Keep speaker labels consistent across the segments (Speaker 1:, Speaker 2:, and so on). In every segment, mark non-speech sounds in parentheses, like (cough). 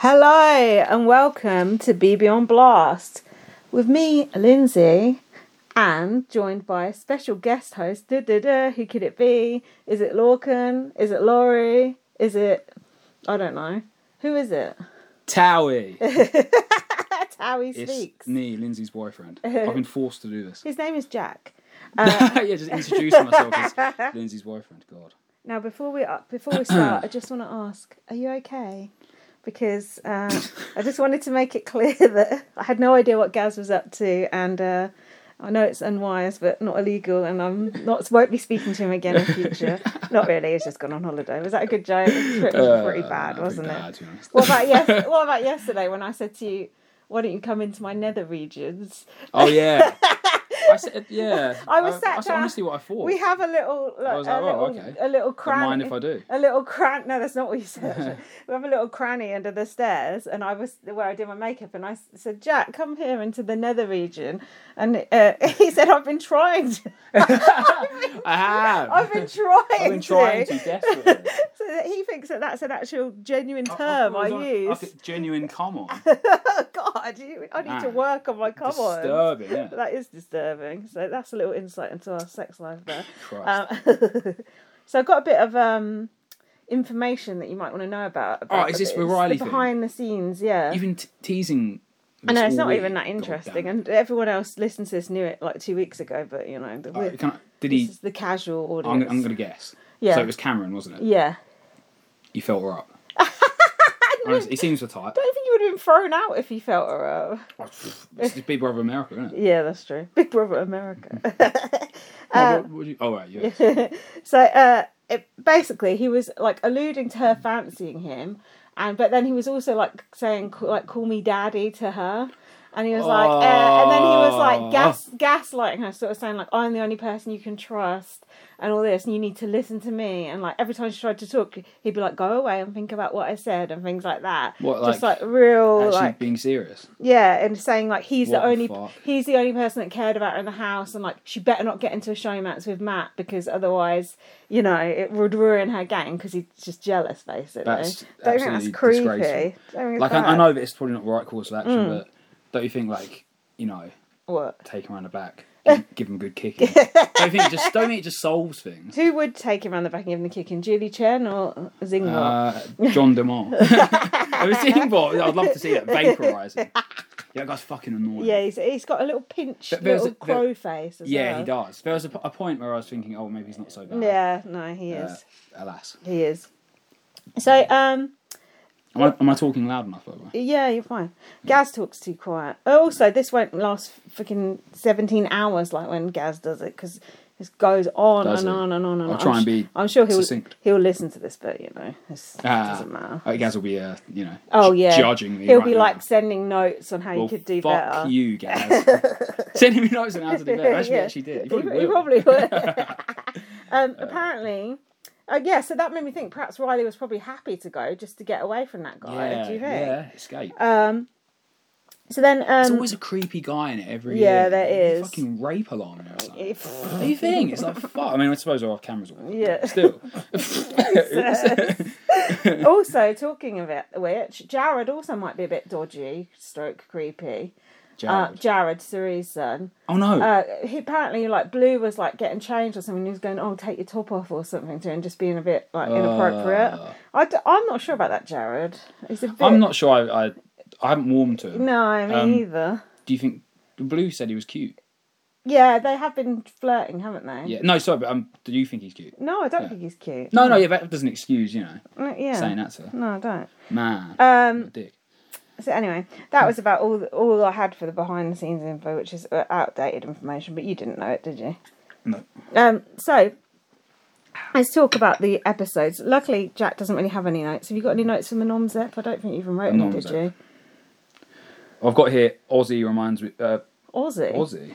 Speaker 1: Hello and welcome to BB on Blast with me, Lindsay, and joined by a special guest host. Duh, duh, duh. Who could it be? Is it Lorcan? Is it Laurie? Is it I don't know. Who is it? (laughs)
Speaker 2: Towie.
Speaker 1: That's how he
Speaker 2: It's
Speaker 1: speaks.
Speaker 2: me, Lindsay's boyfriend.
Speaker 1: (laughs)
Speaker 2: I've been forced to do this.
Speaker 1: His name is Jack.
Speaker 2: (laughs) yeah, just introducing myself
Speaker 1: (laughs)
Speaker 2: as Lindsay's boyfriend. God.
Speaker 1: Now, before we uh, before we start, I just want to ask: Are you okay? Because uh, I just wanted to make it clear (laughs) that I had no idea what Gaz was up to, and uh, I know it's unwise but not illegal, and I'm not won't be speaking to him again in future. not really. He's just gone on holiday. Was that a good joke? It was pretty, pretty bad,
Speaker 2: Uh, Pretty
Speaker 1: wasn't it?
Speaker 2: bad, to be honest.
Speaker 1: What about
Speaker 2: (laughs)
Speaker 1: yes? What about yesterday when I said to you, "Why don't you come into my nether regions?" (laughs)
Speaker 2: Oh, yeah. I said, yeah.
Speaker 1: I was sat
Speaker 2: That's
Speaker 1: down-
Speaker 2: honestly what I thought.
Speaker 1: We have a little, like,
Speaker 2: was
Speaker 1: a,
Speaker 2: like,
Speaker 1: little
Speaker 2: "Oh, okay.
Speaker 1: a little
Speaker 2: Don't
Speaker 1: cranny.
Speaker 2: mind if
Speaker 1: (laughs)
Speaker 2: I do.
Speaker 1: a little cranny. No, that's not what you
Speaker 2: (laughs)
Speaker 1: said. (laughs) we have a little cranny under the stairs, and I was where I did my makeup, and I s- said, "Jack, come here into the nether region," and uh, (laughs) he said, "I've been trying
Speaker 2: (laughs)
Speaker 1: to.
Speaker 2: I have.
Speaker 1: I've been trying.
Speaker 2: (laughs) I've been trying to desperately.
Speaker 1: (laughs) So that he thinks that that's an actual genuine
Speaker 2: I- I
Speaker 1: term I,
Speaker 2: thought it was on- I
Speaker 1: use.
Speaker 2: think genuine
Speaker 1: (laughs)
Speaker 2: come on.
Speaker 1: oh God, you, I need to
Speaker 2: Man.
Speaker 1: work on my come on.
Speaker 2: Disturbing, yeah.
Speaker 1: That is disturbing. So that's a little insight into our sex life there.
Speaker 2: (laughs) Christ.
Speaker 1: Um, (laughs) so I've got a bit of um, information that you might want to know about. about
Speaker 2: Oh, is
Speaker 1: the
Speaker 2: this
Speaker 1: bits,
Speaker 2: Riley
Speaker 1: the
Speaker 2: thing?
Speaker 1: behind the scenes? Yeah.
Speaker 2: Even t- teasing.
Speaker 1: I know
Speaker 2: this
Speaker 1: it's
Speaker 2: all
Speaker 1: not
Speaker 2: week.
Speaker 1: even that
Speaker 2: God
Speaker 1: interesting,
Speaker 2: damn it.
Speaker 1: and everyone else listens to this knew it like two weeks ago. But you know, the,
Speaker 2: All right,
Speaker 1: we're-
Speaker 2: can I- did
Speaker 1: this
Speaker 2: he?
Speaker 1: is the casual
Speaker 2: Oh, I'm,
Speaker 1: audience.
Speaker 2: I'm going to guess.
Speaker 1: Yeah.
Speaker 2: So it was Cameron, wasn't it?
Speaker 1: Yeah.
Speaker 2: You felt
Speaker 1: (laughs)
Speaker 2: her up. Honestly, he seems the type.
Speaker 1: I don't think you would have been thrown out if you felt her up.
Speaker 2: It's the Big Brother America, isn't it?
Speaker 1: Yeah, that's true. Big Brother America. (laughs) Uh,
Speaker 2: Oh, what, what you, oh right, yeah.
Speaker 1: so uh, it, basically he was like alluding to her fancying him and but then he was also like saying c- like call me daddy to her and he was like uh, and then he was like gas gaslighting her sort of saying like i'm the only person you can trust and all this and you need to listen to me and like every time she tried to talk he'd be like go away and think about what i said and things like that
Speaker 2: What,
Speaker 1: just like
Speaker 2: like,
Speaker 1: real
Speaker 2: Actually,
Speaker 1: like
Speaker 2: being serious.
Speaker 1: yeah, and saying like he's
Speaker 2: What
Speaker 1: the
Speaker 2: the
Speaker 1: only
Speaker 2: fuck?
Speaker 1: he's the only person that cared about her in the house, and like she better not get into a showmance with Matt because otherwise, you know, it would ruin her game because he's just jealous, basically.
Speaker 2: That's
Speaker 1: Don't think that's
Speaker 2: absolutely
Speaker 1: creepy.
Speaker 2: disgraceful.
Speaker 1: Don't think
Speaker 2: Like,
Speaker 1: that.
Speaker 2: I, I know that it's probably not the right course of action,
Speaker 1: Mm.
Speaker 2: but don't you think, like, you know,
Speaker 1: what
Speaker 2: take him around the back,
Speaker 1: (laughs)
Speaker 2: give, give him a good kicking? don't you think it just don't you think it just solves
Speaker 1: (laughs)
Speaker 2: things?
Speaker 1: who would take him around the back and give him the kick in Julie Chen or Zingwa?
Speaker 2: Uh,
Speaker 1: (laughs)
Speaker 2: John DeMar. (laughs) Have you seen what? I'd love to see
Speaker 1: (laughs)
Speaker 2: it vaporizing. Yeah, that guy's fucking annoying.
Speaker 1: yeah, he's, he's got a little pinched
Speaker 2: But there's
Speaker 1: little
Speaker 2: a-
Speaker 1: crow face. As
Speaker 2: Yeah,
Speaker 1: well.
Speaker 2: he does. There was a, p- a point where I was thinking, oh, maybe he's not so bad.
Speaker 1: Yeah, no, he
Speaker 2: Uh,
Speaker 1: is.
Speaker 2: alas.
Speaker 1: He is. So, um,
Speaker 2: Am I, am I talking loud enough, by the way?
Speaker 1: Yeah, you're fine. Gaz talks too quiet. Oh, Also, this won't last freaking 17 hours like when Gaz does it because this goes on
Speaker 2: Does
Speaker 1: and
Speaker 2: it?
Speaker 1: on and on and on.
Speaker 2: I'll try
Speaker 1: I'm
Speaker 2: and
Speaker 1: su-
Speaker 2: be
Speaker 1: I'm sure he'll
Speaker 2: succinct.
Speaker 1: he'll listen to this, but you know, it's, it
Speaker 2: Ah,
Speaker 1: doesn't matter.
Speaker 2: I guess will be, uh, you know,
Speaker 1: Oh
Speaker 2: ju-
Speaker 1: yeah,
Speaker 2: judging me.
Speaker 1: He'll
Speaker 2: right
Speaker 1: be
Speaker 2: now.
Speaker 1: like sending notes on how
Speaker 2: well,
Speaker 1: you could do
Speaker 2: fuck
Speaker 1: better. (laughs)
Speaker 2: you, Gaz. Send him notes on how to do better. Actually,
Speaker 1: Yeah.
Speaker 2: he actually did. He probably
Speaker 1: He
Speaker 2: will.
Speaker 1: probably would.
Speaker 2: (laughs)
Speaker 1: um, apparently, uh, yeah. So that made me think. Perhaps Riley was probably happy to go just to get away from that guy.
Speaker 2: yeah,
Speaker 1: do you think?
Speaker 2: yeah, escape.
Speaker 1: Um, so then,
Speaker 2: There's
Speaker 1: um,
Speaker 2: always a creepy guy in it every
Speaker 1: Yeah,
Speaker 2: year.
Speaker 1: there
Speaker 2: There's a
Speaker 1: is.
Speaker 2: Fucking rape alarm or something.
Speaker 1: if-
Speaker 2: What do you think? It's like fuck. I mean, I suppose they're off cameras. All
Speaker 1: Yeah. (laughs)
Speaker 2: Still.
Speaker 1: also, talking of it, which Jared also might be a bit dodgy, stroke creepy. Uh,
Speaker 2: Jared.
Speaker 1: Jared, Suri's son.
Speaker 2: oh no.
Speaker 1: Uh, he apparently like Blue was like getting changed or something. He was going, "Oh, take your top off" or something to him, just being a bit
Speaker 2: Uh.
Speaker 1: like inappropriate. I d- I'm not sure about that, Jared. He's a bit.
Speaker 2: I'm not sure. I, I I haven't warmed to him.
Speaker 1: No, I mean
Speaker 2: Um,
Speaker 1: either.
Speaker 2: Do you think Blue said he was cute?
Speaker 1: Yeah, they have been flirting, haven't they?
Speaker 2: Yeah. No, sorry, but um, do you think he's cute?
Speaker 1: No, I don't think he's cute.
Speaker 2: No, no, yeah, that doesn't excuse you know
Speaker 1: Mm, yeah.
Speaker 2: saying that to her.
Speaker 1: No, I don't.
Speaker 2: Man,
Speaker 1: Um,
Speaker 2: what a dick.
Speaker 1: So anyway, that was about all all I had for the behind the scenes info, which is uh, outdated information. But you didn't know it, did you?
Speaker 2: No.
Speaker 1: Um. So let's talk about the episodes. Luckily, Jack doesn't really have any notes. Have you got any notes from the Nomzep? I don't think you even wrote any, did
Speaker 2: Nomzep.
Speaker 1: you?
Speaker 2: I've got here Aussie reminds me uh,
Speaker 1: Aussie. (laughs)
Speaker 2: Aussie.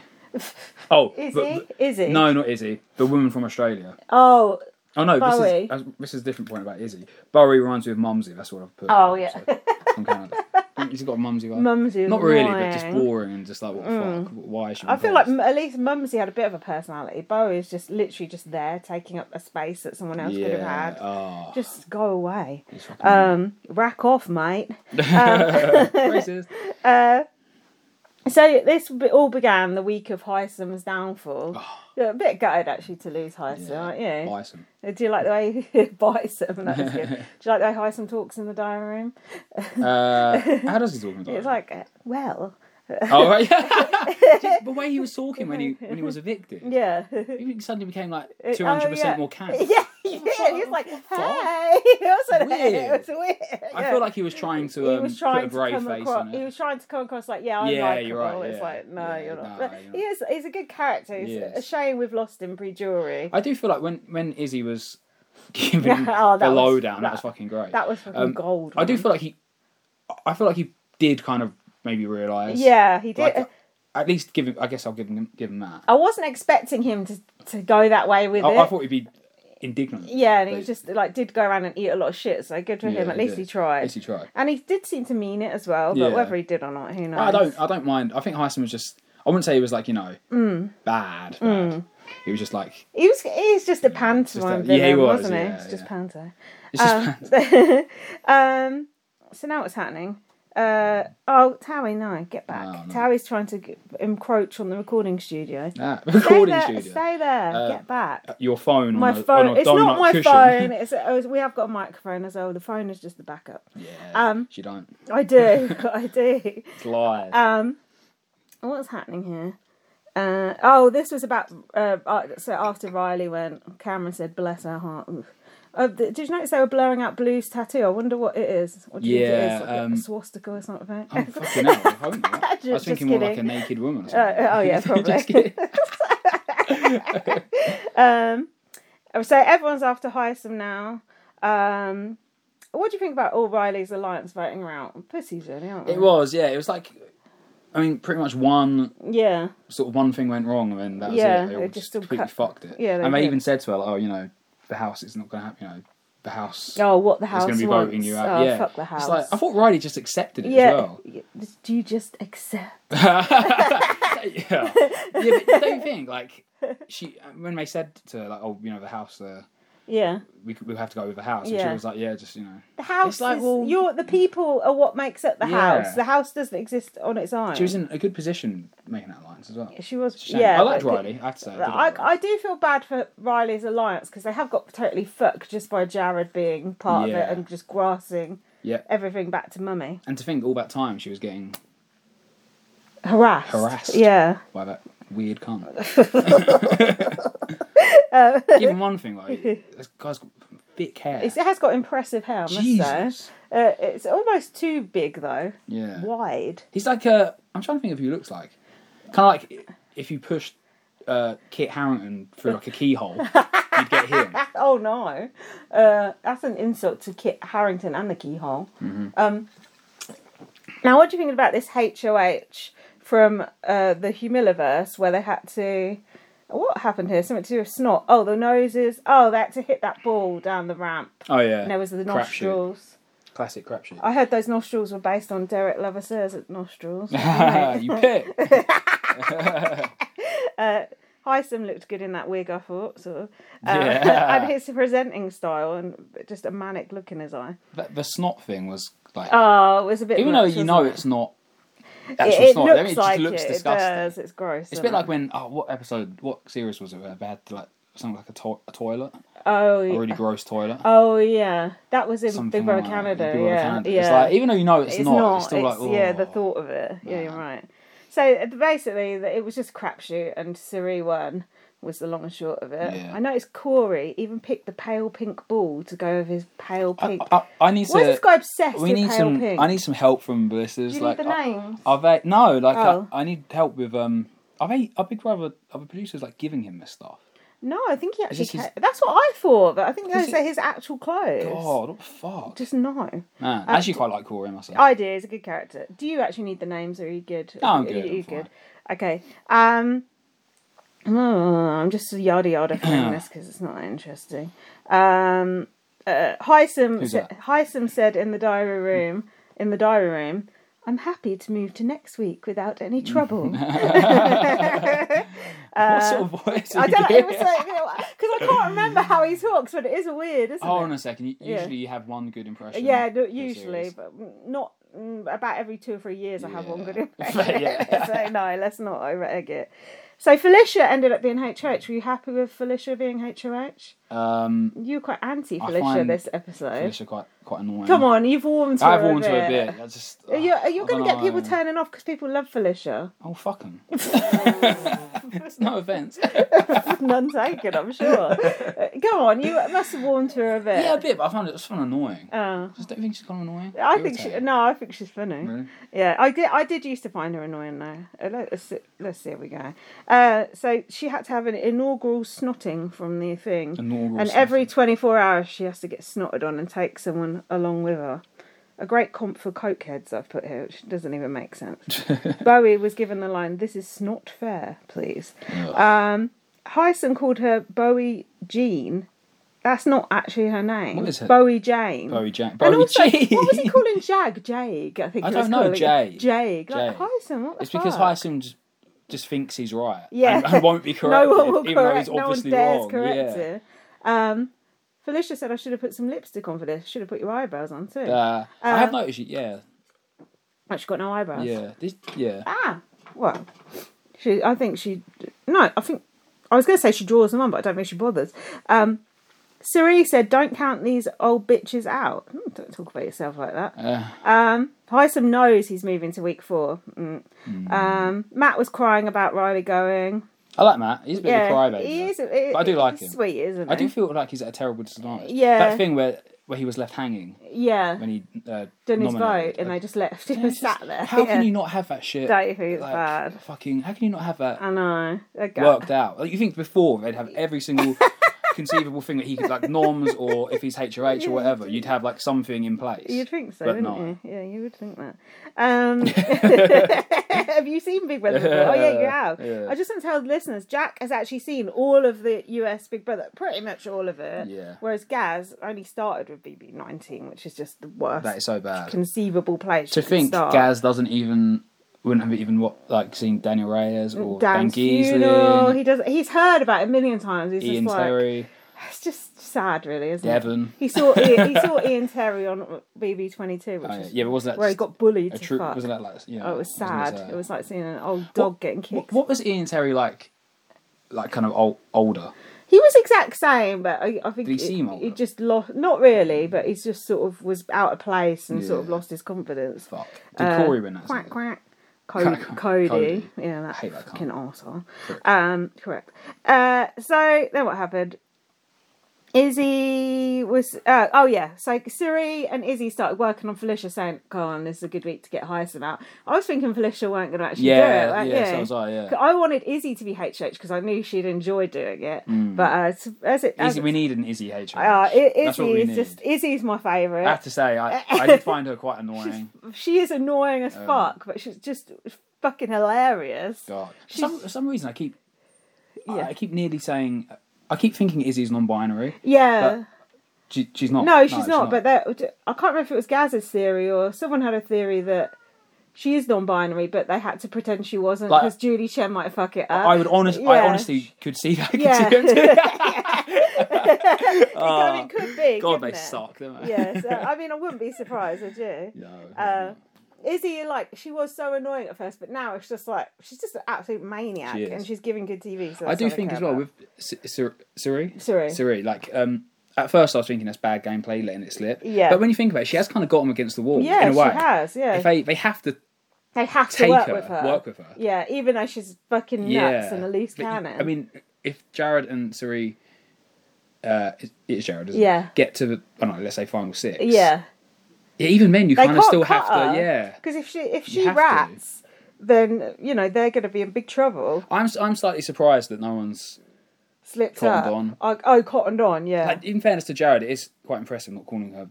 Speaker 2: Oh,
Speaker 1: Is
Speaker 2: but-
Speaker 1: he?
Speaker 2: but-
Speaker 1: Is he?
Speaker 2: No, not Izzy. The woman from Australia.
Speaker 1: Oh.
Speaker 2: Oh no, this
Speaker 1: Bowie.
Speaker 2: is, that's- this is a different point about Izzy. Bowie reminds me of Mumsy. That's what I've put.
Speaker 1: Oh, yeah.
Speaker 2: So, from Canada.
Speaker 1: (laughs)
Speaker 2: He's got a mumsy vibe.
Speaker 1: Mumsy. was
Speaker 2: Not really, but just
Speaker 1: annoying.
Speaker 2: boring and just like what the fuck? Why is she?
Speaker 1: I feel like
Speaker 2: involved?
Speaker 1: m- at least Mumsy had a bit of a personality. Bo is just literally just there, taking up a space that someone else could have had. (laughs)
Speaker 2: Oh,
Speaker 1: Just go away.
Speaker 2: he's fucking-
Speaker 1: Um, rack off, mate.
Speaker 2: (laughs) Racist.
Speaker 1: Uh, so this be- all began the week of Hysam's downfall. You're a bit gutted actually to lose Hysam,
Speaker 2: Ah. Yeah.
Speaker 1: aren't you?
Speaker 2: Bison.
Speaker 1: Do you like the way (laughs) he bites him? That was good.
Speaker 2: (laughs)
Speaker 1: Do you like the way Hysam talks in the diary room?
Speaker 2: Uh, how does he talk about
Speaker 1: It's like, uh, well,
Speaker 2: Oh, right.
Speaker 1: (laughs)
Speaker 2: (laughs) Just the way he was talking when he when he was evicted.
Speaker 1: yeah. (laughs)
Speaker 2: He suddenly became like
Speaker 1: It-
Speaker 2: two hundred
Speaker 1: oh, yeah.
Speaker 2: percent more camp.
Speaker 1: (laughs) Yeah, he did. He was like, "Hey," (laughs) it was, like, it was
Speaker 2: Weird.
Speaker 1: weird.
Speaker 2: I
Speaker 1: yeah.
Speaker 2: feel like he was trying to um,
Speaker 1: he was trying
Speaker 2: put a brave
Speaker 1: to come
Speaker 2: face
Speaker 1: across.
Speaker 2: on
Speaker 1: He
Speaker 2: it.
Speaker 1: was trying to come across like, "Yeah, I'm
Speaker 2: Yeah,
Speaker 1: likable."
Speaker 2: you're right,
Speaker 1: It's
Speaker 2: yeah.
Speaker 1: like, no,
Speaker 2: Yeah,
Speaker 1: you're not.
Speaker 2: no,
Speaker 1: But
Speaker 2: you're
Speaker 1: he is. He's a good character. He's
Speaker 2: He
Speaker 1: a
Speaker 2: is.
Speaker 1: shame we've lost him pre-jury.
Speaker 2: I do feel like when when Izzy was (laughs) giving
Speaker 1: Oh, that
Speaker 2: the
Speaker 1: was-
Speaker 2: lowdown, that,
Speaker 1: that-
Speaker 2: was fucking great.
Speaker 1: that was fucking
Speaker 2: Um,
Speaker 1: gold.
Speaker 2: I do
Speaker 1: man.
Speaker 2: feel like he, I feel like he did kind of maybe realise.
Speaker 1: Yeah, he did.
Speaker 2: Like, at least give him. I guess I'll give him give him that.
Speaker 1: I wasn't expecting him to to go that way with
Speaker 2: I,
Speaker 1: it.
Speaker 2: I thought he'd be indignant.
Speaker 1: yeah, and he
Speaker 2: But-
Speaker 1: just like did go around and eat a lot of shit. So good for
Speaker 2: Yeah,
Speaker 1: him. At least
Speaker 2: did.
Speaker 1: he tried.
Speaker 2: At least he tried.
Speaker 1: and he did seem to mean it as well, but
Speaker 2: Yeah.
Speaker 1: whether he did or not, who knows?
Speaker 2: I don't. I don't mind. I think Heisen was just. I wouldn't say he was like you know
Speaker 1: Mm.
Speaker 2: bad. bad. He was just like
Speaker 1: He was he's just a pantomime
Speaker 2: Just a- yeah, he
Speaker 1: villain,
Speaker 2: was,
Speaker 1: wasn't he?
Speaker 2: yeah,
Speaker 1: it's just
Speaker 2: yeah.
Speaker 1: panto.
Speaker 2: it's just
Speaker 1: Um,
Speaker 2: bad.
Speaker 1: (laughs) um, so now what's happening? Uh, oh, Towie, no, get back.
Speaker 2: No, no.
Speaker 1: Towie's trying to g- encroach on the recording studio.
Speaker 2: Ah, (laughs)
Speaker 1: Stay
Speaker 2: recording
Speaker 1: there,
Speaker 2: studio.
Speaker 1: Stay there,
Speaker 2: Uh,
Speaker 1: get back.
Speaker 2: Your phone.
Speaker 1: My
Speaker 2: on a,
Speaker 1: phone.
Speaker 2: On a
Speaker 1: it's not
Speaker 2: donut
Speaker 1: my
Speaker 2: cushion.
Speaker 1: phone. It's, it was- we have got a microphone as well. The phone is just the backup.
Speaker 2: (laughs) yeah.
Speaker 1: Um,
Speaker 2: she don't.
Speaker 1: I do. (laughs) I do.
Speaker 2: It's live.
Speaker 1: Um, what's happening here? Uh, oh, this was about uh, uh, so after Riley went, Cameron said, "Bless her heart." Oof. Uh, th- did you notice they were blurring out Blue's tattoo? I wonder what it is. What do you
Speaker 2: Yeah,
Speaker 1: think it is? Like a
Speaker 2: um,
Speaker 1: swastika or something?
Speaker 2: oh
Speaker 1: (laughs)
Speaker 2: fucking hell! I hope not. I was
Speaker 1: Just- just
Speaker 2: thinking more like a
Speaker 1: kidding.
Speaker 2: naked woman. Or
Speaker 1: Uh,
Speaker 2: something.
Speaker 1: oh yeah,
Speaker 2: (laughs) Just
Speaker 1: probably.
Speaker 2: kidding.
Speaker 1: (laughs) um, so everyone's after Heisem now. Um, what do you think about all Riley's alliance voting her out? Pussies, really, aren't they?
Speaker 2: it was. Yeah. It was like. I mean, pretty much one
Speaker 1: Yeah,
Speaker 2: sort of one thing went wrong, and then that was
Speaker 1: Yeah,
Speaker 2: it. They
Speaker 1: they
Speaker 2: all
Speaker 1: just
Speaker 2: just
Speaker 1: all
Speaker 2: completely
Speaker 1: cut-
Speaker 2: fucked it.
Speaker 1: Yeah, they
Speaker 2: and they
Speaker 1: did.
Speaker 2: even said to her, like, "Oh, you know, the house is not going to happen. You know, the house
Speaker 1: Oh, what the house
Speaker 2: It's going to be
Speaker 1: wants.
Speaker 2: voting you out.
Speaker 1: Oh,
Speaker 2: yeah.
Speaker 1: fuck the house.
Speaker 2: It's like, I thought Riley just accepted it
Speaker 1: yeah.
Speaker 2: as well.
Speaker 1: (laughs)
Speaker 2: (laughs)
Speaker 1: y- Do you just accept?
Speaker 2: yeah. yeah, but don't you think like she when they said to her like, oh, you know, the house, uh,
Speaker 1: Yeah.
Speaker 2: we we have to go with the house, and
Speaker 1: Yeah.
Speaker 2: she was like, yeah, just you know,
Speaker 1: The house
Speaker 2: It's like,
Speaker 1: is
Speaker 2: well-
Speaker 1: you're the people are what makes up the
Speaker 2: Yeah.
Speaker 1: house. The house doesn't exist on its own.
Speaker 2: she was in a good position making that alliance as well.
Speaker 1: She was-
Speaker 2: Shame.
Speaker 1: Um, yeah.
Speaker 2: I liked
Speaker 1: but-
Speaker 2: Riley. I have to say, I, did
Speaker 1: I,
Speaker 2: like Riley.
Speaker 1: I do feel bad for Riley's alliance because they have got totally fucked just by Jared being part of
Speaker 2: Yeah.
Speaker 1: it and just grasping
Speaker 2: yeah.
Speaker 1: everything back to mummy.
Speaker 2: And to think all that time she was getting
Speaker 1: Harassed.
Speaker 2: Harassed.
Speaker 1: Yeah.
Speaker 2: by that
Speaker 1: (laughs)
Speaker 2: weird cunt. (laughs) Even one
Speaker 1: (laughs)
Speaker 2: thing like this guy's got thick hair.
Speaker 1: It's, it has got impressive hair, I must say.
Speaker 2: Jesus.
Speaker 1: Uh, it's almost too big though.
Speaker 2: Yeah.
Speaker 1: Wide.
Speaker 2: He's like a. I'm trying to think of who he looks like. Kind of like if you pushed uh, Kit Harrington through like a keyhole, you'd get
Speaker 1: (laughs)
Speaker 2: him.
Speaker 1: Oh no, uh, that's an insult to Kit Harrington and the keyhole.
Speaker 2: Mm-hmm.
Speaker 1: Um, now, what do you think about this HOH from uh, the Humiliverse where they had to? What happened here? Something to do with snot. Oh, the noses. Oh, they had to hit that ball down the ramp.
Speaker 2: Oh yeah.
Speaker 1: And there was the
Speaker 2: Crapshoot.
Speaker 1: nostrils.
Speaker 2: Classic crapshoot.
Speaker 1: I heard those nostrils were based on Derek Levisseur's
Speaker 2: (laughs)
Speaker 1: nostrils.
Speaker 2: you
Speaker 1: (laughs)
Speaker 2: pick.
Speaker 1: Heisem looked good in that wig, I thought. Sort of. Uh, (laughs)
Speaker 2: Yeah.
Speaker 1: and his presenting style and just a manic look in his eye.
Speaker 2: The, the snot thing was like,
Speaker 1: Oh, it was a bit.
Speaker 2: even though
Speaker 1: much,
Speaker 2: you
Speaker 1: wasn't
Speaker 2: know
Speaker 1: it?
Speaker 2: it's not
Speaker 1: it,
Speaker 2: actual
Speaker 1: it
Speaker 2: snot,
Speaker 1: looks
Speaker 2: I mean, it just
Speaker 1: like
Speaker 2: looks
Speaker 1: it.
Speaker 2: disgusting.
Speaker 1: It does. It's gross.
Speaker 2: It's a bit like when oh, what episode, what series was it? Where they had to, like something like a, to- a toilet,
Speaker 1: oh,
Speaker 2: a
Speaker 1: yeah.
Speaker 2: really gross toilet.
Speaker 1: oh yeah, that was in
Speaker 2: Something
Speaker 1: Big Brother
Speaker 2: like that.
Speaker 1: Canada.
Speaker 2: Big Brother
Speaker 1: yeah,
Speaker 2: Canada.
Speaker 1: yeah.
Speaker 2: It's like even though you know it's,
Speaker 1: It's
Speaker 2: not,
Speaker 1: not.
Speaker 2: it's still like oh,
Speaker 1: yeah, the thought of it. Yeah, you're right. So uh, basically, the- it was just crapshoot, and Siri won. Was the long and short of it.
Speaker 2: Yeah.
Speaker 1: I noticed Corey even picked the pale pink ball to go with his pale
Speaker 2: I,
Speaker 1: pink.
Speaker 2: I, I need
Speaker 1: Why is
Speaker 2: to.
Speaker 1: this guy obsessed
Speaker 2: we
Speaker 1: with
Speaker 2: need
Speaker 1: pale
Speaker 2: some.
Speaker 1: pink?
Speaker 2: I need some help from the listeners.
Speaker 1: Do you
Speaker 2: like, uh,
Speaker 1: need the
Speaker 2: I-
Speaker 1: names?
Speaker 2: Are they? No, like
Speaker 1: Oh.
Speaker 2: I, I need help with um. Are they? Are Big Brother? Are the producers like giving him this stuff?
Speaker 1: no, I think he actually.
Speaker 2: this his-
Speaker 1: ca- That's what I thought, but I think
Speaker 2: Is
Speaker 1: those
Speaker 2: it-
Speaker 1: are his actual clothes.
Speaker 2: God, what the fuck?
Speaker 1: Just uh, no.
Speaker 2: Man, I actually quite like Corey myself.
Speaker 1: idea is a good character. Do you actually need the names? Or are you good?
Speaker 2: No, I'm
Speaker 1: Are
Speaker 2: good,
Speaker 1: you- Are
Speaker 2: I'm
Speaker 1: you
Speaker 2: fine.
Speaker 1: good? Okay. Um. oh, I'm just yada yada
Speaker 2: (clears throat)
Speaker 1: filling this because it's not that interesting. Um, uh, Heisem,
Speaker 2: Who's
Speaker 1: sa-
Speaker 2: that?
Speaker 1: Heisem said in the diary room, in the diary room, I'm happy to move to next week without any
Speaker 2: (laughs)
Speaker 1: trouble.
Speaker 2: (laughs) what sort of voice?
Speaker 1: uh, I
Speaker 2: are you
Speaker 1: don't know. It was
Speaker 2: doing? (laughs)
Speaker 1: like, you know, because I can't remember how he talks, but it is weird, isn't
Speaker 2: Hold
Speaker 1: it?
Speaker 2: on a second. you-
Speaker 1: Yeah.
Speaker 2: Usually you have one good impression.
Speaker 1: yeah,
Speaker 2: per
Speaker 1: no, usually,
Speaker 2: series.
Speaker 1: but mm, not mm, about every two or three years. I have one good
Speaker 2: Yeah. (laughs)
Speaker 1: impression. (laughs)
Speaker 2: Yeah.
Speaker 1: so no, let's not overegg it. So Felicia ended up being HH. Were you happy with Felicia being HOH?
Speaker 2: Um,
Speaker 1: You were quite anti
Speaker 2: I
Speaker 1: Felicia
Speaker 2: find
Speaker 1: this episode.
Speaker 2: Felicia quite quite annoying.
Speaker 1: Come on, you've warmed to
Speaker 2: I've
Speaker 1: her
Speaker 2: warned
Speaker 1: a
Speaker 2: to
Speaker 1: bit.
Speaker 2: a bit. That's just.
Speaker 1: Are you, are
Speaker 2: I
Speaker 1: going
Speaker 2: don't
Speaker 1: to get people
Speaker 2: know.
Speaker 1: turning off because people love Felicia?
Speaker 2: Oh
Speaker 1: (laughs)
Speaker 2: fuck them. it's (laughs) no offense.
Speaker 1: None taken, I'm
Speaker 2: (laughs)
Speaker 1: sure. Uh, Go on, you must have warmed to her a bit.
Speaker 2: yeah, a bit, but I found it just found annoying.
Speaker 1: Oh.
Speaker 2: I just don't think she's kind of annoying.
Speaker 1: I think she,
Speaker 2: Irritating.
Speaker 1: no, I think she's funny.
Speaker 2: Really?
Speaker 1: Yeah, I did. I did used to find her annoying though. Uh, Let's see- let's see how we go. Uh, so she had to have an inaugural snotting from the thing,
Speaker 2: Inaugural
Speaker 1: and every twenty four hours she has to get snotted on and take someone along with her. A great comp for cokeheads I've put here, which doesn't even make
Speaker 2: (laughs)
Speaker 1: sense. Bowie was given the line, "This is not fair, please."
Speaker 2: Ugh.
Speaker 1: Um, Hyson called her Bowie Jean. That's not actually her name.
Speaker 2: What is it?
Speaker 1: Bowie Jane.
Speaker 2: Bowie Jack.
Speaker 1: And
Speaker 2: Bowie
Speaker 1: also,
Speaker 2: G.
Speaker 1: what
Speaker 2: (laughs)
Speaker 1: was he calling Jag? Jag, I think.
Speaker 2: I
Speaker 1: he
Speaker 2: don't
Speaker 1: was
Speaker 2: know,
Speaker 1: calling it.
Speaker 2: Jag.
Speaker 1: Jag. Like,
Speaker 2: Jag.
Speaker 1: Hyson, what the
Speaker 2: It's because
Speaker 1: fuck?
Speaker 2: Hyacinth just, just thinks he's right.
Speaker 1: Yeah.
Speaker 2: And, and won't
Speaker 1: (laughs)
Speaker 2: be
Speaker 1: No
Speaker 2: corrected.
Speaker 1: one will
Speaker 2: even though
Speaker 1: correct.
Speaker 2: he's
Speaker 1: No one
Speaker 2: obviously
Speaker 1: dares
Speaker 2: wrong.
Speaker 1: correct
Speaker 2: yeah.
Speaker 1: it. Um, Felicia said, "I should have put some lipstick on for this. Should have put your eyebrows on too."
Speaker 2: Uh, I
Speaker 1: Um,
Speaker 2: have noticed it, yeah.
Speaker 1: But she got no eyebrows.
Speaker 2: Yeah. This, yeah.
Speaker 1: Ah, well, she. I think she. No, I think I was going to say she draws them on, but I don't think she bothers. Um, Siri said, "Don't count these old bitches out." Hmm, Don't talk about yourself like that.
Speaker 2: Uh,
Speaker 1: Um, Hyson knows he's moving to week four. Mm.
Speaker 2: Hmm.
Speaker 1: Um, Matt was crying about Riley going.
Speaker 2: I like Matt. He's a bit of a crybaby.
Speaker 1: he
Speaker 2: though.
Speaker 1: is. It,
Speaker 2: But I do like
Speaker 1: it's
Speaker 2: him.
Speaker 1: Sweet, isn't
Speaker 2: I do
Speaker 1: he?
Speaker 2: feel like he's at a terrible disadvantage.
Speaker 1: Yeah.
Speaker 2: That thing where where he was left hanging
Speaker 1: Yeah,
Speaker 2: when he uh,
Speaker 1: done his vote
Speaker 2: nominated.
Speaker 1: and they just left (laughs)
Speaker 2: (laughs) Yeah,
Speaker 1: him
Speaker 2: it's just-
Speaker 1: sat there.
Speaker 2: How
Speaker 1: Yeah.
Speaker 2: can you not have that shit?
Speaker 1: Don't think it's bad.
Speaker 2: Fucking. How can you not have that
Speaker 1: I know. They're go-
Speaker 2: worked out? Like, you think before they'd have
Speaker 1: (laughs)
Speaker 2: every single conceivable thing that he could like norms or if he's HRH or whatever, you'd have like something in place.
Speaker 1: You'd think so,
Speaker 2: But
Speaker 1: wouldn't
Speaker 2: no.
Speaker 1: you? Yeah, you would think that.
Speaker 2: (laughs)
Speaker 1: Um, (laughs) have you seen Big Brother before? Oh, yeah, you
Speaker 2: Yeah,
Speaker 1: have.
Speaker 2: yeah.
Speaker 1: I just want to tell the listeners Jack has actually seen all of the US Big Brother, pretty much all of it.
Speaker 2: Yeah.
Speaker 1: Whereas Gaz only started with BB19, which is just the worst.
Speaker 2: That is so bad.
Speaker 1: conceivable place
Speaker 2: to
Speaker 1: you could
Speaker 2: think
Speaker 1: start.
Speaker 2: Gaz doesn't even wouldn't have even what like seen Daniel Reyes or Dan
Speaker 1: Dan's funeral. He
Speaker 2: Geesley,
Speaker 1: does. He's heard about it a million times. He's
Speaker 2: Ian
Speaker 1: just like,
Speaker 2: Terry,
Speaker 1: it's just sad, really, isn't it?
Speaker 2: Devon.
Speaker 1: He saw Ian,
Speaker 2: (laughs)
Speaker 1: he saw Ian Terry on BB22, which
Speaker 2: Oh, yeah.
Speaker 1: is
Speaker 2: yeah, but wasn't that
Speaker 1: where he
Speaker 2: just
Speaker 1: got bullied
Speaker 2: a
Speaker 1: to
Speaker 2: true?
Speaker 1: fuck.
Speaker 2: Wasn't that like yeah?
Speaker 1: oh, it was sad. It was like seeing an old dog getting kicked.
Speaker 2: What, what was Ian Terry like? Like kind of old, older.
Speaker 1: He was exact same, but I, I think
Speaker 2: Did he
Speaker 1: it-
Speaker 2: seem older?
Speaker 1: just lost. Not really, but he's just sort of was out of place and sort of
Speaker 2: Yeah.
Speaker 1: lost his confidence.
Speaker 2: Fuck. Did
Speaker 1: Uh,
Speaker 2: Corey win that?
Speaker 1: Quack
Speaker 2: season?
Speaker 1: quack.
Speaker 2: Quack,
Speaker 1: Cody,
Speaker 2: quack.
Speaker 1: Cody.
Speaker 2: Cody.
Speaker 1: yeah, that
Speaker 2: hate that
Speaker 1: fucking arsehole.
Speaker 2: Correct.
Speaker 1: Um, correct. Uh, so then what happened? Izzy was uh, oh yeah, so Siri and Izzy started working on Felicia saying, "Come on, this is a good week to get Hyacinth out." I was thinking Felicia weren't going to actually do
Speaker 2: Yeah,
Speaker 1: it. weren't
Speaker 2: yeah,
Speaker 1: you?
Speaker 2: so was I, yeah.
Speaker 1: 'Cause I wanted Izzy to be HH because I knew she'd enjoy doing it. But uh, as- as it, as
Speaker 2: Mm. Izzy, we need an Izzy H.
Speaker 1: uh, I-
Speaker 2: That's
Speaker 1: Izzy
Speaker 2: what we
Speaker 1: is
Speaker 2: need.
Speaker 1: just Izzy's my favourite.
Speaker 2: I have to
Speaker 1: (laughs)
Speaker 2: say, I, I did find her quite annoying.
Speaker 1: she is annoying
Speaker 2: Um,
Speaker 1: as fuck, but she's just fucking hilarious.
Speaker 2: God, for
Speaker 1: She's-
Speaker 2: some for some reason I keep,
Speaker 1: Yeah.
Speaker 2: I, I keep nearly saying, I keep thinking Izzy's non-binary.
Speaker 1: Yeah.
Speaker 2: She, she's not.
Speaker 1: No, she's not. But that I can't remember if it was Gaz's theory or someone had a theory that she is non-binary, but they had to pretend she wasn't
Speaker 2: Like-
Speaker 1: because Julie Chen might fuck it up.
Speaker 2: I would honestly,
Speaker 1: yeah.
Speaker 2: I honestly could see that. I could
Speaker 1: (laughs)
Speaker 2: (laughs)
Speaker 1: Yeah.
Speaker 2: see them doing that.
Speaker 1: (laughs)
Speaker 2: Oh,
Speaker 1: I mean, it could be.
Speaker 2: God, they
Speaker 1: couldn't it?
Speaker 2: suck. Don't they?
Speaker 1: Yeah,
Speaker 2: (laughs)
Speaker 1: so, I mean, I wouldn't be surprised, would you?
Speaker 2: No.
Speaker 1: Uh, Izzy, like, she was so annoying at first, but now it's just like she's just an absolute maniac,
Speaker 2: She is.
Speaker 1: and she's giving good TV. So
Speaker 2: I
Speaker 1: that's
Speaker 2: do
Speaker 1: all
Speaker 2: think
Speaker 1: care
Speaker 2: as well
Speaker 1: about.
Speaker 2: with Si- Sir- Siri.
Speaker 1: Siri.
Speaker 2: Siri. Like, um, at first I was thinking that's bad gameplay, letting it slip.
Speaker 1: Yeah.
Speaker 2: But when you think about it, she has kind of got him against the wall
Speaker 1: yeah,
Speaker 2: in a way.
Speaker 1: she has. Yeah,
Speaker 2: If they they have to
Speaker 1: they have to
Speaker 2: take
Speaker 1: work
Speaker 2: her,
Speaker 1: with her.
Speaker 2: work with her.
Speaker 1: Yeah, even though she's fucking nuts
Speaker 2: Yeah.
Speaker 1: and a loose
Speaker 2: But you-
Speaker 1: cannon.
Speaker 2: I mean, if Jared and Siri, uh, it- it's Jared, isn't
Speaker 1: Yeah.
Speaker 2: it? Get to the, I don't know, let's say final six.
Speaker 1: yeah.
Speaker 2: Yeah, even then you
Speaker 1: they
Speaker 2: kind of
Speaker 1: can't
Speaker 2: still
Speaker 1: cut
Speaker 2: have to.
Speaker 1: her,
Speaker 2: Yeah.
Speaker 1: Because if she if
Speaker 2: You
Speaker 1: she
Speaker 2: have to.
Speaker 1: rats, then you know they're going to be in big trouble.
Speaker 2: I'm s- I'm slightly surprised that no one's
Speaker 1: Slipped
Speaker 2: Cottoned
Speaker 1: up.
Speaker 2: on.
Speaker 1: Oh, oh, cottoned on. Yeah.
Speaker 2: Like, in fairness to Jared, it is quite impressive not calling her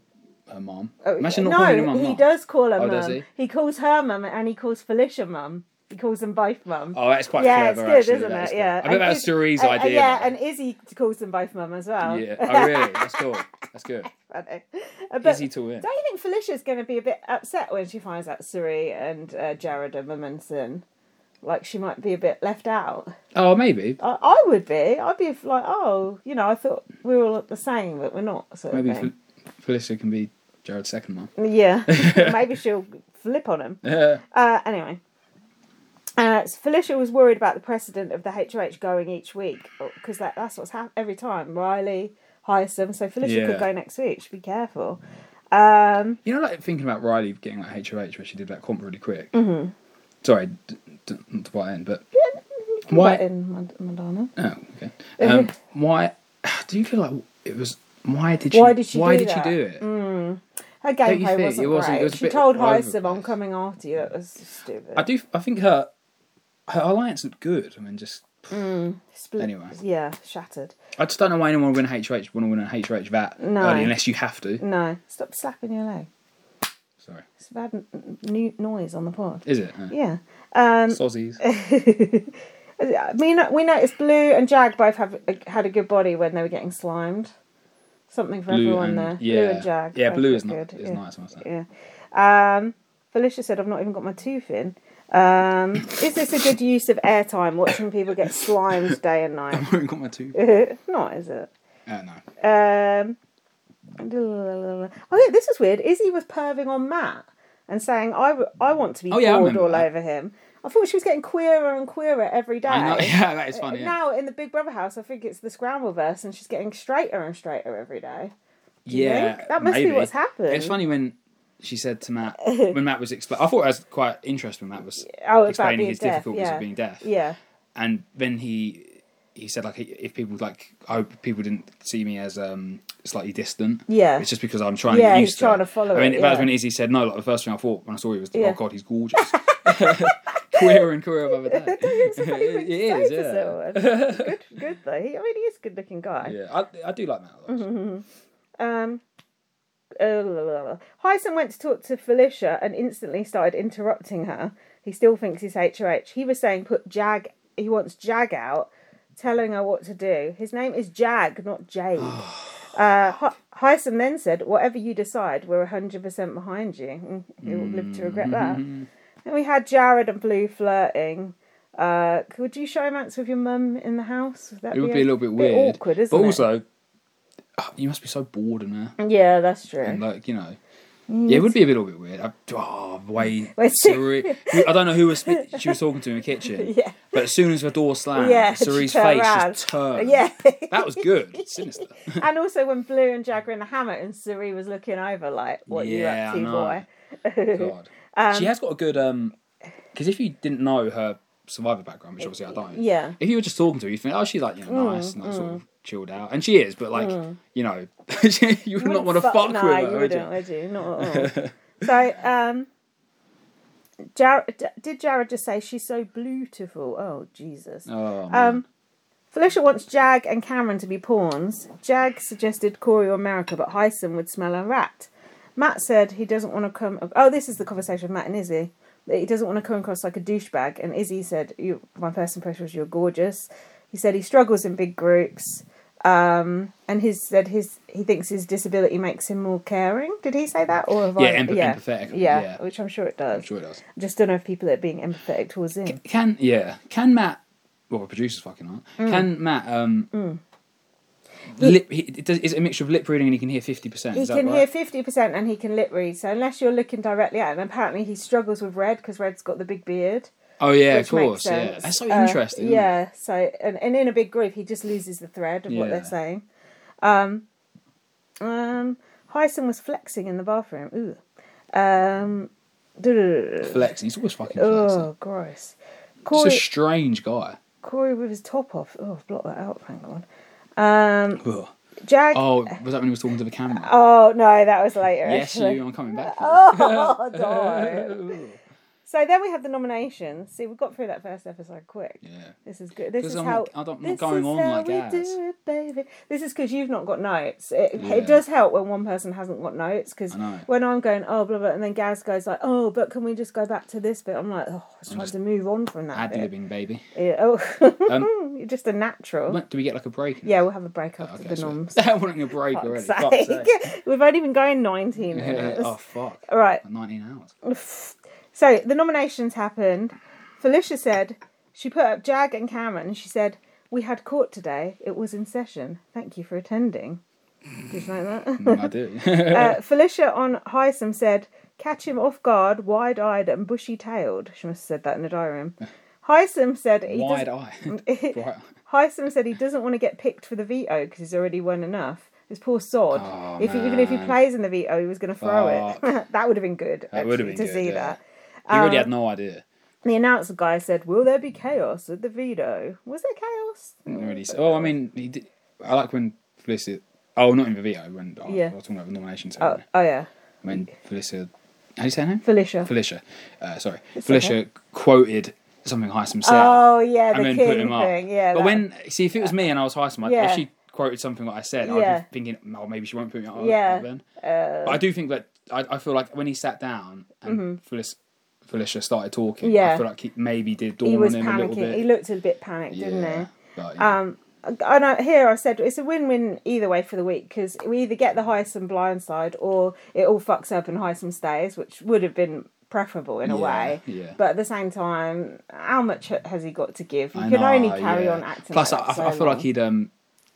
Speaker 2: her mom.
Speaker 1: Oh,
Speaker 2: Imagine not
Speaker 1: no,
Speaker 2: calling her mum.
Speaker 1: he
Speaker 2: mum.
Speaker 1: does call her
Speaker 2: Oh,
Speaker 1: mum.
Speaker 2: does
Speaker 1: He? calls her mum and he calls Felicia mum. He calls them both mum.
Speaker 2: Oh, that's quite
Speaker 1: yeah, it's
Speaker 2: clever,
Speaker 1: good,
Speaker 2: actually.
Speaker 1: isn't
Speaker 2: That
Speaker 1: it?
Speaker 2: is good.
Speaker 1: Yeah.
Speaker 2: I
Speaker 1: And
Speaker 2: bet that's
Speaker 1: Iz-
Speaker 2: Cerie's
Speaker 1: and- and
Speaker 2: idea.
Speaker 1: Yeah,
Speaker 2: though.
Speaker 1: and Izzy calls them both mum as well. (laughs)
Speaker 2: yeah. Oh, really? That's cool. That's good.
Speaker 1: I know. Uh, But
Speaker 2: Easy to win.
Speaker 1: don't you think Felicia's going to be a bit upset when she finds out Suri and uh, Jared are mum and son? Like she might be a bit left out.
Speaker 2: Oh, maybe.
Speaker 1: I, I would be. I'd be like, oh, you know, I thought we were all the same, but we're not. Sort
Speaker 2: Maybe
Speaker 1: of thing.
Speaker 2: Fel- Felicia can be Jared's second
Speaker 1: (laughs)
Speaker 2: mum. (laughs)
Speaker 1: Yeah, maybe she'll flip on him.
Speaker 2: Yeah.
Speaker 1: Uh, anyway, uh, so Felicia was worried about the precedent of the HOH going each week because that, that's what's happened every time. Riley hires them, so Felicia
Speaker 2: Yeah.
Speaker 1: could go next week. Should be careful. Um,
Speaker 2: You know, like thinking about Riley getting like HOH where she did that comp really quick. Mm-hmm. Sorry, d- d- not to butt in, but why?
Speaker 1: but in Mond- Madonna?
Speaker 2: Oh, okay. Um,
Speaker 1: Mm-hmm.
Speaker 2: why? (sighs) Do you feel like it was? Why did she?
Speaker 1: Why did she
Speaker 2: Why
Speaker 1: do
Speaker 2: did she
Speaker 1: that? Mm.
Speaker 2: do it?
Speaker 1: Her
Speaker 2: you
Speaker 1: gameplay
Speaker 2: think?
Speaker 1: wasn't,
Speaker 2: It wasn't- it
Speaker 1: great.
Speaker 2: was a
Speaker 1: she
Speaker 2: bit
Speaker 1: told
Speaker 2: all over the
Speaker 1: Hyacinth, "I'm
Speaker 2: place."
Speaker 1: coming after you." That was stupid.
Speaker 2: I do. I think her her alliance looked good. I mean, just
Speaker 1: Split-
Speaker 2: anyway.
Speaker 1: yeah, shattered.
Speaker 2: I just don't know why anyone would win a HOH want to win a HOH VAT
Speaker 1: No.
Speaker 2: early unless you have to.
Speaker 1: No, stop slapping your leg.
Speaker 2: Sorry,
Speaker 1: It's a bad n- n- new noise on the pod.
Speaker 2: is it? Uh,
Speaker 1: Yeah. Um,
Speaker 2: Sozzies.
Speaker 1: (laughs) we no- we noticed Blue and Jag both have had a good body when they were getting slimed. Something for
Speaker 2: Blue
Speaker 1: everyone
Speaker 2: and
Speaker 1: there.
Speaker 2: yeah,
Speaker 1: Blue and Jag.
Speaker 2: yeah.
Speaker 1: both
Speaker 2: Blue
Speaker 1: look
Speaker 2: is not
Speaker 1: good,
Speaker 2: is
Speaker 1: yeah.
Speaker 2: nice. I must say.
Speaker 1: Yeah. Um, Felicia said, I've not even got my tooth in.
Speaker 2: (coughs)
Speaker 1: Um, is this a good use of airtime, watching people get slimed day and
Speaker 2: (laughs)
Speaker 1: night? (laughs)
Speaker 2: (laughs) I haven't got my two.
Speaker 1: it's not, is it?
Speaker 2: Uh, no.
Speaker 1: Um, oh, yeah, this is weird. Izzy was perving on Matt and saying, I, w- I want to be
Speaker 2: Oh, yeah, I
Speaker 1: poured
Speaker 2: remember
Speaker 1: all
Speaker 2: that.
Speaker 1: over him. I thought she was getting queerer and queerer every day.
Speaker 2: I (laughs) know. Yeah, that is funny. Yeah.
Speaker 1: Now in the Big Brother house, I think it's the Scramble verse, and she's getting straighter and straighter every day. you
Speaker 2: Yeah,
Speaker 1: think? That must be what's happened.
Speaker 2: It's funny when she said to
Speaker 1: (laughs)
Speaker 2: Matt when Matt was explaining. I thought it was quite interesting when Matt was
Speaker 1: Oh, about
Speaker 2: explaining
Speaker 1: being
Speaker 2: his
Speaker 1: deaf,
Speaker 2: difficulties
Speaker 1: yeah.
Speaker 2: of being deaf,
Speaker 1: Yeah,
Speaker 2: and then he he said like if people like I hope people didn't see me as um slightly distant.
Speaker 1: Yeah.
Speaker 2: it's just because I'm trying.
Speaker 1: Yeah,
Speaker 2: to get
Speaker 1: he's
Speaker 2: used
Speaker 1: trying
Speaker 2: it.
Speaker 1: to follow
Speaker 2: I mean,
Speaker 1: it,
Speaker 2: that was
Speaker 1: yeah.
Speaker 2: when Izzy said no. Like the first thing I thought when I saw him was,
Speaker 1: Yeah.
Speaker 2: oh god, he's gorgeous. (laughs) queer and
Speaker 1: (laughs)
Speaker 2: queer of other day. (laughs)
Speaker 1: Even
Speaker 2: (laughs) It is,
Speaker 1: so does
Speaker 2: yeah.
Speaker 1: it. good, good though. He, I mean, he is a good-looking guy.
Speaker 2: Yeah, I, I do like Matt a lot.
Speaker 1: Mm-hmm. Um, uh, la, la, la. Hyson went to talk to Felicia and instantly started interrupting her. He still thinks he's HOH. He was saying, "Put Jag." He wants Jag out, telling her what to do. His name is Jag, not
Speaker 2: (sighs)
Speaker 1: Jade. uh, Hy- Hyson then said, "Whatever you decide, we're hundred percent behind you. Mm, You'll live to regret that."
Speaker 2: Mm-hmm.
Speaker 1: Then we had Jared and Blue flirting. Uh, could you showmance with your mum in the house? Would that
Speaker 2: It would be a little bit weird,
Speaker 1: awkward, isn't
Speaker 2: but
Speaker 1: it?
Speaker 2: also, ah, you must be so bored in there.
Speaker 1: Yeah, that's true.
Speaker 2: And like you know, yeah, it would be a little bit weird. I, oh, the way
Speaker 1: (laughs) Wait,
Speaker 2: Suri, I don't know who was spe- she was talking to in the kitchen.
Speaker 1: (laughs) Yeah.
Speaker 2: But as soon as the door slammed,
Speaker 1: Yeah, she
Speaker 2: Suri's
Speaker 1: turned
Speaker 2: face
Speaker 1: round.
Speaker 2: just turned. (laughs)
Speaker 1: Yeah.
Speaker 2: That
Speaker 1: (laughs)
Speaker 2: was good. Sinister.
Speaker 1: and also when Blue and Jag were in the hammock and Suri was looking over like, what
Speaker 2: Yeah,
Speaker 1: are you
Speaker 2: I
Speaker 1: up to,
Speaker 2: know.
Speaker 1: boy?
Speaker 2: God. she has got a good um, because if you didn't know her survivor background, which obviously I don't.
Speaker 1: yeah. Mm,
Speaker 2: If you were just talking to her, you think, oh, she's like you know nice and like, sort of chilled out, and she is, but like you know, (laughs) you would not want to
Speaker 1: Fu-
Speaker 2: fuck with
Speaker 1: no,
Speaker 2: her,
Speaker 1: you
Speaker 2: would
Speaker 1: wouldn't,
Speaker 2: you?
Speaker 1: would you? Not at
Speaker 2: (laughs)
Speaker 1: all. so, um, Jar- d- did Jared just say she's so beautiful? Oh, Jesus.
Speaker 2: Oh, man.
Speaker 1: Um, Felicia wants Jag and Cameron to be pawns. Jag suggested Corey or America, but Hyson would smell a rat. Matt said he doesn't want to come. Oh, this is the conversation with Matt and Izzy. That he doesn't want to come across like a douchebag. And Izzy said, you, "My first impression was you're gorgeous." He said he struggles in big groups. Um, and his said his he thinks his disability makes him more caring. Did he say that or have I,
Speaker 2: Yeah, emp- empathetic,
Speaker 1: Yeah,
Speaker 2: yeah.
Speaker 1: which I'm sure it does.
Speaker 2: sure it does.
Speaker 1: Just don't know if people are being empathetic towards him.
Speaker 2: Can yeah? Can Matt? Well, the producers fucking aren't.
Speaker 1: Mm.
Speaker 2: Can Matt? Um, lip. He, it does, is it a mixture of lip reading and he can hear fifty percent?
Speaker 1: He
Speaker 2: Is that
Speaker 1: can
Speaker 2: right?
Speaker 1: hear fifty percent, and he can lip read. So unless you're looking directly at him, apparently he struggles with red because red's got the big beard.
Speaker 2: oh yeah, of
Speaker 1: which makes
Speaker 2: course. Yeah,
Speaker 1: sense.
Speaker 2: that's so
Speaker 1: Uh,
Speaker 2: interesting. isn't it?
Speaker 1: yeah. So and, and in a big group, he just loses the thread of what
Speaker 2: Yeah.
Speaker 1: they're saying. Um, um, Hyson was flexing in the bathroom. Ooh. Um,
Speaker 2: flexing. He's always fucking flexing.
Speaker 1: oh, gross.
Speaker 2: He's
Speaker 1: Corey,
Speaker 2: a strange guy.
Speaker 1: Corey with his top off. Oh, I've blocked that out. Hang on. Um,
Speaker 2: Ugh.
Speaker 1: Jag. Oh,
Speaker 2: Oh, was that when he was talking to the camera?
Speaker 1: (laughs) no, that was later. (laughs)
Speaker 2: yes,
Speaker 1: actually.
Speaker 2: you. I'm coming back. to
Speaker 1: Oh, no. So then we have the nominations. See, we got through that first episode quick.
Speaker 2: Yeah.
Speaker 1: This is good. This
Speaker 2: 'Cause
Speaker 1: is
Speaker 2: I'm
Speaker 1: how
Speaker 2: not- I don't- I'm not
Speaker 1: this
Speaker 2: going
Speaker 1: is
Speaker 2: on
Speaker 1: how
Speaker 2: like
Speaker 1: we
Speaker 2: that.
Speaker 1: do it, baby. This is because you've not got notes. It,
Speaker 2: Yeah.
Speaker 1: it does help when one person hasn't got notes because
Speaker 2: I know.
Speaker 1: when I'm going oh blah blah, and then Gaz goes like oh but can we just go back to this bit? I'm like oh, I was trying
Speaker 2: just
Speaker 1: to move on from that
Speaker 2: Ad
Speaker 1: bit.
Speaker 2: libbing, baby.
Speaker 1: Yeah, oh, (laughs) you're just a natural.
Speaker 2: When- Do we get like a break?
Speaker 1: yeah, we'll have a break after
Speaker 2: Um, Okay,
Speaker 1: the
Speaker 2: so
Speaker 1: noms.
Speaker 2: we're wanting a break (laughs) already.
Speaker 1: Fuck's
Speaker 2: Fuck's
Speaker 1: sake.
Speaker 2: sake.
Speaker 1: (laughs) We've only been going 19 (laughs)
Speaker 2: Yeah.
Speaker 1: minutes.
Speaker 2: (laughs) Oh fuck.
Speaker 1: All right.
Speaker 2: 19
Speaker 1: (laughs)
Speaker 2: hours.
Speaker 1: So the nominations happened. Felicia said she put up Jag and Cameron and she said, We had court today. It was in session. Thank you for attending. Did you like that?
Speaker 2: Mm, I do. (laughs)
Speaker 1: uh, Felicia on Hysum said, Catch him off guard, wide eyed and bushy tailed. She must have said that in the diary room. Hysum said he
Speaker 2: Wide
Speaker 1: doesn't- (laughs)
Speaker 2: eye. (laughs) Bright eye.
Speaker 1: Hysum said he doesn't want to get picked for the veto because he's already won enough. This poor sod.
Speaker 2: Oh,
Speaker 1: if he, even if he
Speaker 2: man.
Speaker 1: plays in the veto, he was going to throw it. (laughs) that would have been good.
Speaker 2: That would have
Speaker 1: actually,
Speaker 2: been
Speaker 1: to
Speaker 2: good,
Speaker 1: see
Speaker 2: yeah.
Speaker 1: that.
Speaker 2: You really
Speaker 1: Uh,
Speaker 2: had no idea.
Speaker 1: The announcer guy said, "Will there be chaos at the veto?" Was there chaos?
Speaker 2: Didn't really say. Oh, I mean, he did. I like when Felicity. Oh, not in the veto. When oh,
Speaker 1: Yeah.
Speaker 2: I was talking about the nomination
Speaker 1: Oh,
Speaker 2: ceremony.
Speaker 1: oh yeah,
Speaker 2: When Felicity, how do you say her name?
Speaker 1: Felicia.
Speaker 2: Felicia. Uh, sorry,
Speaker 1: It's
Speaker 2: Felicia quoted something Heisman said.
Speaker 1: oh yeah, the
Speaker 2: and then
Speaker 1: king
Speaker 2: put him up.
Speaker 1: thing. Yeah,
Speaker 2: but
Speaker 1: that-
Speaker 2: when see if it was me and I was Heisman, like,
Speaker 1: Yeah.
Speaker 2: if she quoted something like I said,
Speaker 1: Yeah.
Speaker 2: I'd be thinking, oh, maybe she won't put me up.
Speaker 1: Yeah.
Speaker 2: up Then. but I do think that I, I feel like when he sat down and Felic- Felicia started talking,
Speaker 1: Mm-hmm. Yeah.
Speaker 2: I feel like he maybe did dawn
Speaker 1: he was
Speaker 2: on him a little
Speaker 1: panicking,
Speaker 2: bit.
Speaker 1: he looked a bit panicked,
Speaker 2: yeah.
Speaker 1: didn't
Speaker 2: But,
Speaker 1: he? Um, and I, here I said it's a win-win either way for the week because we either get the Heisen blindside or it all fucks up and Heisen stays, which would have been preferable in a
Speaker 2: Yeah,
Speaker 1: way.
Speaker 2: yeah.
Speaker 1: But at the same time, how much has he got to give? You
Speaker 2: I
Speaker 1: can
Speaker 2: know,
Speaker 1: only carry
Speaker 2: yeah.
Speaker 1: on acting.
Speaker 2: Plus,
Speaker 1: like
Speaker 2: I,
Speaker 1: that so
Speaker 2: I feel like
Speaker 1: long.
Speaker 2: he'd um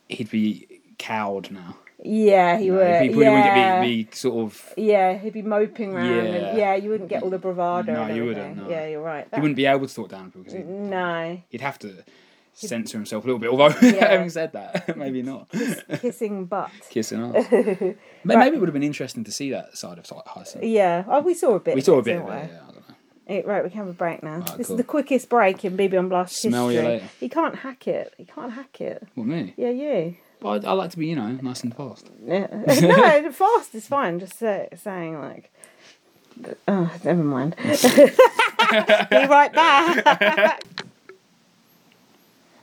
Speaker 2: he'd be cowed now.
Speaker 1: Yeah, he
Speaker 2: You know,
Speaker 1: would.
Speaker 2: He probably
Speaker 1: yeah.
Speaker 2: wouldn't be, be sort of.
Speaker 1: Yeah, he'd be moping around. And,
Speaker 2: Yeah.
Speaker 1: yeah, you wouldn't get all the bravado.
Speaker 2: No,
Speaker 1: and
Speaker 2: you
Speaker 1: everything.
Speaker 2: wouldn't, no.
Speaker 1: Yeah, you're right.
Speaker 2: He wouldn't be able to talk down because
Speaker 1: That-
Speaker 2: he'd, (laughs)
Speaker 1: no,
Speaker 2: he'd have to censor himself a little bit. Although (laughs)
Speaker 1: Yeah.
Speaker 2: having said that, (laughs) maybe not
Speaker 1: kissing butt.
Speaker 2: kissing
Speaker 1: (laughs)
Speaker 2: ass. But maybe it would have been interesting to see that side of Heisen.
Speaker 1: Yeah, oh, we saw a bit.
Speaker 2: We
Speaker 1: of
Speaker 2: saw a
Speaker 1: it,
Speaker 2: bit
Speaker 1: didn't
Speaker 2: of it.
Speaker 1: we?
Speaker 2: Yeah, I don't know.
Speaker 1: It- right, we can have a break now.
Speaker 2: Alright,
Speaker 1: this
Speaker 2: cool.
Speaker 1: is the quickest break in BB on Blast
Speaker 2: Smell you
Speaker 1: history.
Speaker 2: later.
Speaker 1: He can't hack it. He can't hack it.
Speaker 2: What me?
Speaker 1: Yeah, you.
Speaker 2: But I, I like to be, you know, nice and fast.
Speaker 1: Yeah. (laughs)
Speaker 2: (laughs)
Speaker 1: no, fast is fine. Just say, saying like. Oh, never mind. (laughs) Be right back.
Speaker 2: (laughs)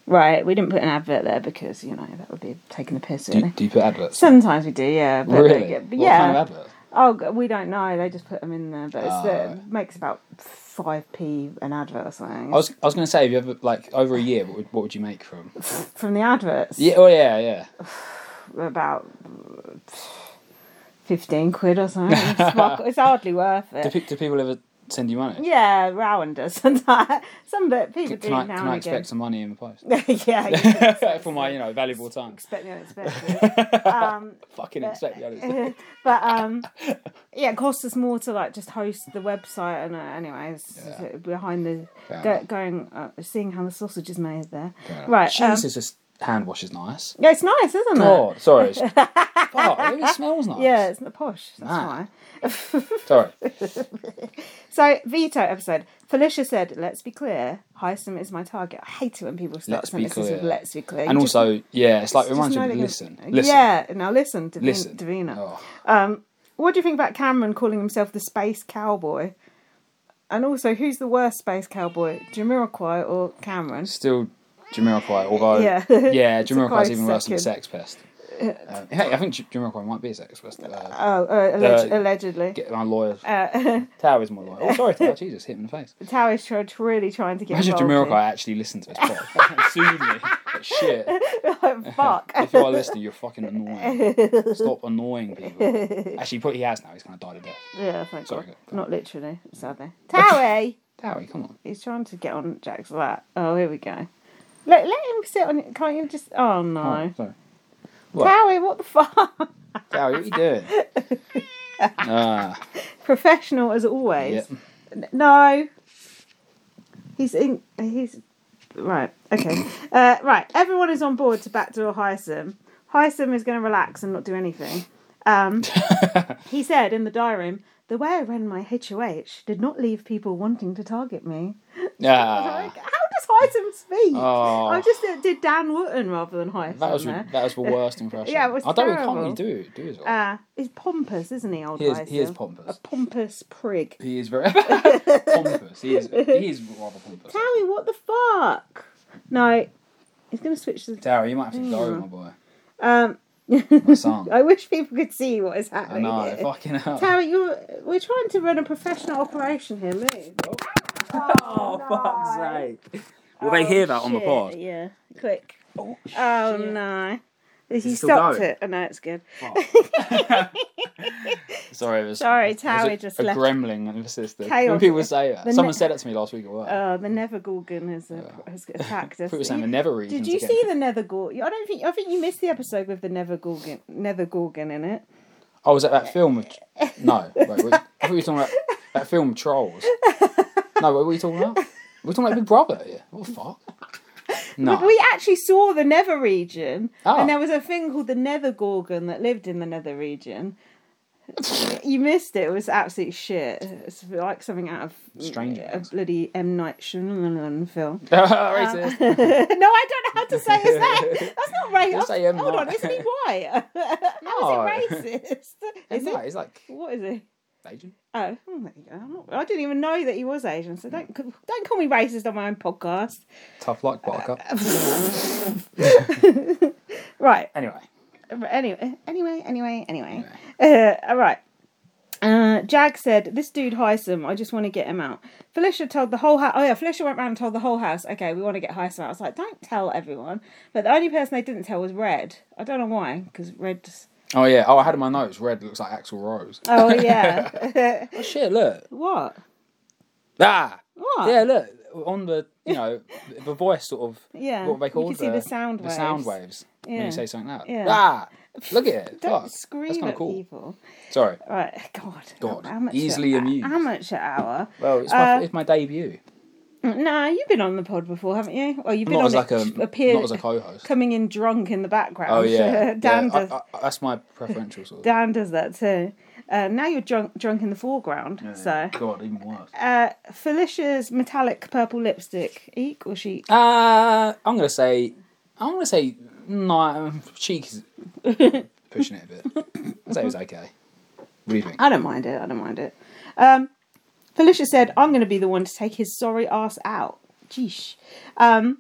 Speaker 1: right, we didn't put an advert there because you know that would be taking the piss.
Speaker 2: Do
Speaker 1: Really.
Speaker 2: you, do you put adverts?
Speaker 1: Sometimes we do, yeah. But
Speaker 2: really?
Speaker 1: yeah, but
Speaker 2: What
Speaker 1: yeah.
Speaker 2: kind of adverts?
Speaker 1: Oh, g- we don't know. They just put them in there, but it's uh,
Speaker 2: Ah.
Speaker 1: makes about five p an advert or something.
Speaker 2: I was, I was going to say, have you ever, like, over a year, what would, what would you make from?
Speaker 1: (laughs) From the adverts,
Speaker 2: Yeah, oh, yeah, yeah.
Speaker 1: about fifteen quid or something. It's,
Speaker 2: (laughs)
Speaker 1: fuck- it's hardly worth
Speaker 2: Do,
Speaker 1: it.
Speaker 2: pe- do people ever send you money?
Speaker 1: Yeah, Rowan does (laughs) sometimes. Some bit people
Speaker 2: Can,
Speaker 1: do
Speaker 2: can I,
Speaker 1: now
Speaker 2: can
Speaker 1: and again.
Speaker 2: I expect some money in
Speaker 1: (laughs)
Speaker 2: the post?
Speaker 1: yeah, you
Speaker 2: (laughs) For my, you know, valuable time.
Speaker 1: expect the unexpected. um,
Speaker 2: Fucking expect the others.
Speaker 1: (laughs) but um, yeah, it costs us more to like just host the website and uh, anyways uh,
Speaker 2: Yeah.
Speaker 1: behind the
Speaker 2: Fair
Speaker 1: go,
Speaker 2: enough.
Speaker 1: going uh, seeing how the sausage is made there.
Speaker 2: Yeah.
Speaker 1: Right, um,
Speaker 2: Jesus, this hand wash
Speaker 1: (laughs)
Speaker 2: is nice.
Speaker 1: yeah, it's nice, isn't (laughs)
Speaker 2: God, sorry. It's, oh, it really smells nice.
Speaker 1: it? Yeah, it's not posh. That's
Speaker 2: Nah.
Speaker 1: why.
Speaker 2: Sorry.
Speaker 1: So veto episode. Felicia said, "Let's be clear. Hyson is my target. I hate it when people start
Speaker 2: Let's be
Speaker 1: sentences with
Speaker 2: clear.
Speaker 1: "Let's be clear."
Speaker 2: And
Speaker 1: You just-
Speaker 2: also, yeah, it's like,
Speaker 1: just
Speaker 2: it reminds
Speaker 1: know
Speaker 2: you
Speaker 1: they're
Speaker 2: to
Speaker 1: gonna-
Speaker 2: listen. Listen.
Speaker 1: Yeah, now listen, Davina.
Speaker 2: Listen.
Speaker 1: Davina.
Speaker 2: Oh.
Speaker 1: Um, what do you think about Cameron calling himself the space cowboy? And also, who's the worst space cowboy, Jamiroquai or Cameron?
Speaker 2: Still Jamiroquai,
Speaker 1: (laughs)
Speaker 2: although
Speaker 1: Yeah.
Speaker 2: yeah,
Speaker 1: It's a
Speaker 2: Jamiroquai's
Speaker 1: close
Speaker 2: even worse than
Speaker 1: second.
Speaker 2: Sex Pest. Um, in fact, I think J- Jamiroquai might be a Sex Pest. Uh,
Speaker 1: Oh, uh, alleg-
Speaker 2: The-
Speaker 1: allegedly.
Speaker 2: get my lawyer.
Speaker 1: uh, (laughs)
Speaker 2: Tower is my lawyer. Oh, sorry, Tower. Jesus, hit him in the face.
Speaker 1: Tower is tr- really trying to get
Speaker 2: Imagine if
Speaker 1: involved
Speaker 2: Jamiroquai actually listened to this pod and sued me. Like, shit.
Speaker 1: here. (laughs)
Speaker 2: (laughs)
Speaker 1: Fuck.
Speaker 2: If you are listening, you're fucking annoying. Stop annoying people. Actually, probably he has now. He's kind of died of death.
Speaker 1: yeah, thank
Speaker 2: Sorry,
Speaker 1: God.
Speaker 2: go on.
Speaker 1: Not literally, sadly. Towie!
Speaker 2: Towie, come on.
Speaker 1: He's trying to get on Jack's lap. Oh, here we go. Let, let him sit on it. Can't you just. Oh, no.
Speaker 2: Oh, sorry.
Speaker 1: Towie, what the (laughs) fuck?
Speaker 2: Towie, what are you doing?
Speaker 1: (laughs)
Speaker 2: Ah,
Speaker 1: Professional as always.
Speaker 2: yep.
Speaker 1: N- No. He's in. He's right.
Speaker 2: (coughs)
Speaker 1: Okay. Uh, right. Everyone is on board to backdoor Hysum. Hysum is going to relax and not do anything.
Speaker 2: (laughs)
Speaker 1: Um, he said in the diary room, "The way I ran my HOH did not leave people wanting to target me."
Speaker 2: Ah.
Speaker 1: Like, how does just Hyten speak.
Speaker 2: Oh.
Speaker 1: I just did- did Dan Wooten rather than Hyten.
Speaker 2: That was
Speaker 1: there.
Speaker 2: that was the worst impression.
Speaker 1: Yeah, it was
Speaker 2: I don't
Speaker 1: terrible. Um,
Speaker 2: really do do as well.
Speaker 1: Uh, he's pompous, isn't he, old
Speaker 2: he is
Speaker 1: Hyten?
Speaker 2: he is pompous.
Speaker 1: A pompous prig. (laughs)
Speaker 2: He is very (laughs) pompous. He is he is rather pompous.
Speaker 1: Howie, what the fuck? No, he's going to switch to the.
Speaker 2: Tara, you might have to
Speaker 1: Hmm.
Speaker 2: go, my boy.
Speaker 1: Um,
Speaker 2: My son.
Speaker 1: (laughs) I wish people could see what is
Speaker 2: I
Speaker 1: happening.
Speaker 2: know,
Speaker 1: here.
Speaker 2: fucking hell.
Speaker 1: Tara, you're, we're trying to run a professional operation here, move. (laughs)
Speaker 2: Oh, fuck's sake. Will they hear that on the
Speaker 1: Oh, Shit,
Speaker 2: pod?
Speaker 1: Yeah, click.
Speaker 2: Oh,
Speaker 1: Oh no. He
Speaker 2: it still
Speaker 1: stopped
Speaker 2: going?
Speaker 1: it. I know it's good.
Speaker 2: Oh. (laughs) Sorry, it was,
Speaker 1: Oh. Sorry,
Speaker 2: it was
Speaker 1: Tara
Speaker 2: a,
Speaker 1: just
Speaker 2: a
Speaker 1: left
Speaker 2: gremlin and assisted. When
Speaker 1: chaos.
Speaker 2: people say that,
Speaker 1: The
Speaker 2: someone
Speaker 1: ne-
Speaker 2: said that to me last week at (laughs) work.
Speaker 1: Oh, the Nevergorgon has, uh,
Speaker 2: (laughs)
Speaker 1: has attacked us.
Speaker 2: people were saying
Speaker 1: You-
Speaker 2: the never regions
Speaker 1: Did you
Speaker 2: again.
Speaker 1: see the Nethergorgon? I don't think. I think you missed the episode with the Nevergorgon. Nethergorgon in it.
Speaker 2: Oh, was that that
Speaker 1: (laughs)
Speaker 2: film? With... No, wait, wait, I thought you were talking about that film Trolls. No, what were you talking about? We're talking about Big Brother, yeah. What the fuck? No. (laughs)
Speaker 1: But (laughs) we actually saw the Nether region,
Speaker 2: Ah.
Speaker 1: and there was a thing called the Nethergorgon that lived in the Nether region. you missed it. It was absolute shit. It's like something out of
Speaker 2: Stranger
Speaker 1: a
Speaker 2: Things.
Speaker 1: bloody M Night Shyamalan film. Uh, (laughs)
Speaker 2: Racist.
Speaker 1: no, I don't know how to say
Speaker 2: (laughs)
Speaker 1: his name. That's not
Speaker 2: Just
Speaker 1: racist.
Speaker 2: say M.
Speaker 1: Hold on,
Speaker 2: Night.
Speaker 1: isn't he white? (laughs) how is it
Speaker 2: (laughs)
Speaker 1: racist? Is
Speaker 2: no,
Speaker 1: it?
Speaker 2: he's like
Speaker 1: What is it?
Speaker 2: Asian.
Speaker 1: Oh, oh, there you go. I'm not- I didn't even know that he was Asian, so don't c- don't call me racist on my own podcast.
Speaker 2: Tough
Speaker 1: (laughs)
Speaker 2: luck, Buttercup.
Speaker 1: Right.
Speaker 2: Anyway,
Speaker 1: Anyway, anyway, anyway, anyway. Uh, all right. Uh, Jag said, "This dude Heisem, I just want to get him out." Felicia told the whole house. Oh yeah, Felicia went round and told the whole house. Okay, we want to get Heisem out. I was like, "Don't tell everyone." But the only person they didn't tell was Red. I don't know why, because Red.
Speaker 2: oh yeah. Oh, I had in my notes. Red looks like Axel Rose.
Speaker 1: (laughs) Oh yeah.
Speaker 2: Oh shit! Look.
Speaker 1: (laughs) what?
Speaker 2: Ah.
Speaker 1: What?
Speaker 2: Yeah, look on the you know the voice sort of
Speaker 1: Yeah,
Speaker 2: what are they
Speaker 1: you
Speaker 2: called
Speaker 1: can see the sound
Speaker 2: the sound
Speaker 1: waves.
Speaker 2: waves when
Speaker 1: Yeah.
Speaker 2: you say something loud.
Speaker 1: Yeah.
Speaker 2: Ah, look at it.
Speaker 1: Don't
Speaker 2: Fuck. That's
Speaker 1: scream
Speaker 2: kind
Speaker 1: at
Speaker 2: of cool.
Speaker 1: people.
Speaker 2: Sorry.
Speaker 1: Right, God.
Speaker 2: God,
Speaker 1: How much
Speaker 2: easily
Speaker 1: a,
Speaker 2: amused.
Speaker 1: How much an hour?
Speaker 2: Well, it's my,
Speaker 1: Uh,
Speaker 2: it's my debut.
Speaker 1: No, you've been on the pod before, haven't you? Well, you've been
Speaker 2: Not
Speaker 1: on
Speaker 2: as
Speaker 1: it,
Speaker 2: like a
Speaker 1: appear-
Speaker 2: not as
Speaker 1: (laughs)
Speaker 2: a co-host.
Speaker 1: coming in drunk in the background. (laughs)
Speaker 2: Oh yeah,
Speaker 1: Dan
Speaker 2: yeah.
Speaker 1: does
Speaker 2: I, I, that's my preferential sort. Of.
Speaker 1: Dan does that too. Uh, now you're drunk drunk in the foreground. So
Speaker 2: God, even worse.
Speaker 1: uh, Felicia's metallic purple lipstick. Eek or she?
Speaker 2: Uh, I'm gonna say, I'm gonna say, no, um,
Speaker 1: (laughs)
Speaker 2: cheek is pushing it a bit. I'd say it was okay. What do you think?
Speaker 1: I don't mind it. I don't mind it. Um, Felicia said, "I'm going to be the one to take his sorry ass out." Jeesh. Um,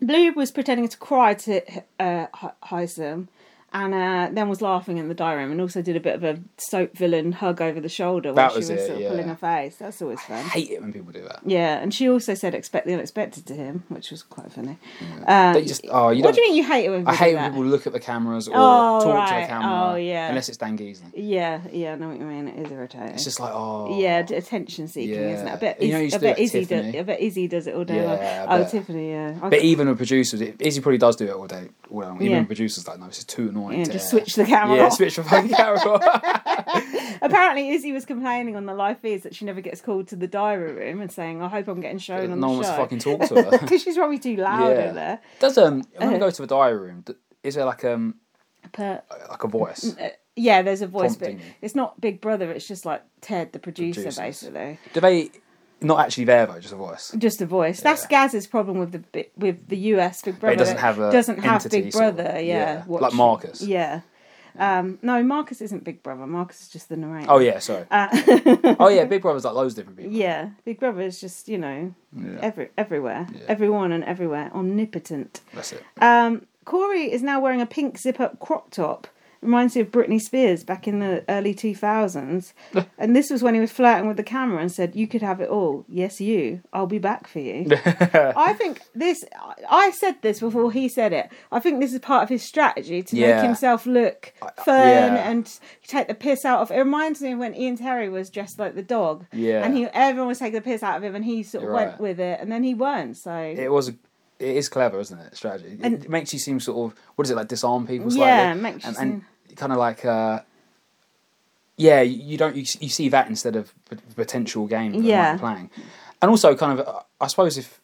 Speaker 1: Blue was pretending to cry to uh, Hy- Hysam, and uh, then was laughing in the diary room, and also did a bit of a soap villain hug over the shoulder while
Speaker 2: That
Speaker 1: she was
Speaker 2: was it,
Speaker 1: sort of
Speaker 2: yeah.
Speaker 1: pulling her face. That's always fun.
Speaker 2: I hate it when people do that.
Speaker 1: Yeah, and she also said expect the unexpected to him, which was quite funny. Uh,
Speaker 2: They just, oh, you
Speaker 1: what
Speaker 2: don't.
Speaker 1: do you mean you hate it when people
Speaker 2: I hate
Speaker 1: do
Speaker 2: when
Speaker 1: that?
Speaker 2: people look at the cameras or
Speaker 1: Oh,
Speaker 2: talk to
Speaker 1: right.
Speaker 2: the camera.
Speaker 1: Oh, yeah.
Speaker 2: Unless it's Dan Geesley.
Speaker 1: Yeah, yeah, I know what you mean. It is irritating.
Speaker 2: It's just like, oh.
Speaker 1: Yeah, d- attention seeking, isn't it? I
Speaker 2: Yeah.
Speaker 1: bet,
Speaker 2: You
Speaker 1: Iz-
Speaker 2: know, you used
Speaker 1: I
Speaker 2: to do
Speaker 1: bet
Speaker 2: that,
Speaker 1: Izzy does.
Speaker 2: Tiffany.
Speaker 1: I bet Izzy does it all day
Speaker 2: Yeah,
Speaker 1: long.
Speaker 2: I
Speaker 1: oh,
Speaker 2: bet.
Speaker 1: Tiffany, yeah. I
Speaker 2: But
Speaker 1: c-
Speaker 2: even with producers, it, Izzy probably does do it all day, all day long. Even
Speaker 1: Yeah.
Speaker 2: with producers, like, no, this is too annoying.
Speaker 1: yeah,
Speaker 2: to
Speaker 1: just
Speaker 2: air.
Speaker 1: switch the camera
Speaker 2: Yeah,
Speaker 1: off.
Speaker 2: switch the fucking
Speaker 1: (laughs)
Speaker 2: camera off.
Speaker 1: Apparently, Izzy was complaining on the live feeds that she never gets called to the diary room and saying, "I hope I'm getting shown on
Speaker 2: no one
Speaker 1: the
Speaker 2: wants to
Speaker 1: show." (laughs)
Speaker 2: fucking talk to her.
Speaker 1: Because she's probably too loud
Speaker 2: Yeah.
Speaker 1: in there. Uh-huh.
Speaker 2: Does um when we go to the diary room, d- is there like um
Speaker 1: But
Speaker 2: like a voice?
Speaker 1: uh, yeah, there's a voice, but
Speaker 2: Prompting you.
Speaker 1: it's not Big Brother. It's just like Ted, the producer,
Speaker 2: Producers.
Speaker 1: basically.
Speaker 2: Do they not actually there though, just a voice?
Speaker 1: Just a voice. That's Gaz's problem with the bi- with the US Big Brother.
Speaker 2: But it doesn't have a
Speaker 1: doesn't have
Speaker 2: entity
Speaker 1: Big
Speaker 2: sort of-
Speaker 1: Brother. yeah,
Speaker 2: like
Speaker 1: watching-
Speaker 2: Marcus.
Speaker 1: Yeah. Um, no, Marcus isn't Big Brother. Marcus is just the narrator.
Speaker 2: Oh yeah, sorry.
Speaker 1: Uh,
Speaker 2: oh yeah, Big Brother's like loads of different people.
Speaker 1: Yeah, Big Brother is just you know
Speaker 2: Yeah.
Speaker 1: every everywhere, everyone and everywhere, omnipotent.
Speaker 2: That's it.
Speaker 1: Um, Corey is now wearing a pink zip-up crop top. Reminds me of Britney Spears back in the early 2000s.
Speaker 2: (laughs)
Speaker 1: and this was when he was flirting with the camera and said, You could have it all. Yes, you. I'll be back for
Speaker 2: (laughs)
Speaker 1: you. I think this, I- I said this before he said it. I think this is part of his strategy to
Speaker 2: Yeah.
Speaker 1: make himself look fun
Speaker 2: yeah.
Speaker 1: and take the piss out of it. reminds me of when Ian Terry was dressed like the dog.
Speaker 2: Yeah.
Speaker 1: And he, everyone was taking the piss out of him and he sort of
Speaker 2: You're
Speaker 1: went
Speaker 2: right.
Speaker 1: with it and then he weren't. So.
Speaker 2: It was a it is clever, isn't it? Strategy. it makes you seem sort of what is it like disarm people slightly?
Speaker 1: Yeah, it makes you
Speaker 2: and, and kind of like uh yeah, you you don't you, s- you see that instead of p- potential game that they might be
Speaker 1: Yeah.
Speaker 2: playing, and also kind of uh, I suppose if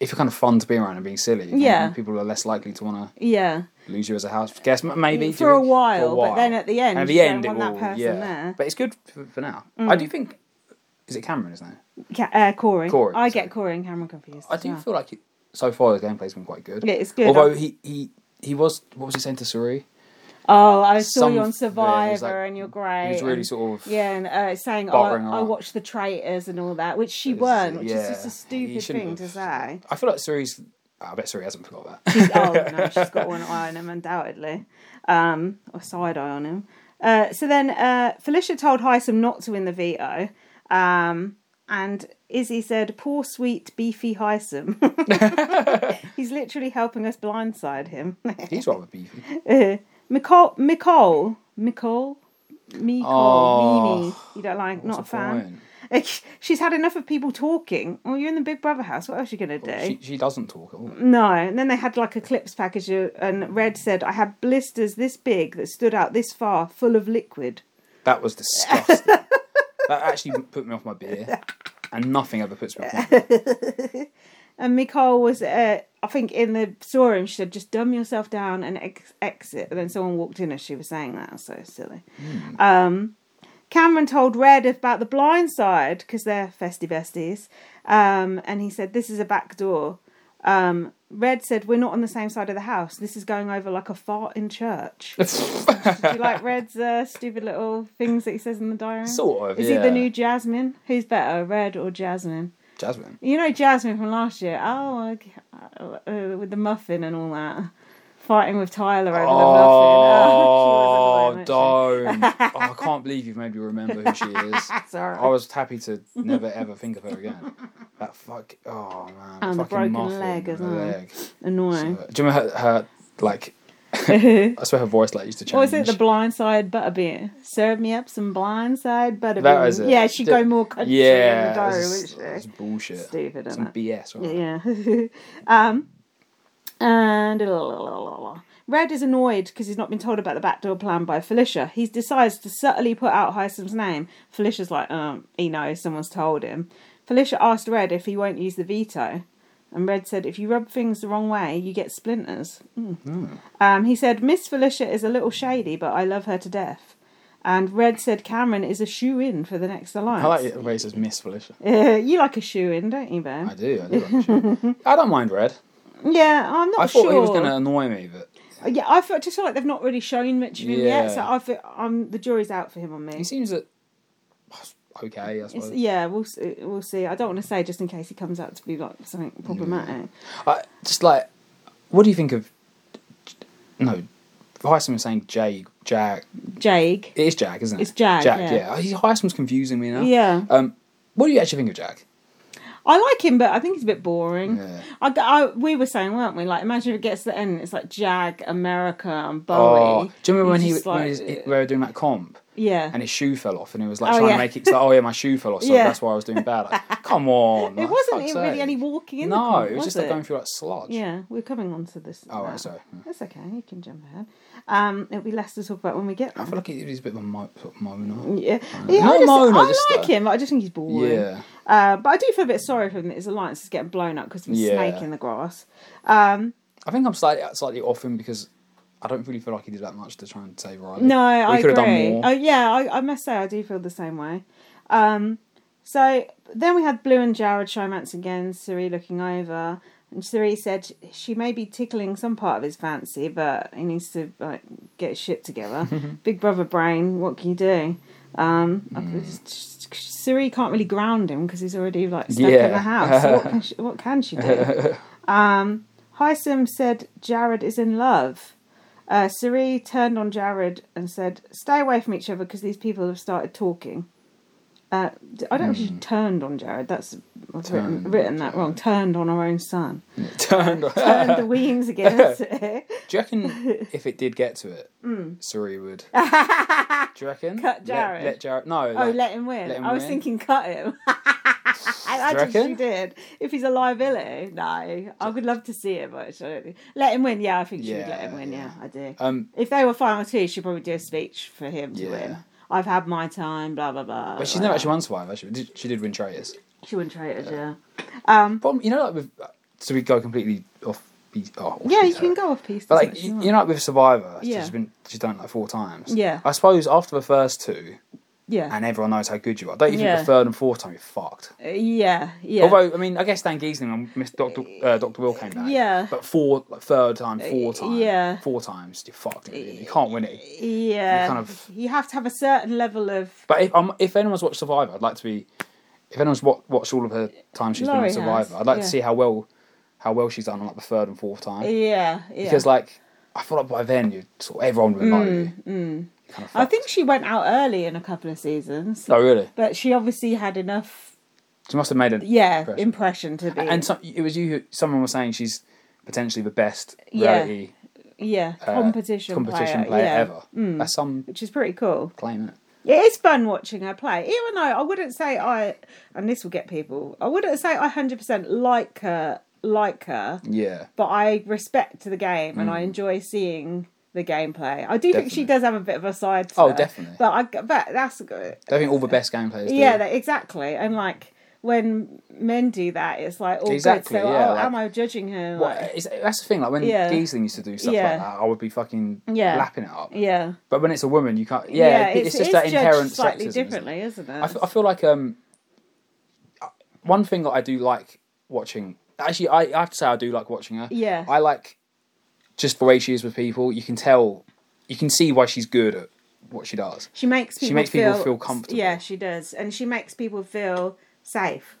Speaker 2: if you're kind of fun to be around and being silly, then
Speaker 1: Yeah.
Speaker 2: people are less likely to want to
Speaker 1: yeah.
Speaker 2: lose you as a house guest, m- maybe
Speaker 1: For a
Speaker 2: do it
Speaker 1: while, but then at the end,
Speaker 2: And
Speaker 1: you don't want that person there. Mm.
Speaker 2: But it's good for, for now. I do think Is it Cameron, isn't it?
Speaker 1: Ca- uh, Corey.
Speaker 2: Corey,
Speaker 1: I
Speaker 2: sorry.
Speaker 1: get Corey and Cameron confused.
Speaker 2: I
Speaker 1: as
Speaker 2: do
Speaker 1: well.
Speaker 2: feel like it, so far the gameplay's been quite good.
Speaker 1: Yeah, it's good.
Speaker 2: Although he, he he was what was he saying to Suri?
Speaker 1: Oh, I saw
Speaker 2: Some-
Speaker 1: you
Speaker 2: yeah,
Speaker 1: on
Speaker 2: he's
Speaker 1: Survivor,
Speaker 2: like-
Speaker 1: and you're great.
Speaker 2: He was really
Speaker 1: and-
Speaker 2: sort of
Speaker 1: Yeah, and uh, saying, "Oh,
Speaker 2: bartering
Speaker 1: I, I
Speaker 2: up.
Speaker 1: watched the traitors and all that," which she
Speaker 2: This is
Speaker 1: weren't,
Speaker 2: it,
Speaker 1: which
Speaker 2: yeah.
Speaker 1: is just a
Speaker 2: He
Speaker 1: stupid
Speaker 2: shouldn't
Speaker 1: thing to
Speaker 2: (laughs) have.
Speaker 1: say.
Speaker 2: I feel like Suri's. oh, I bet Suri hasn't forgot that.
Speaker 1: She's, oh no, she's got one eye on him, undoubtedly, um, or side eye on him. Uh, so then, uh, Felicia told Heisem not to win the veto, um, and Izzy said, "Poor sweet beefy
Speaker 2: (laughs)
Speaker 1: Heisem." (laughs) He's literally helping us blindside him.
Speaker 2: (laughs)
Speaker 1: (laughs)
Speaker 2: He's rather beefy.
Speaker 1: Nicole, Nicole, Nicole, Nicole,
Speaker 2: Oh,
Speaker 1: Mimi. You don't like, not a
Speaker 2: What's the
Speaker 1: fan.
Speaker 2: point?
Speaker 1: (laughs) Like, She's had enough of people talking. Well, you're in the Big Brother house. What else are you going to do?
Speaker 2: Oh, She, she doesn't talk at all.
Speaker 1: No. And then they had like a clips package, uh, and Red said, I had blisters this big that stood out this far, full of liquid.
Speaker 2: That was disgusting.
Speaker 1: (laughs)
Speaker 2: that actually put me off my beer, and nothing ever puts me off. My beer.
Speaker 1: And Nicole was, uh, I think, in the storeroom, she said, just dumb yourself down and ex- exit. And then someone walked in as she was saying that. So silly. Um, Cameron told Red about the blind side because they're festy besties. Um, and he said, This is a back door. Um, Red said, We're not on the same side of the house. This is going over like a fart in church. (laughs) Do you like Red's uh, stupid little things that he says in the diary?
Speaker 2: (laughs) sort of.
Speaker 1: Is
Speaker 2: yeah.
Speaker 1: he the new Jasmine? Who's better, Red or Jasmine?
Speaker 2: Jasmine?
Speaker 1: You know Jasmine from last year. Oh, okay. uh, with the muffin and all that, fighting with Tyler over
Speaker 2: Oh,
Speaker 1: the muffin. Oh, (laughs) she was annoying, wasn't she?
Speaker 2: don't! Oh, I can't believe you've made me remember who she is.
Speaker 1: That's all right.
Speaker 2: I was happy to never ever think of her again. That fuck. Oh man.
Speaker 1: And the
Speaker 2: fucking
Speaker 1: broken
Speaker 2: muffin
Speaker 1: leg as
Speaker 2: and the
Speaker 1: well.
Speaker 2: leg.
Speaker 1: Annoying.
Speaker 2: Do you remember her, her
Speaker 1: (laughs)
Speaker 2: like? I swear her voice like used to change.
Speaker 1: Or was it the blindside butterbeer? Serve me up some blindside butterbeer.
Speaker 2: That was it.
Speaker 1: Yeah, she'd go more country yeah, in the
Speaker 2: Yeah,
Speaker 1: diary,
Speaker 2: it's,
Speaker 1: wouldn't
Speaker 2: it's
Speaker 1: she?
Speaker 2: bullshit.
Speaker 1: Stupid,
Speaker 2: Some
Speaker 1: isn't it?
Speaker 2: BS, right?
Speaker 1: Yeah. (laughs) yeah. um, and Red is annoyed because he's not been told about the backdoor plan by Felicia. He decides to subtly put out Hysam's name. Felicia's like, um, he knows, someone's told him. Felicia asked Red if he won't use the veto. And Red said, if you rub things the wrong way, you get splinters. Mm.
Speaker 2: Mm-hmm.
Speaker 1: Um, he said, Miss Felicia is a little shady, but I love her to death. And Red said, Cameron is a shoe in for the next alliance.
Speaker 2: I like it when it says Miss Felicia.
Speaker 1: (laughs) you like a shoe in, don't you, Ben?
Speaker 2: I do, I do. Actually. I don't mind Red.
Speaker 1: Yeah, I'm not (laughs)
Speaker 2: I thought
Speaker 1: sure.
Speaker 2: he was going to annoy me, but
Speaker 1: Yeah, I feel, just feel like they've not really shown much of him yet, so
Speaker 2: Yeah.
Speaker 1: I feel um, the jury's out for him on me.
Speaker 2: he seems that okay. I
Speaker 1: It's-
Speaker 2: suppose.
Speaker 1: yeah, we'll see, we'll see. I don't want to say just in case he comes out to be like something problematic.
Speaker 2: I, just like, what do you think of? No, Heisman was saying Jag. Jag.
Speaker 1: Jake.
Speaker 2: It is Jag, isn't it?
Speaker 1: It's Jag,
Speaker 2: Jag.
Speaker 1: yeah.
Speaker 2: Yeah. yeah. Heisman's confusing me now.
Speaker 1: Yeah.
Speaker 2: Um, what do you actually think of Jag?
Speaker 1: I like him, but I think he's a bit boring.
Speaker 2: Yeah.
Speaker 1: I, I- we were saying, weren't we? Like, imagine if it gets to the end, it's like Jag, America, and
Speaker 2: Oh,
Speaker 1: Bowie.
Speaker 2: do you remember when
Speaker 1: He's
Speaker 2: he,
Speaker 1: just
Speaker 2: when
Speaker 1: like,
Speaker 2: he was, they were doing that comp?
Speaker 1: yeah,
Speaker 2: and his shoe fell off, and he was like
Speaker 1: Oh,
Speaker 2: trying
Speaker 1: yeah.
Speaker 2: to make it. It's like, oh yeah, my shoe fell off,
Speaker 1: (laughs)
Speaker 2: so
Speaker 1: Yeah.
Speaker 2: that's why I was doing bad.
Speaker 1: (laughs)
Speaker 2: Like, come on,
Speaker 1: it
Speaker 2: like,
Speaker 1: wasn't
Speaker 2: fuck's
Speaker 1: really
Speaker 2: sake.
Speaker 1: any walking in.
Speaker 2: No,
Speaker 1: the court,
Speaker 2: it was just
Speaker 1: it?
Speaker 2: like going through like sludge.
Speaker 1: Yeah, we're coming on to this.
Speaker 2: Oh,
Speaker 1: now.
Speaker 2: right, sorry. Yeah.
Speaker 1: That's okay. You can jump ahead. Um, it'll be less to talk about when we get
Speaker 2: I
Speaker 1: there.
Speaker 2: feel like it is a bit of a mo- sort of moaner.
Speaker 1: Yeah, yeah I,
Speaker 2: Not
Speaker 1: just,
Speaker 2: moan,
Speaker 1: I
Speaker 2: I just,
Speaker 1: like
Speaker 2: uh,
Speaker 1: him. but I just think he's boring.
Speaker 2: Yeah,
Speaker 1: Uh, but I do feel a bit sorry for him that his alliance is getting blown up because of a
Speaker 2: Yeah.
Speaker 1: snake in the grass. Um,
Speaker 2: I think I'm slightly slightly off him because I don't really feel like he did that much to try and save Riley.
Speaker 1: no, I
Speaker 2: could
Speaker 1: agree.
Speaker 2: have done more.
Speaker 1: Oh, yeah, I, I must say I do feel the same way. Um, so then we had Blue and Jared showmance again. Siri looking over, and Siri said she may be tickling some part of his fancy, but he needs to like get his shit
Speaker 2: (laughs)
Speaker 1: together. Big brother brain, what can you do? Um, I-
Speaker 2: Mm.
Speaker 1: Siri can't really ground him because he's already like stuck
Speaker 2: Yeah.
Speaker 1: in the house.
Speaker 2: (laughs)
Speaker 1: So what can she, what can she do? Um, Hysim said Jared is in love. Uh, Siri turned on Jared and said, "Stay away from each other because these people have started talking." Uh, d- I don't know if she turned on Jared. That's I've written,
Speaker 2: Hmm. Turned,
Speaker 1: written that wrong. Turned on her own
Speaker 2: (laughs)
Speaker 1: son.
Speaker 2: (laughs) Turned. Do
Speaker 1: Turned the wings (laughs) against it. (laughs)
Speaker 2: you reckon if it did get to it, Suri would? Do you reckon?
Speaker 1: Hmm. Cut Jared.
Speaker 2: Let, let Jared. No.
Speaker 1: Oh,
Speaker 2: like-
Speaker 1: let him win.
Speaker 2: Let him
Speaker 1: I was
Speaker 2: win.
Speaker 1: thinking, cut him. (laughs) I
Speaker 2: Do you
Speaker 1: actually she
Speaker 2: reckon?
Speaker 1: did. If he's a liability, no. I would love to see it, but I don't think- let him win. Yeah, I think she would let
Speaker 2: Yeah,
Speaker 1: him win. Yeah, I do.
Speaker 2: Um,
Speaker 1: If they were final two, she'd probably do a speech for him to
Speaker 2: Yeah.
Speaker 1: win. I've had my time, blah blah blah.
Speaker 2: but she's never actually won Survivor. She did, she did win Traitors.
Speaker 1: She wouldn't trade it, yeah.
Speaker 2: problem, you know, like with uh, so we go completely off. beat- Oh, off
Speaker 1: Yeah,
Speaker 2: beat
Speaker 1: you can
Speaker 2: her.
Speaker 1: go off piece.
Speaker 2: But
Speaker 1: doesn't
Speaker 2: like
Speaker 1: it?
Speaker 2: you, you know, like with Survivor,
Speaker 1: Yeah.
Speaker 2: she's been she's done it like four times.
Speaker 1: Yeah.
Speaker 2: I suppose after the first two,
Speaker 1: yeah,
Speaker 2: and everyone knows how good you are. Don't you think
Speaker 1: Yeah.
Speaker 2: the third and fourth time you're fucked?
Speaker 1: Uh, yeah, yeah.
Speaker 2: Although I mean, I guess Dan Giesling and Miss Doctor uh, Doctor Will came back.
Speaker 1: Yeah. Uh,
Speaker 2: But four, like, third time, four times,
Speaker 1: yeah.
Speaker 2: four times, you're fucked. really. You can't win it.
Speaker 1: yeah,
Speaker 2: you kind of-
Speaker 1: you have to have a certain level of
Speaker 2: But if um, if anyone's watched Survivor, I'd like to be. If anyone's wa- watched all of her time she's been
Speaker 1: Laurie
Speaker 2: on
Speaker 1: has,
Speaker 2: Survivor, I'd like
Speaker 1: yeah. Uh,
Speaker 2: to see how well how well she's done on like the third and fourth time.
Speaker 1: yeah, yeah.
Speaker 2: Because like I feel like by then you sort of everyone would know you.
Speaker 1: Mm.
Speaker 2: You're Kind of
Speaker 1: I
Speaker 2: fucked.
Speaker 1: think she went out early in a couple of seasons,
Speaker 2: Oh really?
Speaker 1: but she obviously had enough,
Speaker 2: She must have made it.
Speaker 1: yeah,
Speaker 2: Impression.
Speaker 1: impression, to be,
Speaker 2: And some, it was you. who Someone was saying she's potentially the best
Speaker 1: Yeah.
Speaker 2: reality
Speaker 1: yeah,
Speaker 2: uh,
Speaker 1: competition,
Speaker 2: competition player,
Speaker 1: yeah. Mm.
Speaker 2: ever. That's some
Speaker 1: which is pretty cool.
Speaker 2: claim it.
Speaker 1: It is fun watching her play, even though I wouldn't say I, and this will get people, I wouldn't say I hundred percent like her, like her,
Speaker 2: Yeah.
Speaker 1: but I respect the game and I enjoy seeing the gameplay. I do think she
Speaker 2: Mm. Definitely.
Speaker 1: does have a bit of a side. To
Speaker 2: Oh,
Speaker 1: her,
Speaker 2: definitely.
Speaker 1: But I, but that's good.
Speaker 2: I think all the best game players.
Speaker 1: Yeah,
Speaker 2: do.
Speaker 1: that, exactly. And like when men do that, it's like all
Speaker 2: Exactly,
Speaker 1: good. So
Speaker 2: yeah,
Speaker 1: oh,
Speaker 2: like-
Speaker 1: am I judging her?
Speaker 2: What-
Speaker 1: Like,
Speaker 2: is- that's the thing. Like when
Speaker 1: Yeah.
Speaker 2: Giesling used to do stuff
Speaker 1: Yeah.
Speaker 2: like that, I would be fucking
Speaker 1: Yeah.
Speaker 2: lapping it up.
Speaker 1: yeah,
Speaker 2: But when it's a woman, you can't. Yeah, it- it's, just that
Speaker 1: judged
Speaker 2: inherent
Speaker 1: slightly
Speaker 2: sexism. isn't it?
Speaker 1: differently, isn't it?
Speaker 2: I fe- I feel like um, I- one thing that I do like watching. Actually, I, I have to say I do like watching her.
Speaker 1: Yeah.
Speaker 2: I like just the way she is with people. You can tell, you can see why she's good at what she does.
Speaker 1: she makes people
Speaker 2: makes
Speaker 1: feel,
Speaker 2: people feel comfortable.
Speaker 1: Yeah, she does, and she makes people feel safe,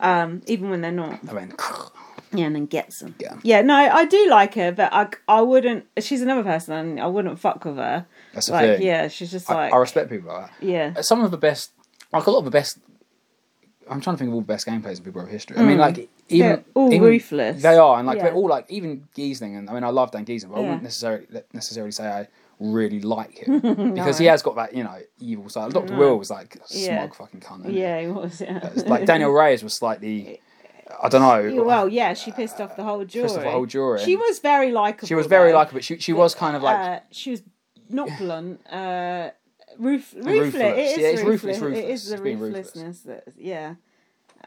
Speaker 1: um, even when they're not.
Speaker 2: I mean, (sighs)
Speaker 1: Yeah, and then gets them.
Speaker 2: Yeah.
Speaker 1: yeah. No, I do like her, but I, I wouldn't. She's another person, and I wouldn't fuck with her.
Speaker 2: That's the
Speaker 1: like,
Speaker 2: thing.
Speaker 1: yeah, she's just
Speaker 2: I,
Speaker 1: like,
Speaker 2: I respect people like that.
Speaker 1: yeah,
Speaker 2: some of the best, like a lot of the best. I'm trying to think of all the best gameplays in Big Brother history. I mean, like even
Speaker 1: Mm. They're all
Speaker 2: even-
Speaker 1: ruthless.
Speaker 2: They are, and like they're
Speaker 1: Yeah.
Speaker 2: all like even Giesling, and I mean, I love Dan Giesling, but I
Speaker 1: Yeah.
Speaker 2: wouldn't necessarily necessarily say I really like
Speaker 1: (laughs)
Speaker 2: him because he has got that you know evil side. Doctor Will was like a smug
Speaker 1: Mm. Yeah.
Speaker 2: fucking cunt. isn't he?
Speaker 1: yeah, it was. Yeah. (laughs)
Speaker 2: It's like Daniel Reyes was slightly, I don't
Speaker 1: Yeah,
Speaker 2: know.
Speaker 1: well, yeah, she pissed off the whole jury.
Speaker 2: off the whole jury.
Speaker 1: She was very likable.
Speaker 2: she was very
Speaker 1: though.
Speaker 2: likable. but She she was kind of like
Speaker 1: uh, she was not blunt. Uh, roof, ruthless.
Speaker 2: Ruthless.
Speaker 1: It is
Speaker 2: Yeah, it's
Speaker 1: ruthless.
Speaker 2: ruthless,
Speaker 1: It
Speaker 2: ruthless.
Speaker 1: is the
Speaker 2: It's being ruthless.
Speaker 1: ruthlessness that, yeah.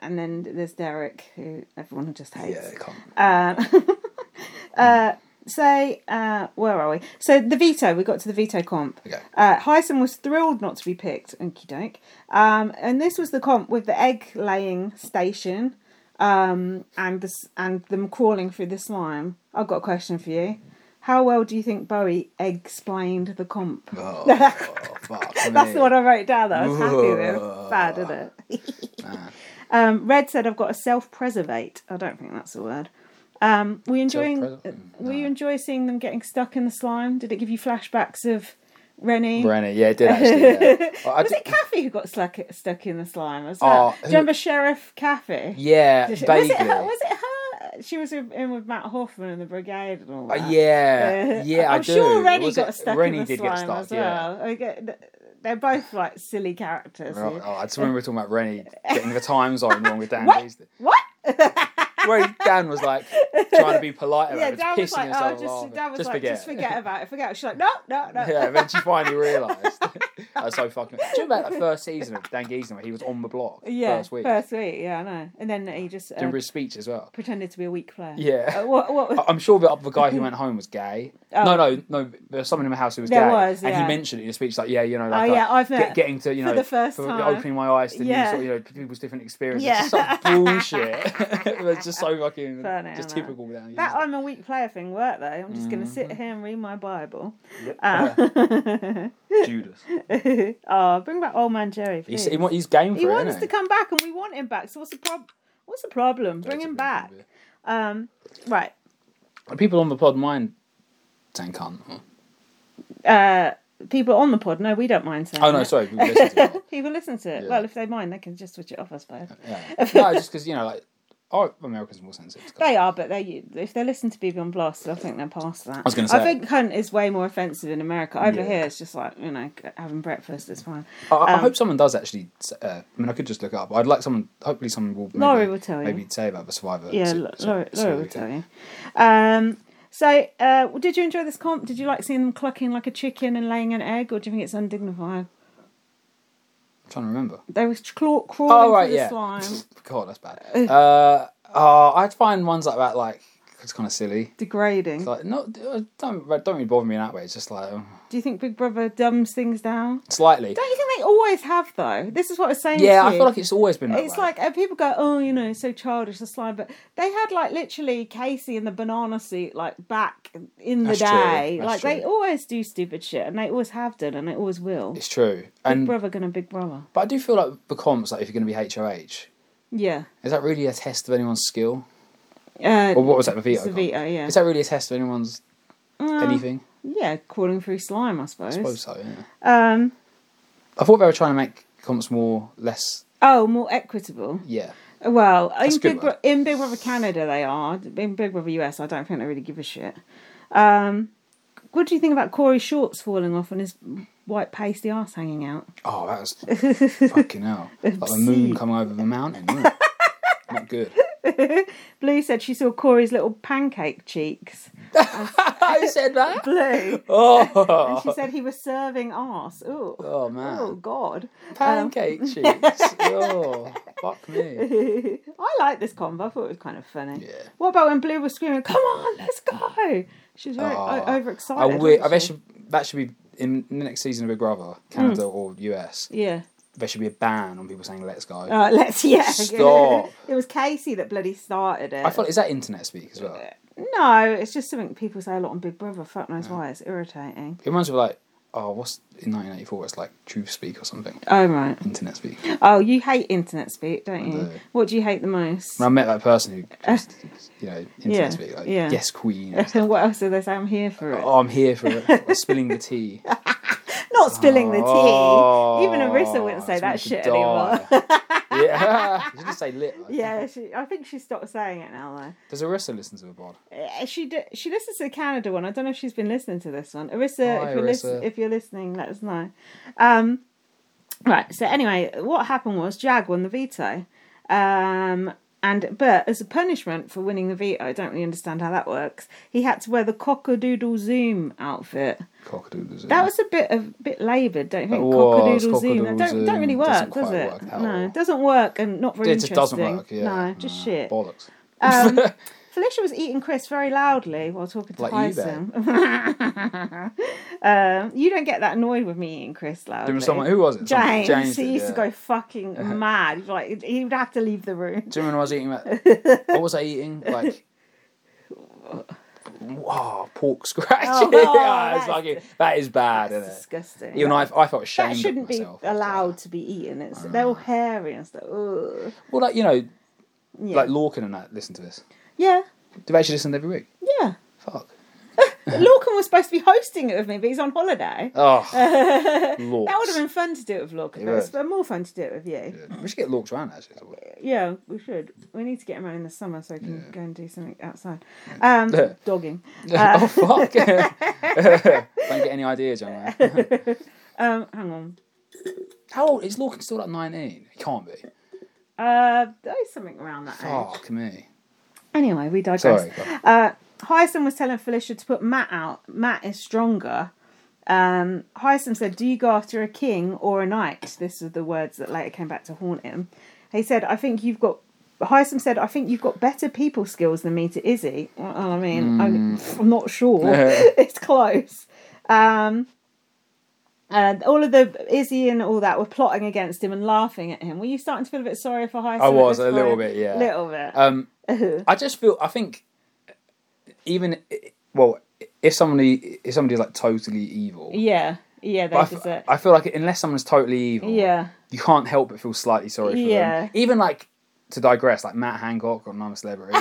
Speaker 1: And then there's Derek, who everyone just hates.
Speaker 2: yeah, can't.
Speaker 1: So, uh, where are we? So, the veto, we got to the veto comp.
Speaker 2: Okay.
Speaker 1: Uh, Hyson was thrilled not to be picked, Unky doke. Um, and this was the comp with the egg laying station um, and, the, s- and them crawling through the slime. I've got a question for you. How well do you think Bowie explained the comp? (laughs)
Speaker 2: Oh, fuck
Speaker 1: That's the
Speaker 2: me.
Speaker 1: one uh, I wrote down that I was happy with. Bad, isn't it? um, Red said, I've got to self preservate. I don't think that's a word. Um, were you enjoying?
Speaker 2: Self-preservate?
Speaker 1: uh, Were you enjoy seeing them getting stuck in the slime? Did it give you flashbacks of Rennie?
Speaker 2: Brenner, yeah, it did actually.
Speaker 1: (laughs)
Speaker 2: Yeah. I- I
Speaker 1: Was
Speaker 2: did-
Speaker 1: it Kathy who got stuck stuck in the slime as well?
Speaker 2: Oh,
Speaker 1: Do
Speaker 2: who-
Speaker 1: you remember Sheriff Kathy? (laughs)
Speaker 2: yeah,
Speaker 1: Was
Speaker 2: vaguely.
Speaker 1: it her? Was it her? She was with- in with Matt Hoffman and the Brigade and all
Speaker 2: Uh,
Speaker 1: that.
Speaker 2: yeah,
Speaker 1: Uh,
Speaker 2: yeah, I
Speaker 1: I'm
Speaker 2: do.
Speaker 1: sure Rennie
Speaker 2: Was
Speaker 1: got
Speaker 2: it-
Speaker 1: stuck
Speaker 2: Rennie
Speaker 1: in the
Speaker 2: did
Speaker 1: slime
Speaker 2: get stuck,
Speaker 1: as well. Okay, th- They're both like silly characters.
Speaker 2: Yeah. Oh, I just remember talking
Speaker 1: (laughs)
Speaker 2: about Rennie getting the time zone wrong with Dan.
Speaker 1: What?
Speaker 2: Beasley.
Speaker 1: What?
Speaker 2: Where Dan was like
Speaker 1: (laughs)
Speaker 2: trying to be polite about
Speaker 1: yeah,
Speaker 2: it,
Speaker 1: Dan was
Speaker 2: just pissing
Speaker 1: like,
Speaker 2: himself
Speaker 1: oh,
Speaker 2: off.
Speaker 1: just, Dan was like, just forget about it. Forget. It. She's
Speaker 2: (laughs)
Speaker 1: like, no, no, no.
Speaker 2: yeah, and then she
Speaker 1: (laughs)
Speaker 2: finally realised. (laughs) That's so fucking. Do you remember that first season of Dan Giesler where he was on the block
Speaker 1: Yeah,
Speaker 2: first week?
Speaker 1: yeah, I know. And then he just uh,
Speaker 2: Do you remember his speech as well?
Speaker 1: pretended to be a weak player.
Speaker 2: Yeah. Oh.
Speaker 1: Uh, what? What?
Speaker 2: (laughs)
Speaker 1: Was,
Speaker 2: I- I'm sure that the guy
Speaker 1: Mm-hmm.
Speaker 2: who went home was gay. No, no, no. There was someone in the house who was
Speaker 1: Oh. There
Speaker 2: gay,
Speaker 1: was,
Speaker 2: and he
Speaker 1: yeah.
Speaker 2: mentioned it in a speech like, "Yeah, you know, like,
Speaker 1: Oh, yeah,
Speaker 2: I-
Speaker 1: I've met-
Speaker 2: get, getting to you
Speaker 1: for
Speaker 2: know
Speaker 1: the first time.
Speaker 2: opening my eyes to new
Speaker 1: Yeah.
Speaker 2: sort of, you know people's different experiences.
Speaker 1: Yeah.
Speaker 2: It's just such
Speaker 1: (laughs)
Speaker 2: bullshit. (laughs) it was just so fucking
Speaker 1: Fair now,
Speaker 2: just
Speaker 1: that.
Speaker 2: typical. Down
Speaker 1: that I'm a weak player thing worked though. I'm just going to sit
Speaker 2: Mm-hmm.
Speaker 1: here and read my Bible. Ah. (laughs)
Speaker 2: Judas.
Speaker 1: oh, bring back old man Jerry.
Speaker 2: He's,
Speaker 1: please.
Speaker 2: he, wa- he's game for
Speaker 1: He
Speaker 2: it.
Speaker 1: wants
Speaker 2: innit?
Speaker 1: to come back, and we want him back. So what's the problem? What's the problem? Bring
Speaker 2: That's a
Speaker 1: him
Speaker 2: good
Speaker 1: back.
Speaker 2: idea.
Speaker 1: Um, right.
Speaker 2: People on the pod mind Dan cunt. Oh,
Speaker 1: Uh, people on the pod. No, we don't mind saying.
Speaker 2: Oh, no,
Speaker 1: it.
Speaker 2: sorry. People
Speaker 1: (laughs)
Speaker 2: listen to it.
Speaker 1: People listen to it.
Speaker 2: Yeah.
Speaker 1: Well, if they mind, they can just switch it off. I suppose
Speaker 2: Yeah. No, just because you know, like, oh, Americans are more sensitive.
Speaker 1: they are, but they if they listen to People on Blast, I think they're past that. I
Speaker 2: was gonna
Speaker 1: I
Speaker 2: say.
Speaker 1: think cunt is way more offensive in America. Over
Speaker 2: Yeah.
Speaker 1: here, it's just like you know, having breakfast is fine.
Speaker 2: I, I hope someone does actually. s- Uh, I mean, I could just look it up. I'd like someone. Hopefully, someone will. Maybe,
Speaker 1: Laurie will tell you.
Speaker 2: Maybe say about the survivor.
Speaker 1: Yeah,
Speaker 2: se-
Speaker 1: Laura,
Speaker 2: se-
Speaker 1: Laura, Laura
Speaker 2: series.
Speaker 1: will tell you. Um, so, uh, did you enjoy this comp? Did you like seeing them clucking like a chicken and laying an egg, or do you think it's undignified?
Speaker 2: I'm trying to remember.
Speaker 1: They was claw- crawling
Speaker 2: Oh
Speaker 1: through
Speaker 2: (laughs) right,
Speaker 1: the (laughs)
Speaker 2: yeah.
Speaker 1: slime.
Speaker 2: God, that's bad. Uh, oh, I'd find uh, ones like that like It's kind of silly.
Speaker 1: Degrading.
Speaker 2: It's like, not uh, don't don't really bother me in that way. It's just like um,
Speaker 1: Do you think Big Brother dumbs things down?
Speaker 2: slightly.
Speaker 1: Don't you think they always have though? This is what I was saying.
Speaker 2: Yeah,
Speaker 1: to
Speaker 2: I
Speaker 1: you.
Speaker 2: feel like it's always been. That
Speaker 1: it's
Speaker 2: way.
Speaker 1: like uh, people go, oh, you know, so childish, the slime. But they had like literally Casey in the banana suit, like back in the
Speaker 2: That's true,
Speaker 1: day.
Speaker 2: that's
Speaker 1: Like they
Speaker 2: true.
Speaker 1: always do stupid shit, and they always have done, and they always will.
Speaker 2: it's true.
Speaker 1: Big
Speaker 2: And
Speaker 1: brother gonna big brother.
Speaker 2: but I do feel like the comps like if you're going to be HOH,
Speaker 1: Yeah.
Speaker 2: is that really a test of anyone's skill?
Speaker 1: Uh,
Speaker 2: Or what was that the
Speaker 1: it's
Speaker 2: veto?
Speaker 1: the
Speaker 2: comp?
Speaker 1: veto, yeah.
Speaker 2: Is that really a test of anyone's
Speaker 1: Uh,
Speaker 2: anything?
Speaker 1: Yeah, crawling through slime, I suppose.
Speaker 2: I suppose so. Yeah.
Speaker 1: Um.
Speaker 2: I thought they were trying to make comps more less.
Speaker 1: Oh, more equitable.
Speaker 2: Yeah,
Speaker 1: Well, in
Speaker 2: a good
Speaker 1: Big,
Speaker 2: one.
Speaker 1: Bro- in Big Brother Canada, they are. In Big Brother US, I don't think they really give a shit. Um, what do you think about Corey Shorts falling off and his white pasty ass hanging out?
Speaker 2: Oh, that was
Speaker 1: (laughs)
Speaker 2: fucking hell. Like the moon coming over the mountain. wasn't it? Not good.
Speaker 1: Blue said she saw Corey's little pancake cheeks.
Speaker 2: I
Speaker 1: (laughs)
Speaker 2: said that.
Speaker 1: Blue.
Speaker 2: Oh,
Speaker 1: And she said he was serving ass. Ooh.
Speaker 2: oh man.
Speaker 1: Oh, Um. God.
Speaker 2: Pancake
Speaker 1: (laughs)
Speaker 2: cheeks. Oh, fuck me.
Speaker 1: I like this convo. I thought it was kind of funny.
Speaker 2: Yeah.
Speaker 1: What about when Blue was screaming, come on, let's go? She was very
Speaker 2: Oh,
Speaker 1: o- overexcited.
Speaker 2: I, wi- I
Speaker 1: wasn't
Speaker 2: bet
Speaker 1: she?
Speaker 2: should, that should be in the next season of Big Brother, Canada
Speaker 1: Hmm.
Speaker 2: or US.
Speaker 1: Yeah.
Speaker 2: There should be a ban on people saying "Let's go."
Speaker 1: Uh, (laughs) let's yeah. okay.
Speaker 2: Stop.
Speaker 1: it was Casey that bloody started it.
Speaker 2: I thought is that internet speak as well?
Speaker 1: no, it's just something people say a lot on Big Brother. Fuck knows why. It's irritating.
Speaker 2: It reminds me of like, oh, what's in 1984? It's like truth speak or something.
Speaker 1: Oh right.
Speaker 2: Internet speak.
Speaker 1: Oh, you hate internet speak, don't you?
Speaker 2: do.
Speaker 1: What do you hate the most?
Speaker 2: When I met that person who, just, you know, internet
Speaker 1: Uh, Yeah,
Speaker 2: speak, like,
Speaker 1: yeah.
Speaker 2: yes,
Speaker 1: (laughs)
Speaker 2: queen. and
Speaker 1: and (laughs) what else do they say? I'm here for it.
Speaker 2: Oh, I'm here for it. Like, spilling
Speaker 1: (laughs)
Speaker 2: the tea.
Speaker 1: Not spilling the tea.
Speaker 2: Oh,
Speaker 1: Even Arissa wouldn't say
Speaker 2: it's
Speaker 1: that
Speaker 2: meant to
Speaker 1: shit
Speaker 2: die.
Speaker 1: anymore.
Speaker 2: (laughs) yeah. You just say lit. like.
Speaker 1: (laughs) yeah, she, I think she stopped saying it now though.
Speaker 2: Does Arissa listen to the pod?
Speaker 1: Uh, She d- she listens to the Canada one. I don't know if she's been listening to this one. Arissa,
Speaker 2: Hi,
Speaker 1: if you're
Speaker 2: Arissa.
Speaker 1: listening, if you're listening, let us know. Um, right. So anyway, what happened was Jag won the veto, um, and but as a punishment for winning the veto, I don't really understand how that works. He had to wear the cockadoodle zoom outfit.
Speaker 2: Cockadoodle Zoo.
Speaker 1: That was a bit of bit laboured, don't you think?
Speaker 2: It was,
Speaker 1: Cockadoodle zoom. That don't,
Speaker 2: cockadoodle
Speaker 1: don't really
Speaker 2: zoom.
Speaker 1: work,
Speaker 2: Doesn't
Speaker 1: does
Speaker 2: quite
Speaker 1: it?
Speaker 2: work at
Speaker 1: no,
Speaker 2: all.
Speaker 1: doesn't work and not very
Speaker 2: it just doesn't
Speaker 1: interesting.
Speaker 2: work. Yeah. Mm.
Speaker 1: No, just
Speaker 2: Nah,
Speaker 1: shit.
Speaker 2: Bollocks.
Speaker 1: Felicia was eating Chris very loudly while talking to
Speaker 2: Like you,
Speaker 1: Tyson. (laughs) um, you don't get that annoyed with me eating Chris loudly.
Speaker 2: There was someone. Who was it? Someone-
Speaker 1: James.
Speaker 2: James
Speaker 1: he
Speaker 2: did,
Speaker 1: used to
Speaker 2: yeah.
Speaker 1: go
Speaker 2: (laughs)
Speaker 1: fucking mad. Like he would have to leave the room. (laughs)
Speaker 2: Do you remember when I was eating that? what was I eating? Like, wow, pork scratch. (laughs)
Speaker 1: Oh,
Speaker 2: yeah, it's
Speaker 1: that's-
Speaker 2: like, that is bad,
Speaker 1: That's
Speaker 2: isn't it?
Speaker 1: disgusting.
Speaker 2: You know, I, I felt
Speaker 1: that
Speaker 2: ashamed
Speaker 1: shouldn't
Speaker 2: of
Speaker 1: be
Speaker 2: myself.
Speaker 1: allowed to be eaten. It's they're all hairy and stuff. Ugh.
Speaker 2: Well, like you know,
Speaker 1: Yeah.
Speaker 2: like Lorcan and that. Listen to this.
Speaker 1: yeah,
Speaker 2: Do they actually listen every week? (laughs)
Speaker 1: yeah.
Speaker 2: Fuck.
Speaker 1: Lorcan was supposed to be hosting it with me, but he's on holiday.
Speaker 2: (laughs) Oh, Lorcs.
Speaker 1: That would have been fun to do it with Lorcan, but
Speaker 2: would.
Speaker 1: it's more fun to do it with you.
Speaker 2: Yeah. We should get Lorcs around actually.
Speaker 1: Yeah, we should. We need to get him out in the summer so he can go and do something outside. Um, dogging.
Speaker 2: (laughs) oh fuck! (laughs) Don't get any ideas, young (laughs) man.
Speaker 1: Um, hang on.
Speaker 2: How old is Lorcan? Still like nineteen? He can't be.
Speaker 1: Uh, there's something around that age.
Speaker 2: Fuck me.
Speaker 1: Anyway, we
Speaker 2: Sorry.
Speaker 1: digress.
Speaker 2: God.
Speaker 1: Uh, Hyson was telling Felicia to put Matt out. Matt is stronger. Um, Hyson said, "Do you go after a king or a knight?" This are the words that later came back to haunt him. He said, "I think you've got." Hyson said, "I think you've got better people skills than me to Izzy." Well, I mean, I'm,
Speaker 2: Hmm.
Speaker 1: I'm not sure. (laughs) it's close. Um, uh, all of the Izzy and all that were plotting against him and laughing at him. Were you starting to feel a bit sorry for Hyson? at
Speaker 2: was,
Speaker 1: this
Speaker 2: a little
Speaker 1: point?
Speaker 2: bit, yeah.
Speaker 1: little bit. (laughs) Uh-huh.
Speaker 2: Um, I just feel. I think even i- well, if somebody if somebody's like totally evil,
Speaker 1: Yeah, yeah, they
Speaker 2: I,
Speaker 1: deserve.
Speaker 2: f- I feel like unless someone's totally evil,
Speaker 1: Yeah,
Speaker 2: you can't help but feel slightly sorry for
Speaker 1: Yeah.
Speaker 2: them. Even like to digress, like Matt Hancock on I'm a Celebrity.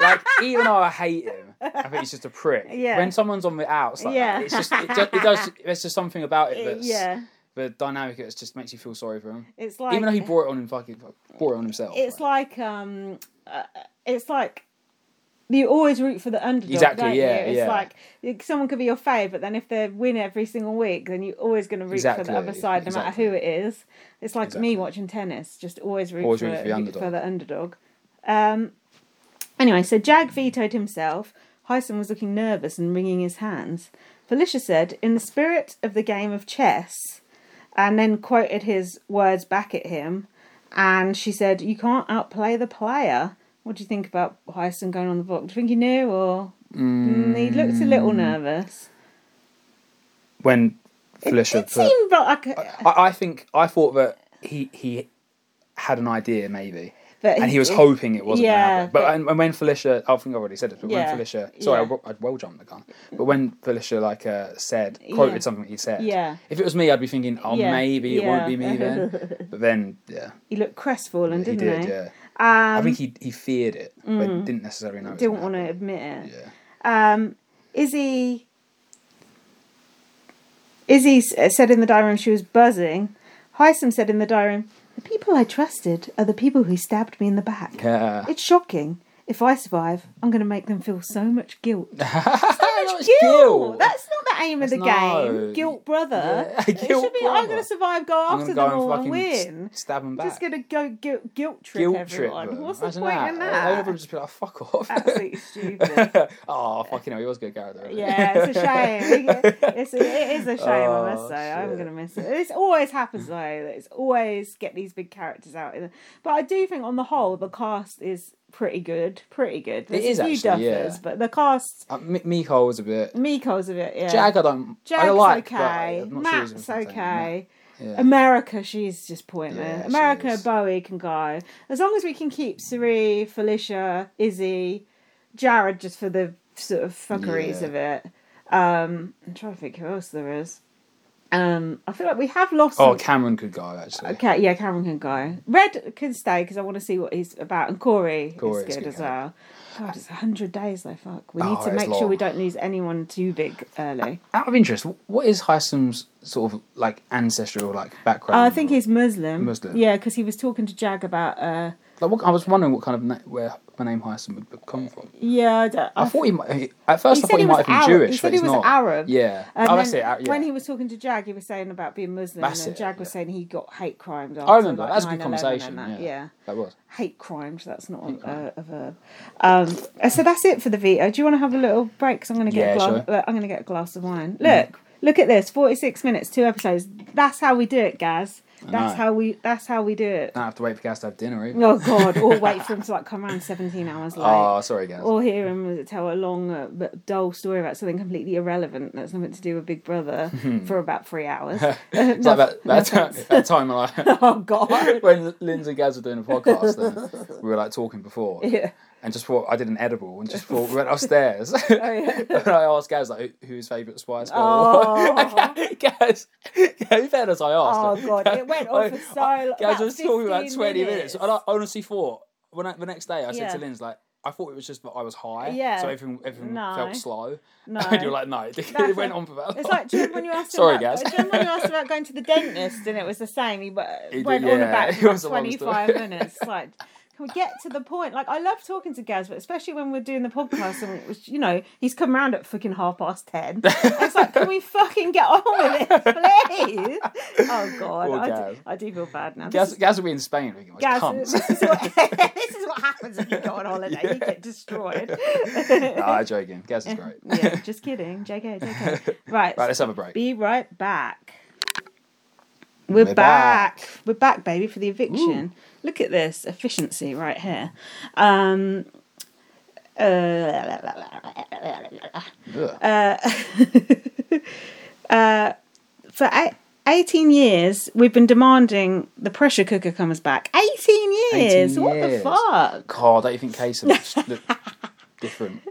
Speaker 2: like even though I hate him, I think he's just a prick.
Speaker 1: Yeah.
Speaker 2: When someone's on the outs, like
Speaker 1: Yeah.
Speaker 2: that, it's just it, just it does. There's just something about it that's
Speaker 1: yeah.
Speaker 2: the dynamic. It just makes you feel sorry for him,
Speaker 1: It's like
Speaker 2: even though he brought it on him fucking brought it on himself.
Speaker 1: it's
Speaker 2: like,
Speaker 1: like um, uh, it's like you always root for the underdog.
Speaker 2: Exactly,
Speaker 1: Don't
Speaker 2: yeah,
Speaker 1: You? It's
Speaker 2: yeah.
Speaker 1: like like someone could be your fave, but then if they win every single week, then you're always going to root for
Speaker 2: Exactly,
Speaker 1: the other side, no
Speaker 2: exactly.
Speaker 1: matter who it is. It's like
Speaker 2: Exactly.
Speaker 1: me watching tennis, just always root,
Speaker 2: Always
Speaker 1: for,
Speaker 2: root for the
Speaker 1: root for
Speaker 2: underdog.
Speaker 1: the underdog. Um, anyway, so Jag vetoed himself. Hyson was looking nervous and wringing his hands. Felicia said, "In the spirit of the game of chess." and then quoted his words back at him. And she said, You can't outplay the player. What do you think about Heisen going on the block? Do you think he knew or Mm, he looked a little nervous?
Speaker 2: When
Speaker 1: It
Speaker 2: Felicia
Speaker 1: did
Speaker 2: put,
Speaker 1: seem like, a-
Speaker 2: I, I think I thought that he he had an idea maybe,
Speaker 1: but
Speaker 2: and
Speaker 1: (laughs)
Speaker 2: he was hoping it wasn't
Speaker 1: Yeah,
Speaker 2: gonna happen. But,
Speaker 1: but-
Speaker 2: and, and when Felicia, I think I already said it, but
Speaker 1: Yeah,
Speaker 2: when Felicia, sorry,
Speaker 1: yeah.
Speaker 2: I, I well jumped the gun. But when Felicia like uh, said quoted
Speaker 1: Yeah.
Speaker 2: something he said,
Speaker 1: Yeah.
Speaker 2: If it was me, I'd be thinking, oh
Speaker 1: Yeah,
Speaker 2: maybe it
Speaker 1: yeah.
Speaker 2: won't be
Speaker 1: (laughs)
Speaker 2: me then. but then yeah,
Speaker 1: He looked crestfallen,
Speaker 2: he
Speaker 1: didn't
Speaker 2: did.
Speaker 1: he?
Speaker 2: Yeah, I
Speaker 1: Um,
Speaker 2: think he he feared it, but didn't necessarily know. it was
Speaker 1: didn't
Speaker 2: gonna
Speaker 1: want to
Speaker 2: happen.
Speaker 1: admit it.
Speaker 2: Yeah.
Speaker 1: Um, Izzy, Izzy s- uh, said in the diary room she was buzzing. Heisem said in the diary room, "The people I trusted are the people who stabbed me in the back.
Speaker 2: Yeah. (laughs)
Speaker 1: It's shocking. If I survive, I'm going to make them feel so much guilt.
Speaker 2: That was
Speaker 1: guilt.
Speaker 2: guilt.
Speaker 1: That's not the aim of the
Speaker 2: That's
Speaker 1: game.
Speaker 2: no-
Speaker 1: Guilt, brother.
Speaker 2: Yeah, (laughs)
Speaker 1: it should
Speaker 2: guilt,
Speaker 1: be. I'm
Speaker 2: brother.
Speaker 1: going to survive. Go
Speaker 2: I'm
Speaker 1: after
Speaker 2: gonna
Speaker 1: them
Speaker 2: go
Speaker 1: all
Speaker 2: and
Speaker 1: and
Speaker 2: fucking
Speaker 1: win.
Speaker 2: s- stab him back.
Speaker 1: Just going to go guilt, guilt trip
Speaker 2: guilt trip.
Speaker 1: everyone.
Speaker 2: them.
Speaker 1: What's the
Speaker 2: Imagine
Speaker 1: point
Speaker 2: that.
Speaker 1: in
Speaker 2: Everyone
Speaker 1: that?
Speaker 2: just be like, fuck off. (laughs)
Speaker 1: Absolutely stupid.
Speaker 2: oh, fucking hell, he was good character. wasn't he?
Speaker 1: Yeah,
Speaker 2: (laughs)
Speaker 1: it's a shame. It's a, it is a shame, I must
Speaker 2: Oh,
Speaker 1: say. I'm
Speaker 2: shit.
Speaker 1: going to miss it. This always happens, though. that It's always get these big characters out. in the- But I do think, on the whole, the cast is pretty good. Pretty good. There's
Speaker 2: is
Speaker 1: a few
Speaker 2: actually, yeah.
Speaker 1: duffers, but the cast,
Speaker 2: Uh, M- Miko was a bit.
Speaker 1: Miko's of it, yeah.
Speaker 2: Jag, I don't.
Speaker 1: Jag's
Speaker 2: I like. but
Speaker 1: okay.
Speaker 2: I'm not sure he's
Speaker 1: Matt's
Speaker 2: a fan.
Speaker 1: okay.
Speaker 2: Yeah.
Speaker 1: America, she's just pointless.
Speaker 2: Yeah, she
Speaker 1: America,
Speaker 2: is.
Speaker 1: Bowie can go. As long as we can keep Siri, Felicia, Izzy, Jared, just for the sort of fuckeries
Speaker 2: Yeah.
Speaker 1: of it. Um, I'm trying to think who else there is. Um, I feel like we have lost.
Speaker 2: Oh,
Speaker 1: some-
Speaker 2: Cameron could go actually.
Speaker 1: okay, yeah, Cameron can go. Red can stay because I want to see what he's about, and Corey
Speaker 2: Corey's
Speaker 1: is good
Speaker 2: good,
Speaker 1: as
Speaker 2: yeah.
Speaker 1: well. God, it's hundred days though. Fuck, we need
Speaker 2: Oh,
Speaker 1: to
Speaker 2: it's
Speaker 1: make sure we
Speaker 2: long.
Speaker 1: don't lose anyone too big early.
Speaker 2: Out of interest, wh- what is Hysam's sort of like ancestral like background?
Speaker 1: Uh, I think he's Muslim.
Speaker 2: Um, Muslim.
Speaker 1: Yeah, because he was talking to Jag about. Uh,
Speaker 2: Like, what, I was wondering what kind of na- where the name Hysam would would come from.
Speaker 1: yeah, I don't-
Speaker 2: I thought he might. he- At first,
Speaker 1: He
Speaker 2: I
Speaker 1: said
Speaker 2: thought
Speaker 1: he
Speaker 2: he
Speaker 1: was
Speaker 2: might have been
Speaker 1: Arab-
Speaker 2: Jewish,
Speaker 1: he said
Speaker 2: but
Speaker 1: he
Speaker 2: he's
Speaker 1: was
Speaker 2: not.
Speaker 1: Arab.
Speaker 2: Yeah.
Speaker 1: And
Speaker 2: oh,
Speaker 1: then
Speaker 2: that's it. uh, Yeah.
Speaker 1: When he was talking to Jag, he was saying about being Muslim,
Speaker 2: That's
Speaker 1: and
Speaker 2: it,
Speaker 1: Jag was
Speaker 2: yeah.
Speaker 1: saying he got hate crimes. After,
Speaker 2: I remember.
Speaker 1: like,
Speaker 2: That's a good
Speaker 1: 9/11 and
Speaker 2: conversation.
Speaker 1: that,
Speaker 2: Yeah,
Speaker 1: yeah.
Speaker 2: That was.
Speaker 1: hate crimes. That's not a, a, a verb. Um, uh, so that's it for the veto. Do you want to have a little break? Because I'm going to get a
Speaker 2: Yeah, Mm.
Speaker 1: glass. I'm going to get a glass of wine. Look, look at this. 46 minutes, two episodes. That's how we do it, Gaz. That's
Speaker 2: know.
Speaker 1: how we. That's how we do it.
Speaker 2: Don't have to wait for Gaz to have dinner either.
Speaker 1: Oh God! Or wait for him to like come around 17 hours late.
Speaker 2: Oh, sorry, Gaz.
Speaker 1: Or hear him tell a long uh, but dull story about something completely irrelevant that's nothing to do with Big
Speaker 2: (laughs)
Speaker 1: Brother for about three hours. (laughs)
Speaker 2: It's like that, that, time, that time when I-
Speaker 1: oh God!
Speaker 2: (laughs) when Lindsay and Gaz were doing a podcast
Speaker 1: (laughs)
Speaker 2: and we were like talking before
Speaker 1: Yeah.
Speaker 2: and just thought I did an edible and
Speaker 1: (laughs)
Speaker 2: just thought we went upstairs (laughs) and I asked Gaz like who, who his favourite Spice Girl
Speaker 1: Oh.
Speaker 2: was. (laughs) Gaz, who fair as I
Speaker 1: Oh
Speaker 2: asked?
Speaker 1: God! It went on for so long.
Speaker 2: (laughs) Gaz
Speaker 1: about
Speaker 2: was talking about
Speaker 1: 15
Speaker 2: 20 minutes. and I honestly thought when I, the next day I said
Speaker 1: Yeah.
Speaker 2: to Lindsay like I thought it was just that I was high,
Speaker 1: Yeah.
Speaker 2: so everything, everything
Speaker 1: No.
Speaker 2: felt slow.
Speaker 1: No.
Speaker 2: (laughs) And you were like, no, it,
Speaker 1: That's
Speaker 2: it went
Speaker 1: a-
Speaker 2: on for that long.
Speaker 1: It's like do you remember
Speaker 2: (laughs)
Speaker 1: when you asked
Speaker 2: Sorry,
Speaker 1: him about,
Speaker 2: Gaz.
Speaker 1: do you remember when you asked about going to
Speaker 2: (laughs)
Speaker 1: the dentist and it was the same. He w-
Speaker 2: did,
Speaker 1: went on
Speaker 2: yeah. (laughs)
Speaker 1: about it
Speaker 2: It
Speaker 1: for about
Speaker 2: was a long story.
Speaker 1: 25
Speaker 2: (laughs)
Speaker 1: minutes. It's Like, can we get to the point? Like, I love talking to Gaz, but especially when we're doing the podcast and it was, you know, he's come round at fucking half past
Speaker 2: (laughs)
Speaker 1: 10. It's like, can we fucking get on with it, please? Oh, God.
Speaker 2: Poor
Speaker 1: I
Speaker 2: Gaz.
Speaker 1: do, I do feel bad now.
Speaker 2: Gaz,
Speaker 1: This
Speaker 2: Gaz will be in Spain. thinking, like,
Speaker 1: Gaz,
Speaker 2: cunts.
Speaker 1: this is,
Speaker 2: (laughs)
Speaker 1: what, (laughs) this is what happens if you go on holiday. You get destroyed.
Speaker 2: nah, joking. Gaz
Speaker 1: (laughs)
Speaker 2: is great.
Speaker 1: yeah, just kidding. JK,
Speaker 2: (laughs)
Speaker 1: JK. Right.
Speaker 2: Right, let's have a break.
Speaker 1: Be right back. We're,
Speaker 2: We're
Speaker 1: back.
Speaker 2: back.
Speaker 1: We're back, baby, for the eviction. Look at this efficiency right here. Um, uh,
Speaker 2: Ugh.
Speaker 1: for eight, 18 years, we've been demanding the pressure cooker comes back. 18 years?
Speaker 2: 18
Speaker 1: what
Speaker 2: years.
Speaker 1: the fuck?
Speaker 2: God, don't you think Casey
Speaker 1: (laughs)
Speaker 2: looks look different?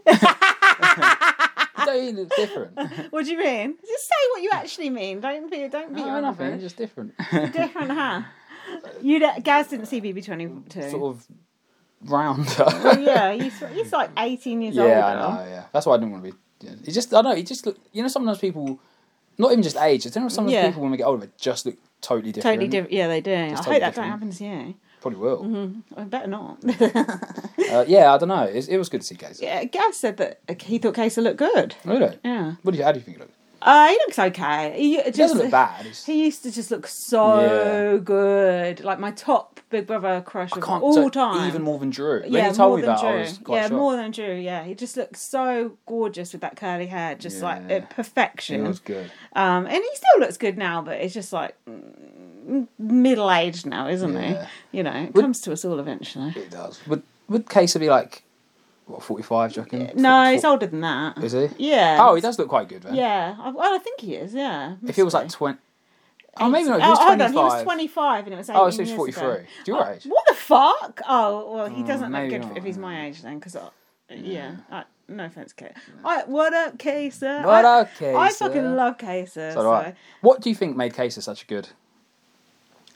Speaker 2: don't you
Speaker 1: (laughs)
Speaker 2: look different?
Speaker 1: What do you mean? Just say what you actually mean. Don't be, don't be
Speaker 2: No, nothing. It's just different. (laughs) sort
Speaker 1: different, huh? You d- Gaz didn't see BB22.
Speaker 2: of rounder.
Speaker 1: (laughs) yeah, he's, he's like 18 years
Speaker 2: (laughs) yeah,
Speaker 1: old.
Speaker 2: I know. Yeah, that's why I didn't want to be. yeah. He just, I don't know. He just look. You know, sometimes people, not even just age. You know, sometimes
Speaker 1: Yeah.
Speaker 2: people when we get older they just look totally different.
Speaker 1: Totally different. Mm-hmm. Yeah, they do. I hope that
Speaker 2: totally
Speaker 1: don't
Speaker 2: different.
Speaker 1: happen to you.
Speaker 2: Probably will.
Speaker 1: I better not. (laughs)
Speaker 2: Uh, yeah, I don't know. It, it was good to see Casey.
Speaker 1: yeah, Gaz said that uh, he thought Casey looked good.
Speaker 2: Really?
Speaker 1: Yeah.
Speaker 2: What do you? How do you think it looks?
Speaker 1: Uh, he looks okay. He, uh, just,
Speaker 2: It doesn't look bad. It's,
Speaker 1: He used to just look so good. Like my top Big Brother crush of
Speaker 2: can't
Speaker 1: all
Speaker 2: so-
Speaker 1: time.
Speaker 2: Even more than Drew. When
Speaker 1: yeah,
Speaker 2: he told
Speaker 1: more
Speaker 2: me
Speaker 1: than
Speaker 2: that,
Speaker 1: Drew.
Speaker 2: I was quite
Speaker 1: yeah,
Speaker 2: shocked.
Speaker 1: more than Drew. Yeah, he just looked so gorgeous with that curly hair, just like
Speaker 2: Yeah.
Speaker 1: uh, perfection.
Speaker 2: It was good.
Speaker 1: Um, and he still looks good now, but it's just like middle aged now, isn't
Speaker 2: Yeah.
Speaker 1: he? You know, it comes to us all eventually.
Speaker 2: It does. Would would Casey be like what forty five? Do you reckon?
Speaker 1: No, he's
Speaker 2: Fo-
Speaker 1: older than that.
Speaker 2: fo- is he?
Speaker 1: Yeah.
Speaker 2: Oh, he does look quite good then.
Speaker 1: Yeah. I, well, I think he is. Yeah.
Speaker 2: If he was like
Speaker 1: Must
Speaker 2: twenty.
Speaker 1: be.
Speaker 2: Oh, maybe not.
Speaker 1: Oh,
Speaker 2: He was
Speaker 1: hold
Speaker 2: twenty
Speaker 1: on. He was
Speaker 2: five.
Speaker 1: 25 and it was 18
Speaker 2: Oh, so he's
Speaker 1: years
Speaker 2: forty three.
Speaker 1: ago. Uh,
Speaker 2: Do your age?
Speaker 1: What the fuck? Oh, well, he
Speaker 2: Mm,
Speaker 1: doesn't look
Speaker 2: maybe
Speaker 1: good
Speaker 2: not.
Speaker 1: if he's my age then, because, yeah. I, no offense, Kate. I, what up, Kesa?
Speaker 2: What
Speaker 1: I,
Speaker 2: up,
Speaker 1: I
Speaker 2: Kesa?
Speaker 1: fucking love Kesa.
Speaker 2: So
Speaker 1: So
Speaker 2: do I. What do you think made Casey such a good?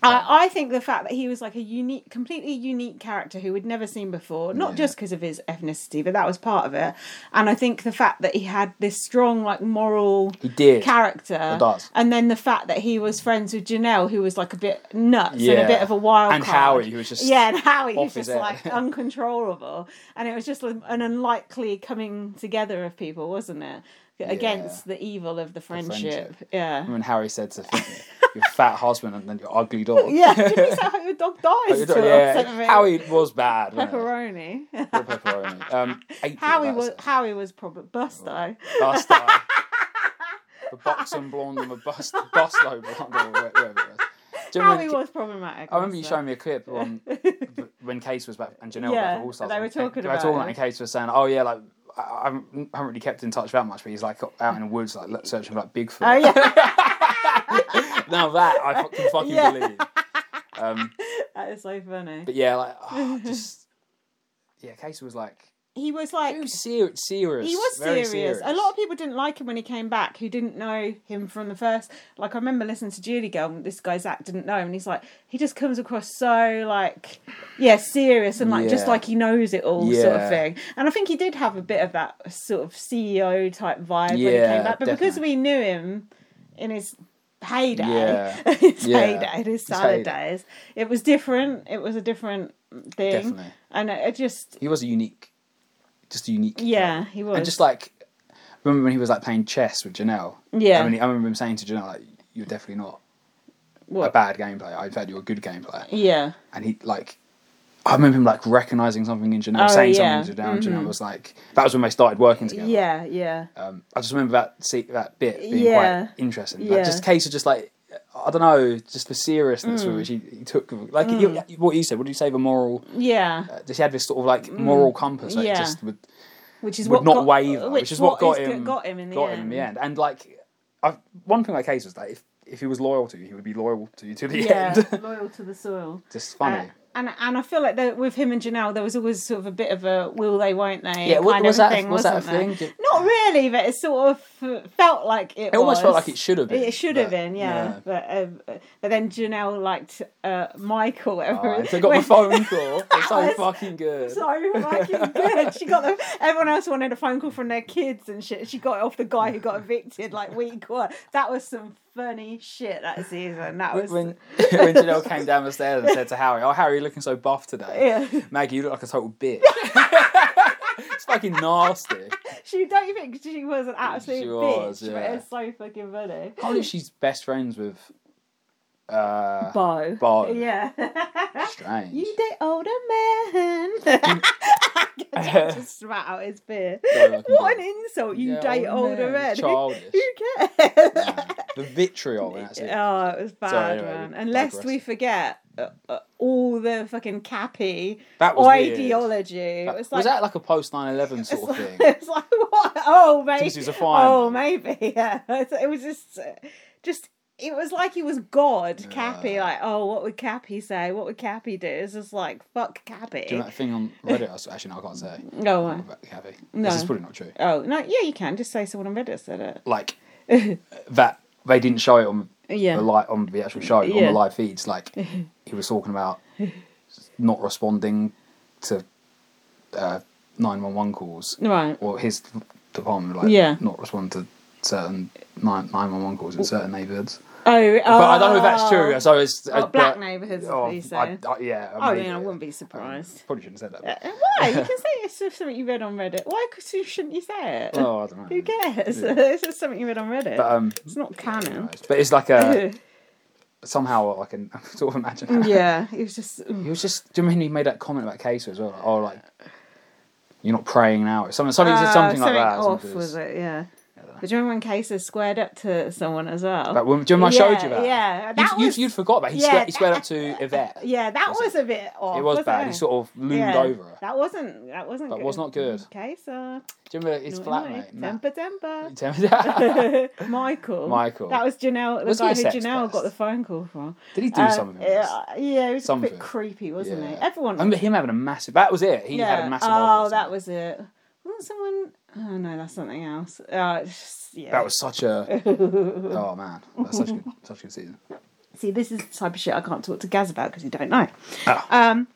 Speaker 1: I, I think the fact that he was like a unique, completely unique character who we'd never seen before, not
Speaker 2: Yeah.
Speaker 1: just because of his ethnicity, but that was part of it. And I think the fact that he had this strong, like, moral
Speaker 2: He did.
Speaker 1: character.
Speaker 2: It does.
Speaker 1: And then the fact that he was friends with Janelle, who was like a bit nuts and
Speaker 2: Yeah.
Speaker 1: a bit of a wild
Speaker 2: And
Speaker 1: card.
Speaker 2: Howie, who was just
Speaker 1: yeah, and Howie
Speaker 2: off
Speaker 1: was
Speaker 2: his
Speaker 1: just
Speaker 2: head. (laughs)
Speaker 1: like uncontrollable, and it was just an unlikely coming together of people, wasn't it? Against the evil of the
Speaker 2: friendship. Mm.
Speaker 1: friendship. Yeah.
Speaker 2: When Howie said to Finn, your fat husband and then your ugly
Speaker 1: (laughs)
Speaker 2: dog. (laughs)
Speaker 1: Yeah, did he say how your dog dies? to or
Speaker 2: yeah.
Speaker 1: something?
Speaker 2: Howie was
Speaker 1: (laughs)
Speaker 2: bad. wasn't it? (laughs)
Speaker 1: pepperoni.
Speaker 2: Or pepperoni. Um, eight
Speaker 1: Howie was Howie was probably Busto.
Speaker 2: Buster. the buxom blonde and the bust, busto blonde or wha- whatever it was. Do you
Speaker 1: Howie
Speaker 2: remember,
Speaker 1: was problematic.
Speaker 2: I remember you
Speaker 1: also.
Speaker 2: showing me a clip on when Case was back and Janelle
Speaker 1: Yeah,
Speaker 2: were All Stars.
Speaker 1: they were talking about
Speaker 2: They were
Speaker 1: it.
Speaker 2: talking and Case was saying, "Oh yeah, like I, I haven't haven't really kept in touch that much, but he's like out in the woods, like look- searching for like Bigfoot."
Speaker 1: (laughs) Oh
Speaker 2: (laughs)
Speaker 1: yeah,
Speaker 2: now that I fucking
Speaker 1: (laughs)
Speaker 2: fucking
Speaker 1: Yeah.
Speaker 2: believe. Um,
Speaker 1: that is so funny.
Speaker 2: but yeah, like oh, just yeah, Case was like
Speaker 1: He was like
Speaker 2: he was serious. serious
Speaker 1: He was
Speaker 2: very
Speaker 1: serious. A lot of people didn't like him when he came back who didn't know him from the first. Like I remember listening to Julie Girl and this guy Zach didn't know him and he's like he just comes across so like yeah, serious and like just
Speaker 2: Yeah.
Speaker 1: like he knows it all sort
Speaker 2: Yeah.
Speaker 1: of thing. And I think he did have a bit of that sort of CEO type vibe when he
Speaker 2: Yeah,
Speaker 1: came back. But because
Speaker 2: definitely.
Speaker 1: we knew him in his heyday (laughs)
Speaker 2: Yeah.
Speaker 1: his
Speaker 2: Yeah.
Speaker 1: heyday, his salad
Speaker 2: heyday.
Speaker 1: days, it was different. It was a different thing.
Speaker 2: Definitely.
Speaker 1: And it, it just
Speaker 2: He was a unique, just a unique.
Speaker 1: yeah, he was
Speaker 2: and just like remember when he was like playing chess with Janelle.
Speaker 1: Yeah.
Speaker 2: I, mean, I remember him saying to Janelle, like, "You're definitely not a
Speaker 1: What?
Speaker 2: bad game player. In fact, you're a good game player."
Speaker 1: yeah.
Speaker 2: And he like, I remember him like recognizing something in Janelle,
Speaker 1: Oh,
Speaker 2: saying
Speaker 1: yeah. Mm-hmm.
Speaker 2: something to Janelle. and Janelle was like, that was when they started working together.
Speaker 1: Yeah, yeah.
Speaker 2: Um, I just remember that see, that bit being
Speaker 1: Yeah.
Speaker 2: quite interesting. Like,
Speaker 1: Yeah. Mm.
Speaker 2: just case of just like. I don't know, just the seriousness with which he, he took, like he- what you said. What do you say? The moral,
Speaker 1: Yeah,
Speaker 2: uh, just he had this sort of like moral compass. That
Speaker 1: Mm. Yeah.
Speaker 2: just would
Speaker 1: which is
Speaker 2: would
Speaker 1: what
Speaker 2: not
Speaker 1: got,
Speaker 2: waver, which, is what got
Speaker 1: is-
Speaker 2: him,
Speaker 1: got him in the
Speaker 2: got
Speaker 1: end.
Speaker 2: him And like, I, one thing like Hayes was that if, if he was loyal to you, he would be loyal to you to the (laughs)
Speaker 1: Yeah, (laughs)
Speaker 2: end.
Speaker 1: loyal to the soil.
Speaker 2: Just
Speaker 1: Uh,
Speaker 2: funny.
Speaker 1: and and I feel like that with him and Janelle, there was always sort of a bit of a will they, won't they?
Speaker 2: Yeah, wa-
Speaker 1: kind
Speaker 2: was
Speaker 1: of
Speaker 2: that a-
Speaker 1: thing,
Speaker 2: was that a
Speaker 1: wasn't there?
Speaker 2: thing?
Speaker 1: Not really, but it sort of felt like it.
Speaker 2: it almost felt
Speaker 1: was.
Speaker 2: like it should have been.
Speaker 1: It should have
Speaker 2: but,
Speaker 1: been, yeah. But um, but then Janelle liked uh, Michael.
Speaker 2: Oh, and
Speaker 1: over
Speaker 2: so
Speaker 1: (laughs)
Speaker 2: I got my phone call. It's so
Speaker 1: was
Speaker 2: fucking good.
Speaker 1: So fucking
Speaker 2: (laughs)
Speaker 1: good. She got the everyone else wanted a phone call from their kids and shit. She got it off the guy who got evicted like
Speaker 2: (laughs)
Speaker 1: week one. That was some funny shit that season. That was
Speaker 2: when (laughs) when Janelle came down the stairs and said to Harry, "Oh, Harry, you're looking so buff today.
Speaker 1: Yeah.
Speaker 2: Maggie, you look like a total
Speaker 1: (laughs)
Speaker 2: bitch." it's fucking nasty.
Speaker 1: she don't you think she was an absolute
Speaker 2: She was,
Speaker 1: bitch,
Speaker 2: yeah.
Speaker 1: but it's so fucking funny.
Speaker 2: Probably she's best friends with uh,
Speaker 1: Bo.
Speaker 2: Bo. (laughs)
Speaker 1: Yeah.
Speaker 2: Strange.
Speaker 1: you the older man. (laughs)
Speaker 2: (laughs)
Speaker 1: just spat out his beer.
Speaker 2: Sorry, I can
Speaker 1: What
Speaker 2: do
Speaker 1: an insult! You
Speaker 2: Yeah,
Speaker 1: date
Speaker 2: old
Speaker 1: older
Speaker 2: man.
Speaker 1: men. (laughs)
Speaker 2: It's
Speaker 1: Who,
Speaker 2: Childish.
Speaker 1: who cares?
Speaker 2: man. The vitriol. That's it.
Speaker 1: Oh, it was bad,
Speaker 2: anyway, we
Speaker 1: man. Unless we
Speaker 2: digress.
Speaker 1: forget uh, uh, all the fucking cappy
Speaker 2: That was weird.
Speaker 1: ideology. It was
Speaker 2: was,
Speaker 1: like,
Speaker 2: that like a post
Speaker 1: (laughs)
Speaker 2: 9-11
Speaker 1: it's
Speaker 2: sort of
Speaker 1: like-
Speaker 2: thing?
Speaker 1: It's like what? Oh, maybe.
Speaker 2: This is a fine
Speaker 1: Oh,
Speaker 2: one.
Speaker 1: maybe. (laughs) Yeah. It's- It was just, uh, just. It was like he was God, Cappy.
Speaker 2: Yeah.
Speaker 1: Like, oh, what would Cappy say? What would Cappy do? It's just like, fuck
Speaker 2: Do you
Speaker 1: Cappy.
Speaker 2: know that thing on Reddit? I was- Actually, no, I can't say.
Speaker 1: No. uh,
Speaker 2: About Kathy.
Speaker 1: No.
Speaker 2: This is probably not true.
Speaker 1: Oh no, yeah, you can just say someone on Reddit said it. (laughs)
Speaker 2: Like that they didn't show it on
Speaker 1: Yeah.
Speaker 2: the light on the actual show on
Speaker 1: Yeah.
Speaker 2: the live feeds. Like he was talking about not responding to uh, nine one one calls.
Speaker 1: Right.
Speaker 2: Or his department like
Speaker 1: Yeah.
Speaker 2: not respond to certain nine one one calls in certain neighbourhoods.
Speaker 1: Oh,
Speaker 2: But I don't know if that's true. So it's
Speaker 1: Oh,
Speaker 2: uh,
Speaker 1: black
Speaker 2: but-
Speaker 1: neighbourhoods,
Speaker 2: Oh,
Speaker 1: please say.
Speaker 2: I- I- yeah.
Speaker 1: I
Speaker 2: maybe,
Speaker 1: mean, I
Speaker 2: yeah.
Speaker 1: wouldn't be surprised.
Speaker 2: Probably shouldn't have said that.
Speaker 1: Uh, Why?
Speaker 2: (laughs)
Speaker 1: You can say it's just something you read on Reddit. Why could you, shouldn't you say it?
Speaker 2: but- Oh, I don't know.
Speaker 1: (laughs) Who cares? it's just something you read on Reddit.
Speaker 2: But um,
Speaker 1: it's not canon. (laughs)
Speaker 2: anyways, but it's like a somehow (laughs) I can sort of
Speaker 1: (laughs)
Speaker 2: imagine. that.
Speaker 1: yeah, it was
Speaker 2: (laughs)
Speaker 1: just.
Speaker 2: He was just. Do you mean he made that comment about Casey as well? Like, oh, like you're not praying now. Something. Something. he said something like that.
Speaker 1: Uh, off,
Speaker 2: something to
Speaker 1: was
Speaker 2: this-
Speaker 1: it? Yeah. But do you remember when Kesa squared up to someone as well?
Speaker 2: That woman, do you remember I showed you that?
Speaker 1: Yeah,
Speaker 2: You,
Speaker 1: that
Speaker 2: you,
Speaker 1: was.
Speaker 2: you'd forgot about it. He,
Speaker 1: yeah,
Speaker 2: squared, he squared
Speaker 1: (laughs)
Speaker 2: up
Speaker 1: that-
Speaker 2: to Yvette.
Speaker 1: yeah, that
Speaker 2: was
Speaker 1: was, a bit odd.
Speaker 2: it was
Speaker 1: wasn't
Speaker 2: bad. He
Speaker 1: it?
Speaker 2: sort of loomed
Speaker 1: Yeah.
Speaker 2: over her.
Speaker 1: That wasn't. That wasn't.
Speaker 2: That
Speaker 1: good. Mm,
Speaker 2: was not good.
Speaker 1: Kesa.
Speaker 2: Do you remember his
Speaker 1: Naughty, naughty.
Speaker 2: flatmate? Matt?
Speaker 1: Temper, temper. (laughs)
Speaker 2: Did
Speaker 1: Michael.
Speaker 2: Michael.
Speaker 1: That was Janelle, the
Speaker 2: Was he
Speaker 1: guy
Speaker 2: a
Speaker 1: who
Speaker 2: sex
Speaker 1: Janelle
Speaker 2: pest?
Speaker 1: got the phone call from.
Speaker 2: he do
Speaker 1: Uh,
Speaker 2: something? like this?
Speaker 1: Yeah, yeah, it was a
Speaker 2: Something.
Speaker 1: bit creepy, wasn't
Speaker 2: Yeah.
Speaker 1: it?
Speaker 2: I
Speaker 1: Everyone.
Speaker 2: remember him having a massive. That was it. He
Speaker 1: yeah.
Speaker 2: had a massive.
Speaker 1: oh,
Speaker 2: argument.
Speaker 1: that was it. Wasn't someone? Oh no, that's something else. Uh, it's just- yeah.
Speaker 2: That was such a.
Speaker 1: (laughs)
Speaker 2: oh man, that's such a good, such a good season.
Speaker 1: See, this is the type of shit I can't talk to Gaz about because you don't know.
Speaker 2: Oh.
Speaker 1: Um.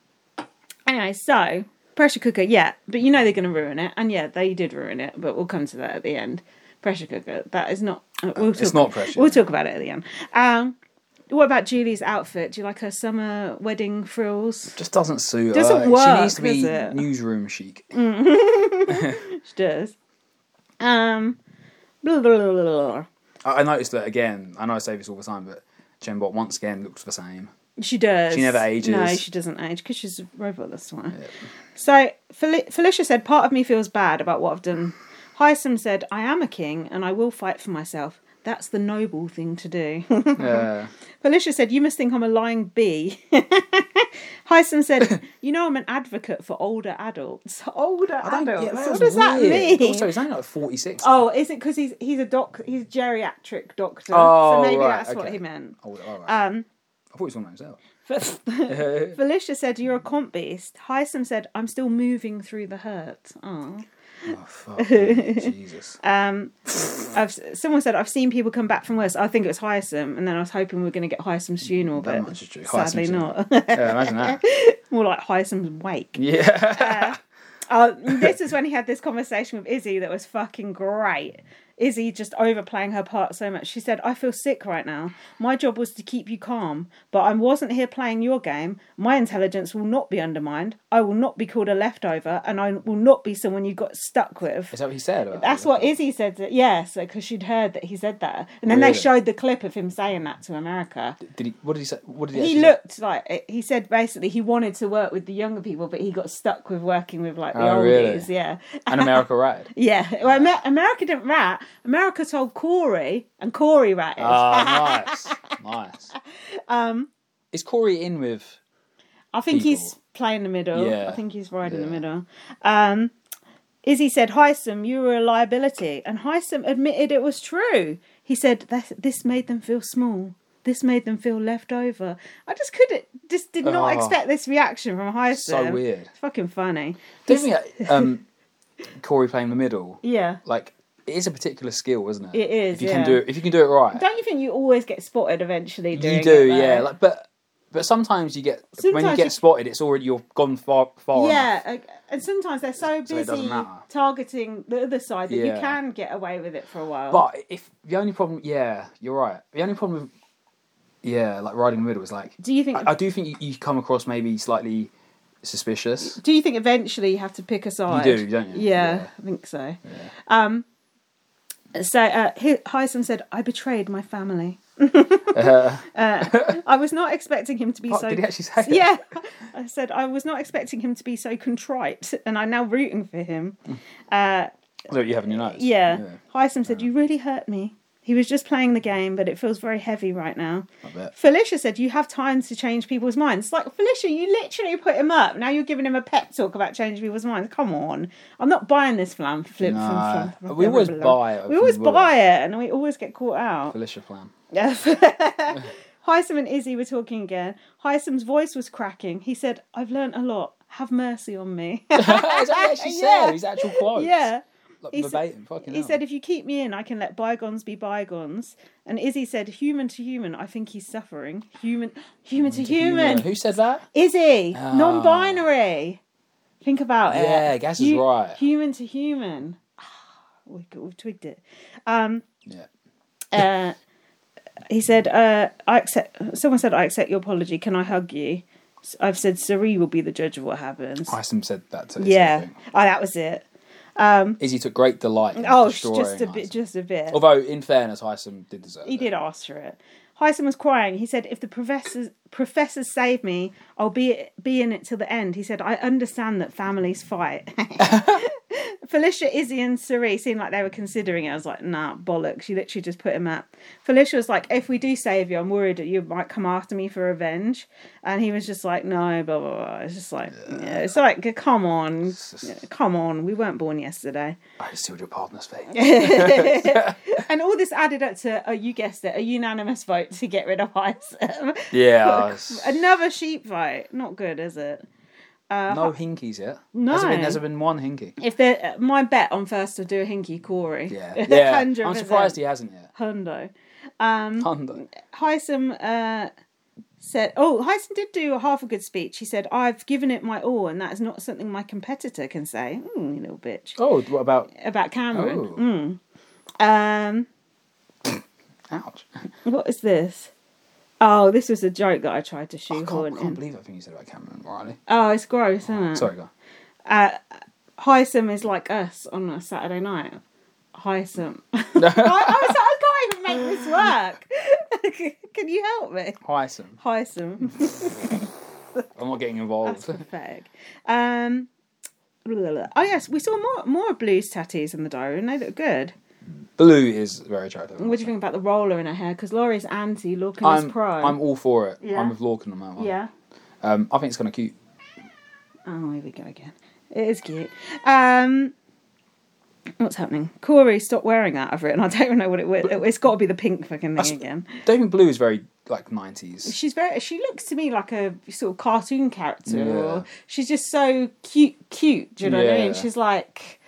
Speaker 1: Anyway, so pressure cooker, yeah, but you know they're going to ruin it, and yeah, they did ruin it, but we'll come to that at the end. Pressure cooker, that is not. uh, We'll talk,
Speaker 2: it's not pressure.
Speaker 1: We'll talk about it at the end. Um. What about Julie's outfit? Do you like her summer wedding frills?
Speaker 2: Just doesn't suit.
Speaker 1: Doesn't
Speaker 2: her.
Speaker 1: work,
Speaker 2: She needs to be
Speaker 1: does it? Mm.
Speaker 2: newsroom chic.
Speaker 1: She does. Um. Blah, blah, blah, blah, blah.
Speaker 2: I, I noticed that again. I know I say this all the time, but Chembot once again looks the same.
Speaker 1: She does.
Speaker 2: She never ages.
Speaker 1: No, she doesn't age because she's a robot. That's why. So Fel- Felicia said, "Part of me feels bad about what I've done." Hyacinth said, "I am a king and I will fight for myself. That's the noble thing to do." (laughs)
Speaker 2: Yeah.
Speaker 1: Felicia said, "You must think I'm a lying bee." (laughs) Hyacinth said, "You know I'm an advocate for older adults. (laughs) Older
Speaker 2: I don't-
Speaker 1: adults.
Speaker 2: yeah, that
Speaker 1: what
Speaker 2: was
Speaker 1: does that
Speaker 2: weird.
Speaker 1: mean?"
Speaker 2: Also, he's only like forty six.
Speaker 1: oh, is it because he's he's a doc? He's a geriatric doctor.
Speaker 2: Oh,
Speaker 1: so maybe
Speaker 2: right,
Speaker 1: that's what
Speaker 2: okay.
Speaker 1: he meant.
Speaker 2: Oh, all right.
Speaker 1: Um,
Speaker 2: I thought he was on himself. (laughs)
Speaker 1: Felicia said, You're a comp beast. Hysum said, I'm still moving through the hurt. Aw.
Speaker 2: Oh
Speaker 1: (laughs)
Speaker 2: fuck, me. Jesus.
Speaker 1: Um, I've, someone said, I've seen people come back from worse. I think it was Hysum, and then I was hoping we were going to get Hysum's funeral,
Speaker 2: That
Speaker 1: but
Speaker 2: much is true.
Speaker 1: sadly
Speaker 2: Hyacinth's-
Speaker 1: not. (laughs)
Speaker 2: Yeah, imagine that.
Speaker 1: More like Hysum's wake.
Speaker 2: Yeah.
Speaker 1: Uh, this is when he had this conversation with Izzy that was fucking great. Izzy just overplaying her part so much. She said, I feel sick right now. My job was to keep you calm, but I wasn't here playing your game. My intelligence will not be undermined. I will not be called a leftover, and I will not be someone you got stuck with.
Speaker 2: Is that what he said? About
Speaker 1: That's what Izzy said. To, yes, because she'd heard that he said that. And then
Speaker 2: Really?
Speaker 1: they showed the clip of him saying that to America
Speaker 2: Did he? What did he say? What did he?
Speaker 1: he
Speaker 2: actually say?
Speaker 1: looked like he said basically he wanted to work with the younger people, but he got stuck with working with like the
Speaker 2: Oh, really?
Speaker 1: oldies. Yeah,
Speaker 2: And America right.
Speaker 1: yeah. Well, Amer- America didn't rat. America told Corey, and Corey ratted. (laughs)
Speaker 2: Ah, nice, nice. Um, is Corey in with?
Speaker 1: I think he's
Speaker 2: people.
Speaker 1: playing the middle.
Speaker 2: Yeah.
Speaker 1: I think he's right in the
Speaker 2: Yeah.
Speaker 1: middle. Um, Izzy said, Hysum, you were a liability. And Hysum admitted it was true. He said, "This- This made them feel small. This made them feel left over. I just couldn't, just did not
Speaker 2: Oh.
Speaker 1: expect this reaction from Hysum.
Speaker 2: So weird.
Speaker 1: It's fucking funny.
Speaker 2: Don't you think, um, Corey playing the middle.
Speaker 1: Yeah.
Speaker 2: Like it is a particular skill, isn't it?
Speaker 1: It is,
Speaker 2: If you
Speaker 1: yeah.
Speaker 2: can do it, if you can do it right,
Speaker 1: Don't you think you always get spotted eventually doing
Speaker 2: you do.
Speaker 1: it, though?
Speaker 2: yeah. Like, but but sometimes you get when you
Speaker 1: Sometimes
Speaker 2: get
Speaker 1: you-
Speaker 2: spotted, it's already you've gone far far.
Speaker 1: yeah,
Speaker 2: enough.
Speaker 1: like, and sometimes they're so
Speaker 2: So it doesn't
Speaker 1: busy
Speaker 2: matter.
Speaker 1: targeting the other side that
Speaker 2: Yeah.
Speaker 1: you can get away with it for a while.
Speaker 2: But if the only problem, yeah, you're right. The only problem with yeah, like riding the middle is like
Speaker 1: do you think
Speaker 2: I, I do think you, you come across maybe slightly suspicious.
Speaker 1: Do you think eventually you have to pick a side?
Speaker 2: do, don't you?
Speaker 1: Yeah,
Speaker 2: Yeah.
Speaker 1: I think so. Um, so uh, Hy- Hysum said, "I betrayed my family.
Speaker 2: (laughs)
Speaker 1: (laughs)
Speaker 2: Uh,
Speaker 1: I was not expecting him to be
Speaker 2: fuck,
Speaker 1: so."
Speaker 2: did he
Speaker 1: (laughs)
Speaker 2: actually say? it?
Speaker 1: yeah, I said I was not expecting him to be so contrite, and I'm now rooting for him.
Speaker 2: Mm.
Speaker 1: Uh,
Speaker 2: That's what you have in your nose.
Speaker 1: yeah. Hysum said, "You really hurt me." He was just playing the game, but it feels very heavy right now.
Speaker 2: I bet.
Speaker 1: Felicia said, You have time to change people's minds. Like, Felicia, you literally put him up. Now you're giving him a pep talk about changing people's minds. Come on. I'm not buying this flam flip.
Speaker 2: No.
Speaker 1: flam, flam,
Speaker 2: We always buy it
Speaker 1: We
Speaker 2: if
Speaker 1: always
Speaker 2: we will.
Speaker 1: buy it and we always get caught out.
Speaker 2: Felicia
Speaker 1: (laughs)
Speaker 2: Flam.
Speaker 1: Yeah. (laughs)
Speaker 2: (laughs)
Speaker 1: Hysum and Izzy were talking again. Hysum's voice was cracking. He said, I've learnt a lot. Have mercy on me. (laughs)
Speaker 2: Is that what she said?
Speaker 1: Yeah.
Speaker 2: His actual quotes.
Speaker 1: yeah.
Speaker 2: Like,
Speaker 1: He said-
Speaker 2: verbatim. fucking
Speaker 1: He
Speaker 2: hell.
Speaker 1: said, if you keep me in, I can let bygones be bygones. And Izzy said, human to human, I think he's suffering. Human, human to human.
Speaker 2: Who said that?
Speaker 1: Izzy,
Speaker 2: Ah.
Speaker 1: non-binary. Think about it.
Speaker 2: Yeah, Gaz is
Speaker 1: Hu-
Speaker 2: right.
Speaker 1: Human to human. Ah, We we twigged it. Um,
Speaker 2: Yeah.
Speaker 1: uh, he said, uh, "I accept." Someone said, "I accept your apology. Can I hug you?" S- I've said, "Siri will be the judge of what happens."
Speaker 2: Isom said that to
Speaker 1: yeah. Oh, that was it.
Speaker 2: Izzy took great delight in
Speaker 1: Oh, it's
Speaker 2: destroying
Speaker 1: just a bit.
Speaker 2: Isom.
Speaker 1: Just a bit.
Speaker 2: Although, in fairness, Isom did deserve
Speaker 1: He
Speaker 2: it.
Speaker 1: did ask for it. Hyson was crying. He said, "If the professors professors save me, I'll be be in it till the end." He said, "I understand that families fight." Felicia, Izzy, and Cerie seemed like they were considering it. I was like, nah, bollocks. You literally just put him up. Felicia was like, if we do save you, I'm worried that you might come after me for revenge. And he was just like, no, blah, blah, blah. It's just like, yeah, it's like, come on. Come on. We weren't born yesterday.
Speaker 2: I Oh, sealed your pardon's fate.
Speaker 1: And all this added up to, oh, you guessed it, a unanimous vote to get rid of Isom. (laughs)
Speaker 2: Yeah. I was-
Speaker 1: Another sheep vote. Not good, is it?
Speaker 2: no hinkies yet.
Speaker 1: No.
Speaker 2: Has there been, has there been one hinky?
Speaker 1: If they my bet on first to do a hinky Corey. (laughs)
Speaker 2: Yeah. Yeah. I'm
Speaker 1: 100%.
Speaker 2: surprised he hasn't yet.
Speaker 1: Hundo. Mm.
Speaker 2: Hundo.
Speaker 1: Heisem uh, said, "Oh, Heisem did do a half a good speech. He said, "I've given it my all, and that is not something my competitor can say." Mm, you little bitch
Speaker 2: Oh, what about.
Speaker 1: about Cameron.
Speaker 2: Oh,
Speaker 1: Um,
Speaker 2: ouch.
Speaker 1: what is this? Oh, this was a joke that I tried to
Speaker 2: Oh, I can't,
Speaker 1: shoehorn
Speaker 2: can't
Speaker 1: in.
Speaker 2: believe that thing you said about Cameron Riley.
Speaker 1: Oh, it's gross, isn't it?
Speaker 2: Sorry, go.
Speaker 1: Heisem is like us on a Saturday night. (laughs)
Speaker 2: (laughs)
Speaker 1: Heisem. I, I was like, I can't even make this work. (laughs) can you help me?
Speaker 2: Hi, Sam. (laughs)
Speaker 1: Heisem.
Speaker 2: I'm not getting involved.
Speaker 1: Fag. Um, blah, blah. oh yes, we saw more more blues tattoos in the diary, and they look good.
Speaker 2: Blue is very attractive.
Speaker 1: What do you think about the roller in her hair? Because Laurie's anti, Lorcan
Speaker 2: I'm,
Speaker 1: is pro.
Speaker 2: I'm all for it.
Speaker 1: Yeah.
Speaker 2: I'm with Lorcan on that one.
Speaker 1: yeah.
Speaker 2: Um, I think it's kind of cute.
Speaker 1: Oh, here we go again. It is cute. Um, what's happening? Corey, stop wearing that. I've written. I don't even know what it was. It's got to be the pink fucking thing again.
Speaker 2: Don't think Blue is very like 90s.
Speaker 1: She's very. She looks to me like a sort of cartoon character.
Speaker 2: Yeah.
Speaker 1: Or she's just so cute, cute. Do you know what I
Speaker 2: Yeah.
Speaker 1: mean? She's like,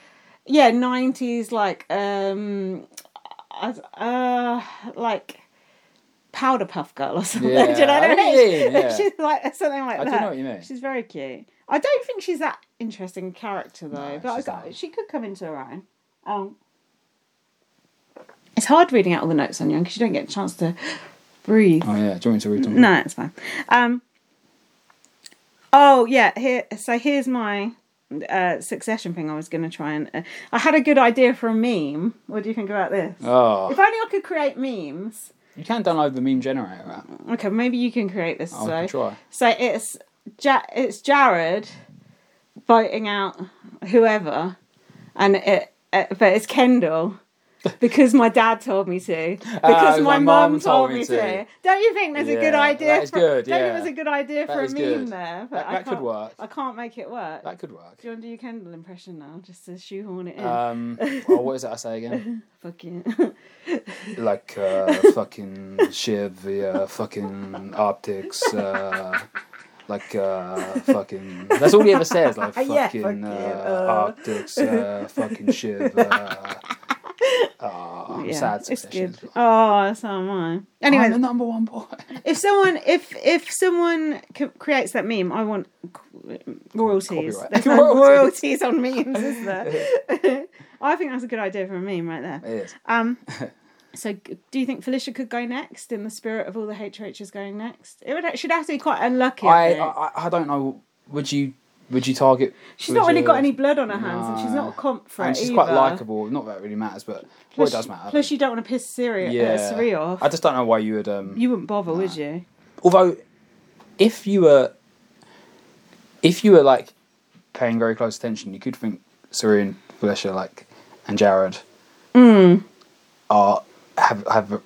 Speaker 1: yeah, nineties like, um, uh, uh, like powder puff girl or (laughs) something.
Speaker 2: Yeah,
Speaker 1: do you know
Speaker 2: I
Speaker 1: what I
Speaker 2: know what
Speaker 1: mean?
Speaker 2: you mean,
Speaker 1: (laughs)
Speaker 2: yeah.
Speaker 1: she's like something like
Speaker 2: I do
Speaker 1: that.
Speaker 2: know what you mean.
Speaker 1: She's very cute. I don't think she's that interesting character though, but I
Speaker 2: she's
Speaker 1: got,
Speaker 2: not.
Speaker 1: she could come into her own. Um, it's hard reading out all the notes on you because you don't get a chance to (gasps) breathe.
Speaker 2: Oh, yeah. Do you want me to read them?
Speaker 1: No, it's fine. Um. Oh yeah, here. So here's my uh, succession thing. I was going to try and. Uh, I had a good idea for a meme. What do you think about this?
Speaker 2: Oh,
Speaker 1: If only I could create memes.
Speaker 2: you can download the meme generator app.
Speaker 1: Okay, maybe you can create this.
Speaker 2: I'll
Speaker 1: so.
Speaker 2: try.
Speaker 1: So it's ja- it's Jared voting out whoever, and it, uh, but it's
Speaker 2: (laughs)
Speaker 1: Kendall. Because my dad told me to. Because
Speaker 2: Oh,
Speaker 1: my,
Speaker 2: my
Speaker 1: mum
Speaker 2: mum
Speaker 1: told,
Speaker 2: told
Speaker 1: me
Speaker 2: me
Speaker 1: to.
Speaker 2: to.
Speaker 1: Don't you think there's a good
Speaker 2: Yeah,
Speaker 1: idea?
Speaker 2: that is
Speaker 1: for,
Speaker 2: good,
Speaker 1: Don't you think
Speaker 2: yeah.
Speaker 1: there's a good idea
Speaker 2: That
Speaker 1: for a
Speaker 2: is
Speaker 1: meme
Speaker 2: good.
Speaker 1: there? But
Speaker 2: That-
Speaker 1: I
Speaker 2: that could
Speaker 1: can't-
Speaker 2: work.
Speaker 1: I can't make it work.
Speaker 2: That could work.
Speaker 1: Do you want to do your Kendall impression now, just to shoehorn it in? (laughs)
Speaker 2: Um, oh, what is it I say again?
Speaker 1: Fucking.
Speaker 2: Like uh, fucking Shiv, yeah, fucking optics, uh, like uh, fucking. That's all he ever says. Like
Speaker 1: (laughs)
Speaker 2: fucking,
Speaker 1: Yeah, fucking,
Speaker 2: uh,
Speaker 1: uh.
Speaker 2: optics, uh, fucking Shiv. Uh,
Speaker 1: (laughs)
Speaker 2: oh, I'm sad.
Speaker 1: it's
Speaker 2: Succession
Speaker 1: good.
Speaker 2: is-
Speaker 1: Oh, so am I. Anyway,
Speaker 2: I'm the number one boy. (laughs)
Speaker 1: if someone if if someone c- creates that meme i want c- royalties
Speaker 2: Copyright. (laughs)
Speaker 1: there's no
Speaker 2: Royalties.
Speaker 1: royalties on memes is
Speaker 2: (laughs)
Speaker 1: there (laughs) i think that's a good idea for a meme right there
Speaker 2: It is.
Speaker 1: um so g- do you think felicia could go next in the spirit of all the hhs going next it would it should have to be quite unlucky I
Speaker 2: I, uh,
Speaker 1: think.
Speaker 2: I I don't know. Would you would you target?
Speaker 1: she's not really
Speaker 2: would you-
Speaker 1: got any blood on her hands and she's
Speaker 2: No.
Speaker 1: not a comp for
Speaker 2: And
Speaker 1: it
Speaker 2: she's
Speaker 1: either.
Speaker 2: quite likable. Not that it really matters, but well,
Speaker 1: Plus-
Speaker 2: it does matter.
Speaker 1: plus you don't want to piss Siri, yeah. uh, Siri off
Speaker 2: I just don't know why you would. Um,
Speaker 1: you wouldn't bother would you
Speaker 2: although, if you were, if you were like paying very close attention, you could think Suri and Felicia, like, and Jared,
Speaker 1: Hmm.
Speaker 2: are have have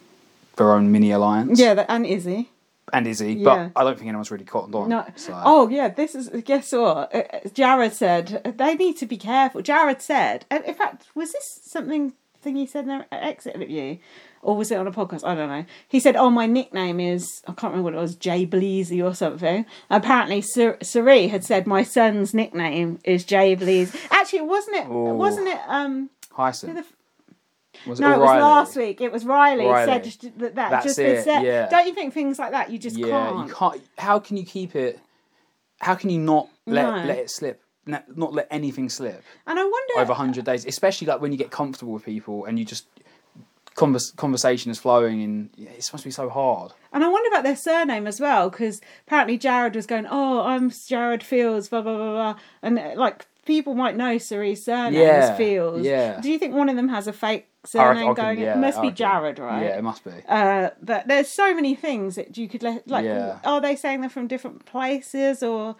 Speaker 2: their own mini alliance.
Speaker 1: yeah that, and izzy
Speaker 2: and Izzy,
Speaker 1: Yeah.
Speaker 2: but I don't think anyone's really cottoned on.
Speaker 1: No.
Speaker 2: So.
Speaker 1: Oh yeah, this is. Guess what? Uh, Jared said uh, they need to be careful. Jared said, and in fact, was this something thing he said in an exit interview, or was it on a podcast? I don't know. He said, "Oh, my nickname is I can't remember what it was, Jay Bleezy or something." Apparently, Sir- Siri had said my son's nickname is Jay Bleezy. Actually, wasn't it?
Speaker 2: Ooh.
Speaker 1: Wasn't it? Um,
Speaker 2: Hyson.
Speaker 1: the f-
Speaker 2: was
Speaker 1: no, it was
Speaker 2: O'Reilly?
Speaker 1: last week. It was Riley,
Speaker 2: Riley.
Speaker 1: said just that. that
Speaker 2: That's
Speaker 1: just been
Speaker 2: it,
Speaker 1: said.
Speaker 2: yeah.
Speaker 1: Don't you think things like that you just
Speaker 2: Yeah,
Speaker 1: can't?
Speaker 2: you can't. How can you keep it? How can you not let
Speaker 1: No.
Speaker 2: let it slip? N- Not let anything slip.
Speaker 1: And I wonder
Speaker 2: over 100 days especially like when you get comfortable with people and you just convers- conversation is flowing and yeah, it's supposed to be so hard
Speaker 1: And I wonder about their surname as well, because apparently Jared was going, "Oh, I'm Jared Fields," blah blah blah blah, and uh, like people might know Cerise's surname
Speaker 2: Yeah,
Speaker 1: is Fields.
Speaker 2: yeah.
Speaker 1: do you think one of them has a fake
Speaker 2: I reckon-
Speaker 1: surname
Speaker 2: I reckon-
Speaker 1: going?
Speaker 2: yeah,
Speaker 1: it must
Speaker 2: I
Speaker 1: be
Speaker 2: reckon.
Speaker 1: Jared, right?
Speaker 2: yeah it must be
Speaker 1: Uh, but there's so many things that you could let, like,
Speaker 2: Yeah.
Speaker 1: are they saying they're from different places or?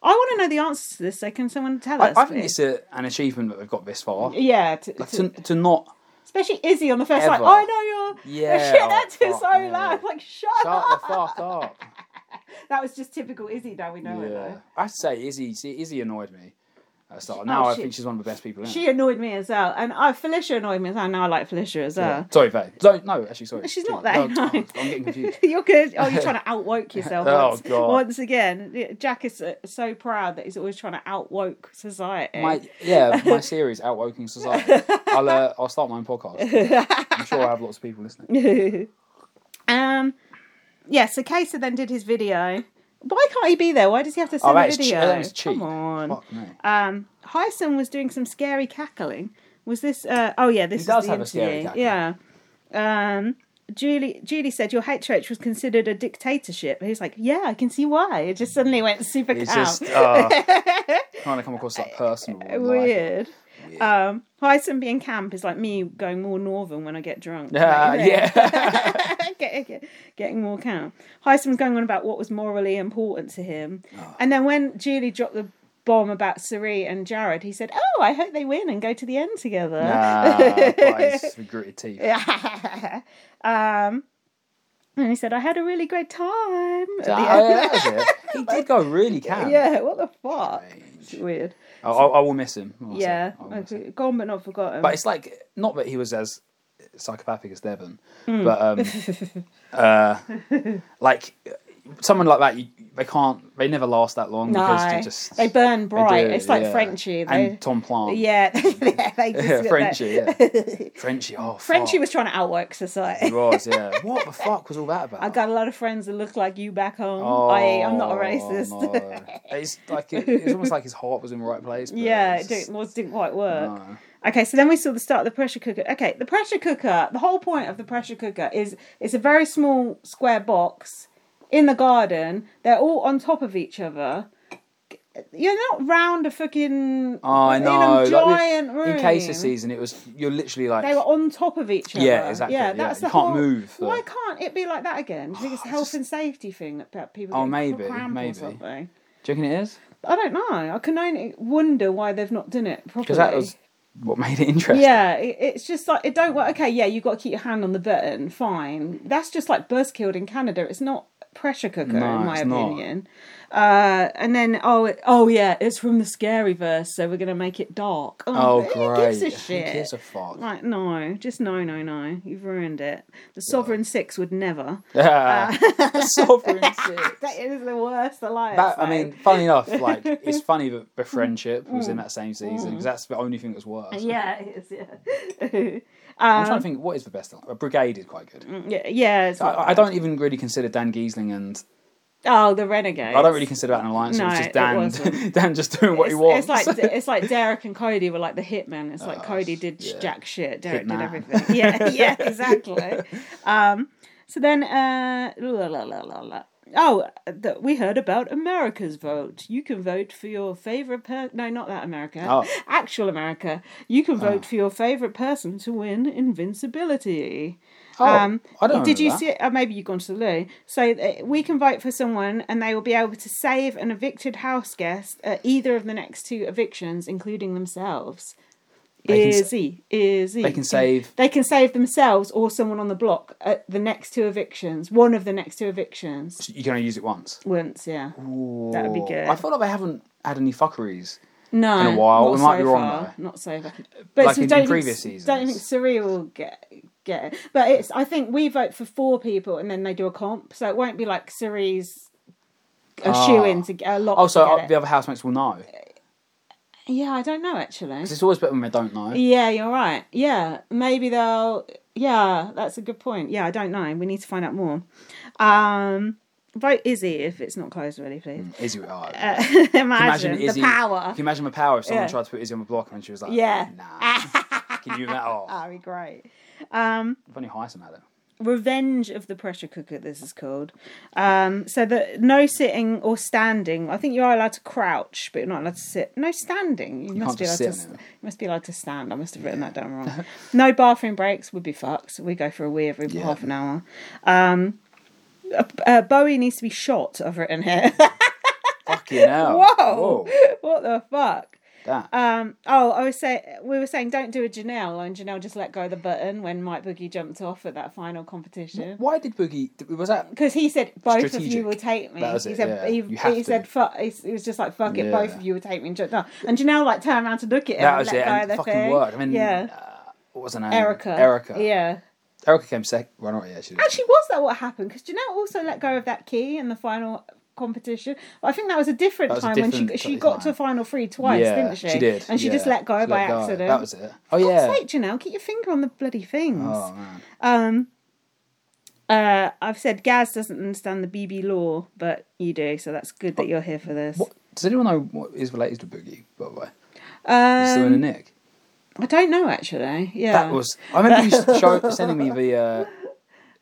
Speaker 1: I want to know the answers to this. So can someone tell
Speaker 2: I,
Speaker 1: us?
Speaker 2: I think
Speaker 1: please?
Speaker 2: it's a, an achievement that they've got this far.
Speaker 1: yeah, to,
Speaker 2: Like,
Speaker 1: to-
Speaker 2: to,
Speaker 1: (laughs)
Speaker 2: to not
Speaker 1: especially Izzy on the first like
Speaker 2: Ever.
Speaker 1: I know you're (laughs)
Speaker 2: Yeah,
Speaker 1: shit that
Speaker 2: oh,
Speaker 1: too
Speaker 2: fuck,
Speaker 1: so
Speaker 2: yeah.
Speaker 1: loud like shut,
Speaker 2: shut
Speaker 1: up.
Speaker 2: the
Speaker 1: (laughs)
Speaker 2: fuck up.
Speaker 1: That was just typical Izzy though we know it
Speaker 2: Yeah,
Speaker 1: though.
Speaker 2: I have to say Izzy, see, Izzy annoyed me. At the start. Now I
Speaker 1: Oh, she-
Speaker 2: think she's one of the best people. In it.
Speaker 1: She annoyed me as well, and I Felicia annoyed me as well. Now I like Felicia as
Speaker 2: Yeah.
Speaker 1: well.
Speaker 2: Sorry, Faye. No, no, actually, sorry.
Speaker 1: She's
Speaker 2: Steve.
Speaker 1: not that
Speaker 2: No,
Speaker 1: (laughs) annoying.
Speaker 2: I'm getting confused.
Speaker 1: you're good. Oh,
Speaker 2: (laughs)
Speaker 1: you're trying to outwoke yourself.
Speaker 2: Oh,
Speaker 1: once,
Speaker 2: God.
Speaker 1: once again, Jack is uh, so proud that he's always trying to outwoke society.
Speaker 2: My yeah, my series Outwoking Society. I'll uh, I'll start my own podcast. I'm sure I have lots of people listening.
Speaker 1: (laughs) um, yes. so Kaser then did his video. Why can't he be there? Why does he have to
Speaker 2: Oh,
Speaker 1: send
Speaker 2: that
Speaker 1: a
Speaker 2: is, che-
Speaker 1: video?
Speaker 2: that is cheap.
Speaker 1: Come on.
Speaker 2: Fuck me.
Speaker 1: Um, Hyson was doing some scary cackling. Was this? Uh, oh yeah, this
Speaker 2: He does
Speaker 1: is the
Speaker 2: have a
Speaker 1: interview.
Speaker 2: scary cackle.
Speaker 1: Yeah. Um, Julie, Julie said your HH was considered a dictatorship. He was like, yeah, I can see why. It just suddenly went super
Speaker 2: It's
Speaker 1: cow.
Speaker 2: just uh, trying to come across like personal. and,
Speaker 1: (laughs)
Speaker 2: like,
Speaker 1: Uh, Weird. Um, Hyson being camp is like me going more northern when I get drunk.
Speaker 2: (laughs) Yeah,
Speaker 1: Like,
Speaker 2: yeah.
Speaker 1: (laughs) Get- get- getting more camp. Hyson was going on about what was morally important to him,
Speaker 2: Ah.
Speaker 1: and then when Julie dropped the bomb about Sari and Jared, he said, "Oh, I hope they win and go to the end together."
Speaker 2: nah, guys with gritted teeth.
Speaker 1: (laughs) um, and he said, "I had a really great time." at the
Speaker 2: Ah,
Speaker 1: end.
Speaker 2: yeah, that was it. He did go really camp.
Speaker 1: yeah, what the fuck? It's weird.
Speaker 2: I, I, I will miss him. I will say.
Speaker 1: Yeah,
Speaker 2: I will miss him.
Speaker 1: okay, gone but not forgotten.
Speaker 2: But it's like not that he was as psychopathic as Devon,
Speaker 1: Hmm.
Speaker 2: but um,
Speaker 1: (laughs)
Speaker 2: uh, like someone like that, you, they can't. They never last that long because
Speaker 1: No,
Speaker 2: they just
Speaker 1: they burn bright.
Speaker 2: do,
Speaker 1: it's like
Speaker 2: yeah.
Speaker 1: Frenchie. They,
Speaker 2: and Tom
Speaker 1: (laughs)
Speaker 2: Plant.
Speaker 1: yeah, yeah, they just
Speaker 2: Yeah,
Speaker 1: look
Speaker 2: Frenchie,
Speaker 1: like- (laughs)
Speaker 2: Frenchie. Oh,
Speaker 1: Frenchie
Speaker 2: fuck.
Speaker 1: was trying to outwork
Speaker 2: He
Speaker 1: society.
Speaker 2: was. Yeah. What the fuck was all that
Speaker 1: (laughs)
Speaker 2: about?
Speaker 1: I got a lot of friends that look like you back home. I, I'm not a racist.
Speaker 2: Oh, no. It's like it, it's almost like his heart was in the right place.
Speaker 1: (laughs)
Speaker 2: But
Speaker 1: yeah,
Speaker 2: it's
Speaker 1: it didn't, was, didn't quite work.
Speaker 2: No.
Speaker 1: Okay, so then we saw the start of the pressure cooker. Okay, the pressure cooker. The whole point of the pressure cooker is it's a very small square box in the garden. They're all on top of each other. You're not round a fucking
Speaker 2: Oh, I
Speaker 1: in a
Speaker 2: know. like, we-
Speaker 1: giant room.
Speaker 2: In case of season, it was you're literally like
Speaker 1: They were on top of each other.
Speaker 2: Yeah, exactly,
Speaker 1: Yeah,
Speaker 2: yeah.
Speaker 1: that's
Speaker 2: You
Speaker 1: the
Speaker 2: can't
Speaker 1: whole-
Speaker 2: move, though.
Speaker 1: Why can't it be like that again? Do you think
Speaker 2: (sighs)
Speaker 1: it's a health and safety thing that pe- people?
Speaker 2: Oh,
Speaker 1: get
Speaker 2: maybe,
Speaker 1: cramp or
Speaker 2: maybe.
Speaker 1: something?
Speaker 2: Do you reckon it is?
Speaker 1: I don't know. I can only wonder why they've not done it properly.
Speaker 2: Because that was what made it interesting.
Speaker 1: Yeah, it, it's just like it don't work. Okay, yeah, you got to keep your hand on the button. Fine, that's just like buzzkilled in Canada. It's not pressure cooker
Speaker 2: No,
Speaker 1: in my
Speaker 2: it's not.
Speaker 1: opinion. Uh, and then oh it, oh yeah, it's from the scary verse, so we're gonna make it dark.
Speaker 2: Oh,
Speaker 1: who
Speaker 2: great.
Speaker 1: gives a shit?
Speaker 2: Who gives a fuck?
Speaker 1: Like, no, just no, no, no. You've ruined it. The Sovereign Six would never. uh,
Speaker 2: (laughs)
Speaker 1: (laughs)
Speaker 2: Sovereign Six.
Speaker 1: That is the worst alliance.
Speaker 2: That, I
Speaker 1: though.
Speaker 2: mean, funny enough, like it's funny that the friendship
Speaker 1: Mm,
Speaker 2: was in that same season because that's the only thing that's worse.
Speaker 1: (laughs) yeah, it is, yeah. (laughs) Mm.
Speaker 2: I'm trying to think what is the best. Uh, Brigade is quite good.
Speaker 1: yeah, yeah. It's
Speaker 2: I, I don't even really consider Dan Giesling and
Speaker 1: oh, the Renegade.
Speaker 2: I don't really consider that an alliance.
Speaker 1: No,
Speaker 2: it was just
Speaker 1: it
Speaker 2: Dan,
Speaker 1: wasn't.
Speaker 2: (laughs) Dan just doing what
Speaker 1: it's,
Speaker 2: he wants.
Speaker 1: it's
Speaker 2: (laughs)
Speaker 1: like it's like Derek and Cody were like the hitmen. It's like
Speaker 2: Oh,
Speaker 1: Cody did sh
Speaker 2: yeah.
Speaker 1: jack shit. Derek
Speaker 2: Hitman.
Speaker 1: did everything. (laughs) Yeah,
Speaker 2: (laughs)
Speaker 1: yeah, exactly. Um, so then, uh, la, la, la, la, la. oh, that we heard about America's vote. You can vote for your favorite person. No, not that America.
Speaker 2: Oh.
Speaker 1: Actual America. You can vote for your favorite person to win invincibility.
Speaker 2: Oh,
Speaker 1: Um,
Speaker 2: I don't
Speaker 1: did
Speaker 2: remember
Speaker 1: you
Speaker 2: that.
Speaker 1: see? Or maybe you've gone to the loo. So uh, we can vote for someone, and they will be able to save an evicted house guest at either of the next two evictions, including themselves.
Speaker 2: They can s-
Speaker 1: Easy, easy.
Speaker 2: they can save-
Speaker 1: They can save themselves or someone on the block at the next two evictions. One of the next two evictions.
Speaker 2: You can only use it once.
Speaker 1: Once, yeah. That'd be
Speaker 2: Ooh.
Speaker 1: good.
Speaker 2: I feel like they haven't had any fuckeries.
Speaker 1: No,
Speaker 2: in a while.
Speaker 1: Not
Speaker 2: We
Speaker 1: so
Speaker 2: might be wrong,
Speaker 1: far.
Speaker 2: though.
Speaker 1: Not so far. But
Speaker 2: Like
Speaker 1: so
Speaker 2: in-
Speaker 1: don't
Speaker 2: in previous
Speaker 1: think, Don't you think
Speaker 2: seasons.
Speaker 1: Surrey will get get it? But it's. I think we vote for four people and then they do a comp, so it won't be like Surrey's a
Speaker 2: Ah.
Speaker 1: shoe in to get a lot.
Speaker 2: Also,
Speaker 1: to
Speaker 2: uh,
Speaker 1: get
Speaker 2: the
Speaker 1: it.
Speaker 2: other housemates will know. 'Cause
Speaker 1: yeah, I don't know actually.
Speaker 2: It's always better when they don't know.
Speaker 1: Yeah, you're right. Yeah, maybe they'll. Yeah, that's a good point. Yeah, I don't know. We need to find out more. Um, vote Izzy if it's not closed already, please.
Speaker 2: Izzy, oh,
Speaker 1: (laughs) imagine,
Speaker 2: imagine Izzy,
Speaker 1: the power.
Speaker 2: Can you imagine the power if someone
Speaker 1: Yeah.
Speaker 2: tried to put Izzy on the block and she was like,
Speaker 1: Yeah. (laughs) Uh.
Speaker 2: nah. can you imagine? Oh,
Speaker 1: That'd be great.
Speaker 2: if only Heisen had it.
Speaker 1: Revenge of the pressure cooker. This is called. Um, so that no sitting or standing. I think you are allowed to crouch, but you're not allowed to sit. No standing. You, must
Speaker 2: can't
Speaker 1: be allowed
Speaker 2: just
Speaker 1: to.
Speaker 2: sit
Speaker 1: s-
Speaker 2: now.
Speaker 1: You must be allowed to stand. I must have written that down
Speaker 2: (laughs)
Speaker 1: wrong. no bathroom breaks would be fucked. We go for a wee every
Speaker 2: Yeah.
Speaker 1: half an hour. Um, uh, uh, Bowie needs to be shot. I've written here. (laughs)
Speaker 2: Fucking hell.
Speaker 1: Whoa. What the fuck?
Speaker 2: That.
Speaker 1: Um, oh, I was say we were saying don't do a Janelle, and Janelle just let go of the button when Mike Boogie jumped off at that final competition
Speaker 2: Why did Boogie. Was that.
Speaker 1: because he said both of you
Speaker 2: Strategic.
Speaker 1: will take me.
Speaker 2: That was
Speaker 1: he
Speaker 2: it,
Speaker 1: said
Speaker 2: yeah.
Speaker 1: he,
Speaker 2: You have
Speaker 1: he
Speaker 2: to.
Speaker 1: said fuck. He he was just like fuck it,
Speaker 2: Yeah.
Speaker 1: both of you will take me and jumped off. And Janelle like turned around to look at him.
Speaker 2: That was
Speaker 1: and
Speaker 2: it.
Speaker 1: let go
Speaker 2: And
Speaker 1: of the
Speaker 2: fucking
Speaker 1: thing.
Speaker 2: worked. I mean,
Speaker 1: yeah,
Speaker 2: uh, what was her name?
Speaker 1: Erica.
Speaker 2: Erica.
Speaker 1: Yeah.
Speaker 2: Erica came second. Well, not yeah, she did.
Speaker 1: Actually, was that what happened? Because Janelle also let go of that key in the final competition. But I think that was a different
Speaker 2: That was a
Speaker 1: time when she
Speaker 2: different
Speaker 1: she
Speaker 2: t-
Speaker 1: got
Speaker 2: time.
Speaker 1: to a final three twice,
Speaker 2: yeah,
Speaker 1: didn't she?
Speaker 2: She did.
Speaker 1: And she
Speaker 2: yeah.
Speaker 1: just let go by accident.
Speaker 2: That was it.
Speaker 1: For
Speaker 2: Oh, yeah.
Speaker 1: God's sake, Janelle, get your finger on the bloody things.
Speaker 2: Oh, man.
Speaker 1: Um, uh, I've said Gaz doesn't understand the BB law, but you do, so that's good that you're here for this.
Speaker 2: What, does anyone know what is related to Boogie, by the way? He's still in a
Speaker 1: Um,
Speaker 2: Nick.
Speaker 1: I don't know actually. Yeah,
Speaker 2: That was. I remember
Speaker 1: (laughs)
Speaker 2: you show, sending me the. Uh,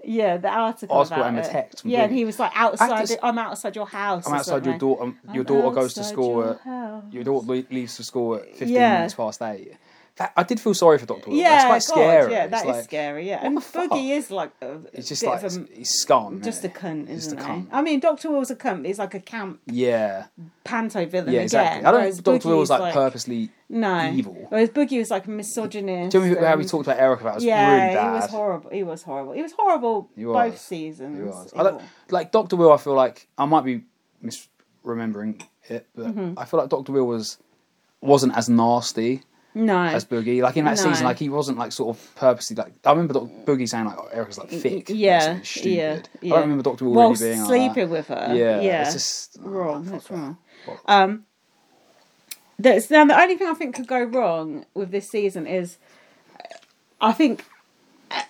Speaker 1: yeah the article.
Speaker 2: Article
Speaker 1: about
Speaker 2: and the
Speaker 1: it.
Speaker 2: text from
Speaker 1: Yeah, and
Speaker 2: Boogie.
Speaker 1: he was like outside.
Speaker 2: That's just-
Speaker 1: I'm outside your house.
Speaker 2: I'm
Speaker 1: or
Speaker 2: outside
Speaker 1: something.
Speaker 2: your door. Um, your
Speaker 1: I'm
Speaker 2: daughter goes to
Speaker 1: outside
Speaker 2: school.
Speaker 1: your
Speaker 2: Your,
Speaker 1: house.
Speaker 2: your daughter le- leaves for school at 15
Speaker 1: Yeah.
Speaker 2: minutes past eight. That, I did feel sorry for Doctor. Who.
Speaker 1: Yeah,
Speaker 2: that's quite
Speaker 1: God,
Speaker 2: scary.
Speaker 1: Yeah,
Speaker 2: It's
Speaker 1: that is
Speaker 2: like-
Speaker 1: scary. Yeah, and
Speaker 2: the fuck?
Speaker 1: Boogie is like a,
Speaker 2: It's
Speaker 1: just
Speaker 2: just
Speaker 1: bit
Speaker 2: like
Speaker 1: of a,
Speaker 2: he's scum.
Speaker 1: just a
Speaker 2: isn't
Speaker 1: cunt,
Speaker 2: he? Just
Speaker 1: isn't
Speaker 2: a
Speaker 1: he?
Speaker 2: cunt.
Speaker 1: I mean, Doctor Will's a cunt. But he's like a camp
Speaker 2: Yeah,
Speaker 1: panto villain
Speaker 2: yeah, exactly.
Speaker 1: again.
Speaker 2: I don't
Speaker 1: whereas
Speaker 2: think Doctor Who was
Speaker 1: Boogie's
Speaker 2: like, purposely.
Speaker 1: no
Speaker 2: evil.
Speaker 1: Whereas Boogie was like a misogynist.
Speaker 2: Do you remember how we
Speaker 1: and-
Speaker 2: talked about Eric? That was
Speaker 1: Yeah,
Speaker 2: really bad.
Speaker 1: he was horrible. He was horrible. He was horrible
Speaker 2: He
Speaker 1: both
Speaker 2: was.
Speaker 1: seasons.
Speaker 2: He was.
Speaker 1: He
Speaker 2: I don't,
Speaker 1: was.
Speaker 2: like Doctor Will. I feel like I might be misremembering it, but
Speaker 1: Mm-hmm.
Speaker 2: I feel like Doctor Will was wasn't as nasty
Speaker 1: No,
Speaker 2: as Boogie. Like in that
Speaker 1: No.
Speaker 2: season, like he wasn't like sort of purposely like. I remember Doc- Boogie saying like oh, Erica's like thick,
Speaker 1: yeah,
Speaker 2: basically,
Speaker 1: yeah,
Speaker 2: stupid.
Speaker 1: yeah.
Speaker 2: I don't remember Doctor Will
Speaker 1: While
Speaker 2: really being like
Speaker 1: sleeping
Speaker 2: that.
Speaker 1: with her.
Speaker 2: Yeah,
Speaker 1: yeah.
Speaker 2: it's just oh,
Speaker 1: wrong.
Speaker 2: fuck
Speaker 1: That's
Speaker 2: that.
Speaker 1: wrong.
Speaker 2: Well,
Speaker 1: Um, that's now the only thing I think could go wrong with this season is, I think,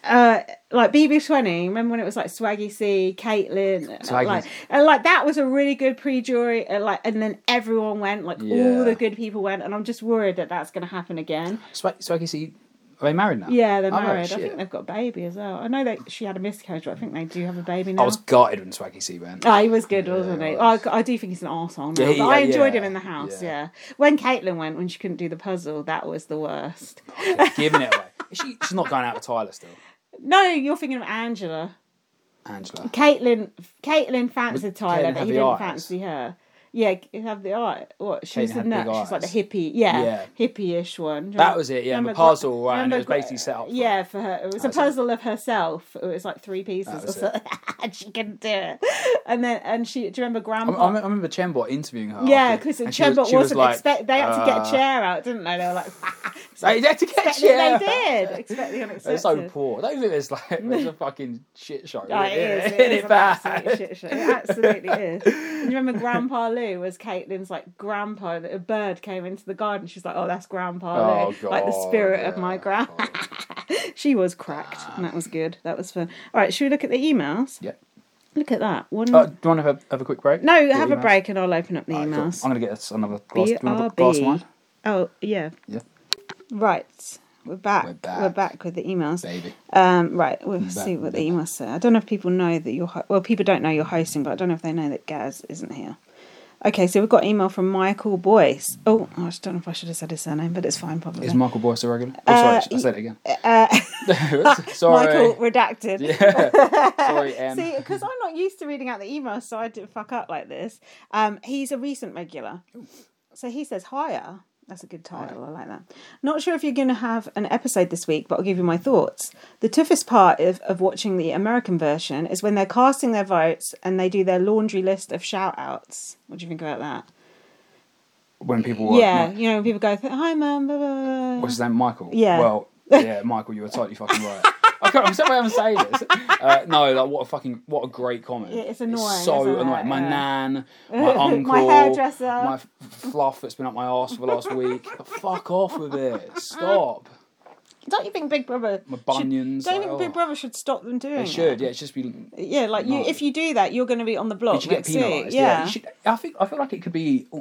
Speaker 1: uh, like BB Twenty. Remember when it was like Swaggy C, Caitlin,
Speaker 2: Swaggy.
Speaker 1: like and like that was a really good pre-jury. And like and then everyone went, like all
Speaker 2: Yeah.
Speaker 1: the good people went, and I'm just worried that that's going to happen again.
Speaker 2: Swag- Swaggy C, are they married now?
Speaker 1: Yeah, they're
Speaker 2: Oh,
Speaker 1: married. I
Speaker 2: shit.
Speaker 1: think they've got a baby as well. I know that she had a miscarriage, but I think they do have a baby now.
Speaker 2: I was gutted when Swaggy
Speaker 1: (laughs)
Speaker 2: C went.
Speaker 1: Oh, he was good,
Speaker 2: Yeah,
Speaker 1: wasn't
Speaker 2: he
Speaker 1: he?
Speaker 2: was.
Speaker 1: I, I do think he's an arsehole now,
Speaker 2: Yeah, he-
Speaker 1: but I
Speaker 2: yeah,
Speaker 1: enjoyed
Speaker 2: yeah.
Speaker 1: him in the house, yeah.
Speaker 2: Yeah.
Speaker 1: When Caitlin went, when she couldn't do the puzzle, that was the worst.
Speaker 2: giving it away. She, she's not going out with Tyler still.
Speaker 1: No, you're thinking of Angela.
Speaker 2: Angela.
Speaker 1: Caitlin Caitlin fancied
Speaker 2: Caitlin
Speaker 1: Tyler,
Speaker 2: have
Speaker 1: but he
Speaker 2: the
Speaker 1: didn't
Speaker 2: eyes?
Speaker 1: fancy her. Yeah, c- have the eye. What? She was
Speaker 2: Caitlin
Speaker 1: the
Speaker 2: had big
Speaker 1: nut. She's like the
Speaker 2: eyes.
Speaker 1: hippie, yeah,
Speaker 2: Yeah.
Speaker 1: hippie-ish one. Do you
Speaker 2: That was it, yeah. and The
Speaker 1: remember Gre-
Speaker 2: puzzle, right? And it
Speaker 1: remember
Speaker 2: was
Speaker 1: Gre-
Speaker 2: basically set up. for-
Speaker 1: Yeah, for her. It was a
Speaker 2: That was it.
Speaker 1: puzzle of herself. It was like three pieces or
Speaker 2: was it.
Speaker 1: something. (laughs) and she couldn't do it. And then, and she, do you remember
Speaker 2: I,
Speaker 1: Grandpa?
Speaker 2: I me- I remember Chembot interviewing her.
Speaker 1: Yeah,
Speaker 2: after-
Speaker 1: because
Speaker 2: and she was-
Speaker 1: Chembot was,
Speaker 2: she was
Speaker 1: not
Speaker 2: like,
Speaker 1: expect. They had to get a
Speaker 2: uh,
Speaker 1: chair out, didn't they? They were like, (laughs)
Speaker 2: They had to get (laughs) a
Speaker 1: expect-
Speaker 2: chair.
Speaker 1: they did expect the unexpected.
Speaker 2: It's so poor. That is like it's a fucking shit show.
Speaker 1: (laughs) Oh,
Speaker 2: isn't
Speaker 1: it is. It
Speaker 2: (laughs) Isn't
Speaker 1: is
Speaker 2: it
Speaker 1: an absolute
Speaker 2: bad?
Speaker 1: shit show. It absolutely
Speaker 2: (laughs)
Speaker 1: is. And you remember Grandpa Lou was Caitlin's like grandpa. A bird came into the garden. She's like, "Oh, that's Grandpa
Speaker 2: Oh,
Speaker 1: Lou, like the
Speaker 2: God,
Speaker 1: spirit of my
Speaker 2: yeah.
Speaker 1: grand." (laughs) she was cracked, and that was good. That was fun. All right, should we look at the emails?
Speaker 2: Yeah.
Speaker 1: Look at that one.
Speaker 2: Uh, do you want to have, have a quick break?
Speaker 1: no,
Speaker 2: Get
Speaker 1: have a
Speaker 2: emails?
Speaker 1: break, and I'll open up the
Speaker 2: Alright, cool.
Speaker 1: emails.
Speaker 2: I'm gonna get us another glass. Do you want a glass of
Speaker 1: BRB.
Speaker 2: wine?
Speaker 1: Oh yeah.
Speaker 2: Yeah.
Speaker 1: Right. We're back. We're
Speaker 2: We're
Speaker 1: back.
Speaker 2: back.
Speaker 1: with the emails.
Speaker 2: Baby.
Speaker 1: Um, right, we'll
Speaker 2: Back
Speaker 1: see what the
Speaker 2: with
Speaker 1: emails
Speaker 2: it.
Speaker 1: say. I don't know if people know that you're ho- well. People don't know you're hosting, but I don't know if they know that Gaz isn't here. Okay, so we've got email from Michael Boyce. Oh, I just don't know if I should have said his surname, but it's fine, probably.
Speaker 2: Is Michael Boyce a regular? Oh, sorry,
Speaker 1: Uh,
Speaker 2: I said it again.
Speaker 1: (laughs) uh,
Speaker 2: (laughs)
Speaker 1: (laughs)
Speaker 2: sorry.
Speaker 1: Michael redacted.
Speaker 2: Yeah.
Speaker 1: (laughs)
Speaker 2: Sorry, um,
Speaker 1: See, because I'm not used to reading out the emails, so I didn't fuck up like this. Um, he's a recent regular. So he says, Higher. That's a good title. I like that. Not sure if you're going to have an episode this week, but I'll give you my thoughts. The toughest part of, of watching the American version is when they're casting their votes and they do their laundry list of shout outs. What do you think about that?
Speaker 2: when people were
Speaker 1: yeah, you know, when people go, Hi, mum. Blah, blah, blah.
Speaker 2: What's his name? Michael.
Speaker 1: Yeah. (laughs)
Speaker 2: Well, yeah, Michael, you were totally fucking right. I can't, I'm sorry I haven't saying this. Uh, no, like what a fucking what a great comment.
Speaker 1: It- it's annoying,
Speaker 2: so
Speaker 1: isn't it?
Speaker 2: annoying. My
Speaker 1: Yeah. (laughs)
Speaker 2: nan, my uncle,
Speaker 1: hairdresser.
Speaker 2: my f- fluff that's been up my arse for the last
Speaker 1: (laughs)
Speaker 2: week. Fuck off with it. Stop.
Speaker 1: Don't you think Big Brother. My
Speaker 2: bunions,
Speaker 1: Should, don't you
Speaker 2: like,
Speaker 1: think
Speaker 2: oh.
Speaker 1: Big Brother should stop them doing
Speaker 2: It should. Yeah, it should just be. You
Speaker 1: Yeah, like you,
Speaker 2: No.
Speaker 1: if you do that, you're going to be on the block
Speaker 2: should get
Speaker 1: next
Speaker 2: penalised.
Speaker 1: week.
Speaker 2: Yeah.
Speaker 1: Oh, Yeah,
Speaker 2: You should, I think. I feel like it could be. (sighs)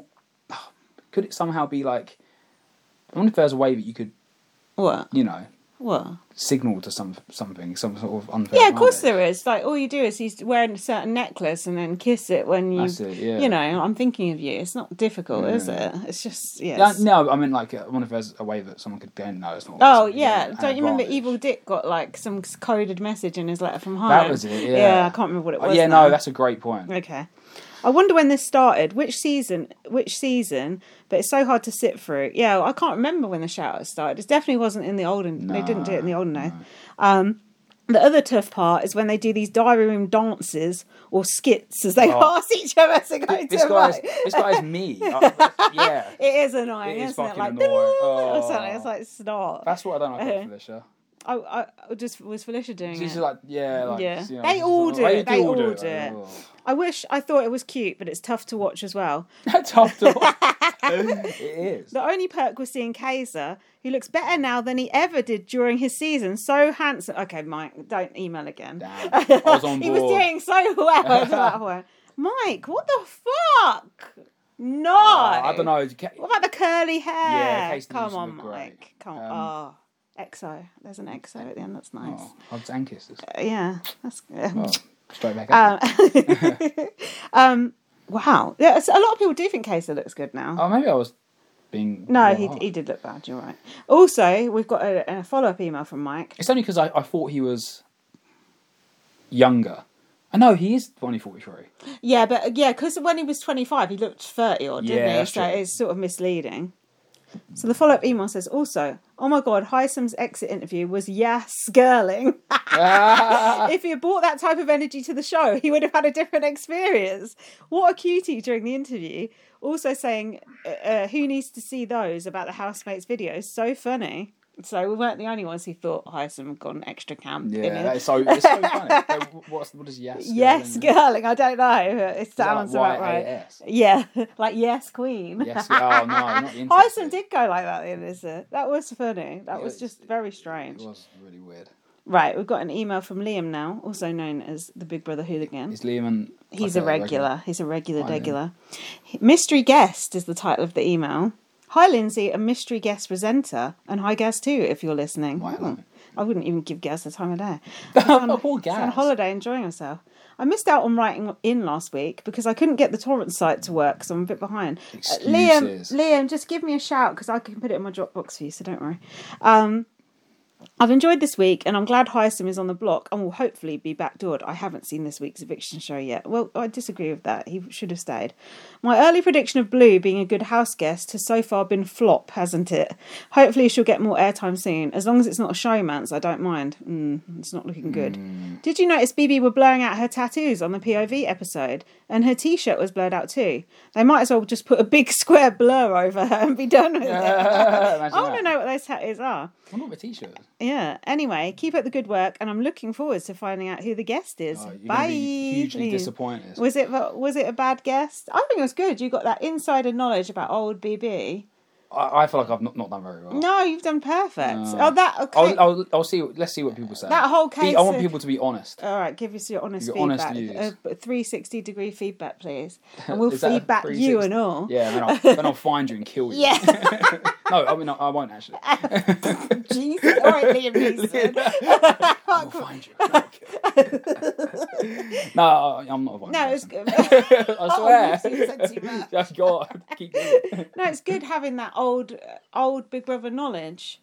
Speaker 2: Could it somehow be like? I wonder if there's a way that you could,
Speaker 1: what?
Speaker 2: you know,
Speaker 1: What?
Speaker 2: signal to some something, some sort of unfair.
Speaker 1: Yeah, of course
Speaker 2: advantage.
Speaker 1: there is. Like all you do is he's wearing a certain necklace and then kiss it when you,
Speaker 2: That's it, yeah.
Speaker 1: you know, I'm thinking of you. It's not difficult, is it? It's just
Speaker 2: Yeah,
Speaker 1: yes.
Speaker 2: no, I mean, like, uh, I wonder if there's a way that someone could go. No, it's not.
Speaker 1: Oh
Speaker 2: it's
Speaker 1: yeah,
Speaker 2: an
Speaker 1: don't you remember
Speaker 2: advantage.
Speaker 1: Evil Dick got like some coded message in his letter from home?
Speaker 2: That was it. Yeah,
Speaker 1: I can't remember what it
Speaker 2: Oh,
Speaker 1: was.
Speaker 2: yeah,
Speaker 1: now. (laughs)
Speaker 2: no, that's a great point.
Speaker 1: okay. I wonder when this started, which season, which season, but it's so hard to sit through. Yeah, I can't remember when the shout started. It definitely wasn't in the olden. They didn't do it in the olden days. Um, the other tough part is when they do these diary room dances or skits as they
Speaker 2: Oh.
Speaker 1: pass each other as they go to
Speaker 2: This
Speaker 1: a
Speaker 2: guy's
Speaker 1: vote.
Speaker 2: this
Speaker 1: (laughs)
Speaker 2: guy's me. I- yeah,
Speaker 1: It is annoying,
Speaker 2: It is
Speaker 1: is not it?
Speaker 2: fucking
Speaker 1: Like,
Speaker 2: annoying.
Speaker 1: or something.
Speaker 2: Oh.
Speaker 1: It's like snot.
Speaker 2: that's what I don't like about
Speaker 1: Uh-huh.
Speaker 2: Felicia.
Speaker 1: I, I I just was Felicia doing
Speaker 2: She's
Speaker 1: it.
Speaker 2: like yeah, like
Speaker 1: Yeah.
Speaker 2: you know,
Speaker 1: They
Speaker 2: she's
Speaker 1: all
Speaker 2: like,
Speaker 1: do
Speaker 2: "Why
Speaker 1: it,
Speaker 2: you
Speaker 1: they all
Speaker 2: it?"
Speaker 1: do it.
Speaker 2: Like, oh.
Speaker 1: I wish I thought it was cute, but it's tough to watch as well.
Speaker 2: That's (laughs) tough to
Speaker 1: (laughs)
Speaker 2: watch. it is.
Speaker 1: The only perk was seeing Kaiser, who looks better now than he ever did during his season. So handsome. Okay, Mike, don't email again. (laughs)
Speaker 2: Damn. I was on
Speaker 1: he was
Speaker 2: board.
Speaker 1: doing so well
Speaker 2: (laughs)
Speaker 1: at that one. Mike, what the fuck? No.
Speaker 2: Uh, I don't know. Ca-
Speaker 1: What about the curly hair?
Speaker 2: Yeah, Casey
Speaker 1: Come
Speaker 2: Newsome
Speaker 1: on,
Speaker 2: looked great. Um,
Speaker 1: Mike. Come on. oh, EXO. There's an EXO at the end. That's nice.
Speaker 2: Oh, hugs and kisses.
Speaker 1: Uh, Yeah, that's um, good.
Speaker 2: Oh, straight back up.
Speaker 1: Um, um, wow. Yeah, so a lot of people do think Kaiser looks good now.
Speaker 2: oh, maybe I was being.
Speaker 1: No, he,
Speaker 2: wrong.
Speaker 1: he did look bad. You're right. Also, we've got a, a follow up email from Mike.
Speaker 2: It's only because I, I thought he was younger. I know he is only (laughs) 43.
Speaker 1: Yeah, but uh, yeah, because when he was 25, he looked 30 or didn't
Speaker 2: Yeah,
Speaker 1: he?
Speaker 2: that's
Speaker 1: So
Speaker 2: true.
Speaker 1: it's sort of misleading. So the follow up email says also, oh my god, Hysom's exit interview was yes,
Speaker 2: (laughs)
Speaker 1: girling. if he had brought that type of energy to the show, he would have had a different experience. What a cutie during the interview. Also saying, uh, uh, who needs to see those about the housemates videos? So funny. So we weren't the only ones who thought Hyson had gone extra camp. in
Speaker 2: Yeah,
Speaker 1: it.
Speaker 2: that is so, it's
Speaker 1: (laughs)
Speaker 2: so funny. Like, What's, what is yes?
Speaker 1: Yes,
Speaker 2: girling?
Speaker 1: girling. I don't know. It
Speaker 2: that
Speaker 1: sounds
Speaker 2: like
Speaker 1: about right. (laughs)
Speaker 2: YAS?
Speaker 1: Yeah, like yes, queen. (laughs)
Speaker 2: Yes. Oh, no, not the
Speaker 1: Hyson
Speaker 2: interest.
Speaker 1: did go like that in this. uh, That was funny. That
Speaker 2: Yeah,
Speaker 1: was
Speaker 2: it's-
Speaker 1: just very
Speaker 2: It
Speaker 1: strange.
Speaker 2: was really weird.
Speaker 1: Right, we've got an email from Liam now, also known as the Big Brother Hooligan.
Speaker 2: Is Liam and.
Speaker 1: He's
Speaker 2: like
Speaker 1: a regular. He's a regular,
Speaker 2: Hi, Lynn.
Speaker 1: regular. Mystery guest is the title of the email. Hi, Lindsay, a mystery guest presenter, and hi, Gaz too, if you're listening.
Speaker 2: Why,
Speaker 1: Hmm.
Speaker 2: hello.
Speaker 1: I wouldn't even give Gaz the time of
Speaker 2: (laughs)
Speaker 1: day. He's on,
Speaker 2: Poor
Speaker 1: he's on
Speaker 2: Gaz.
Speaker 1: holiday enjoying himself. I missed out on writing in last week because I couldn't get the torrent site to work, so I'm a bit behind. Uh,
Speaker 2: Excuses.
Speaker 1: Liam, Liam, just give me a shout because I can put it in my Dropbox for you, so don't worry. Um, I've enjoyed this week, and I'm glad Hyacinth is on the block and will hopefully be backdoored. I haven't seen this week's eviction show yet. Well, I disagree with that. He should have stayed. My early prediction of Blue being a good house guest has so far been flop, hasn't it? Hopefully, she'll get more airtime soon. As long as it's not a showmance, I don't mind. Mm, it's not looking good. Did you notice BB were blurring out her tattoos on the POV episode? And her t shirt was blurred out too. They might as well just put a big (laughs) square blur over her and be done with
Speaker 2: (laughs)
Speaker 1: it.
Speaker 2: I
Speaker 1: I want to know what those tattoos are.
Speaker 2: What about the t shirt?
Speaker 1: Yeah. Anyway, keep up the good work, and I'm looking forward to finding out who the guest is.
Speaker 2: Oh, you're
Speaker 1: Bye.
Speaker 2: Gonna be hugely
Speaker 1: Liam.
Speaker 2: disappointed.
Speaker 1: Was it was it a bad guest? I think it was good. You got that insider knowledge about old BB.
Speaker 2: I, I feel like I've not, not done very well.
Speaker 1: No, you've done perfect.
Speaker 2: No.
Speaker 1: Oh, that okay.
Speaker 2: I'll, I'll, I'll see. Let's see what people say.
Speaker 1: That whole
Speaker 2: Be-
Speaker 1: case
Speaker 2: I want
Speaker 1: of-
Speaker 2: people to be honest.
Speaker 1: All right, give us your honest
Speaker 2: Your honest
Speaker 1: feedback.
Speaker 2: views.
Speaker 1: Uh, 360 degree feedback,
Speaker 2: (laughs)
Speaker 1: please. And we'll
Speaker 2: Is that a
Speaker 1: feedback you
Speaker 2: 360?
Speaker 1: and all.
Speaker 2: Yeah, then I'll, then I'll find you and kill you.
Speaker 1: (laughs) Yeah. (laughs)
Speaker 2: no, I mean, I won't actually.
Speaker 1: Jesus. All right, Liam
Speaker 2: (laughs)
Speaker 1: Neeson.
Speaker 2: I'll find you. and
Speaker 1: (laughs)
Speaker 2: I'll kill you. no, I- I'm not a violent
Speaker 1: No, it's
Speaker 2: person. (laughs)
Speaker 1: good. Oh,
Speaker 2: I
Speaker 1: (laughs)
Speaker 2: swear.
Speaker 1: you two said too much.
Speaker 2: That's God. Keep doing it.
Speaker 1: No, it's good having that old, uh, old Big Brother knowledge.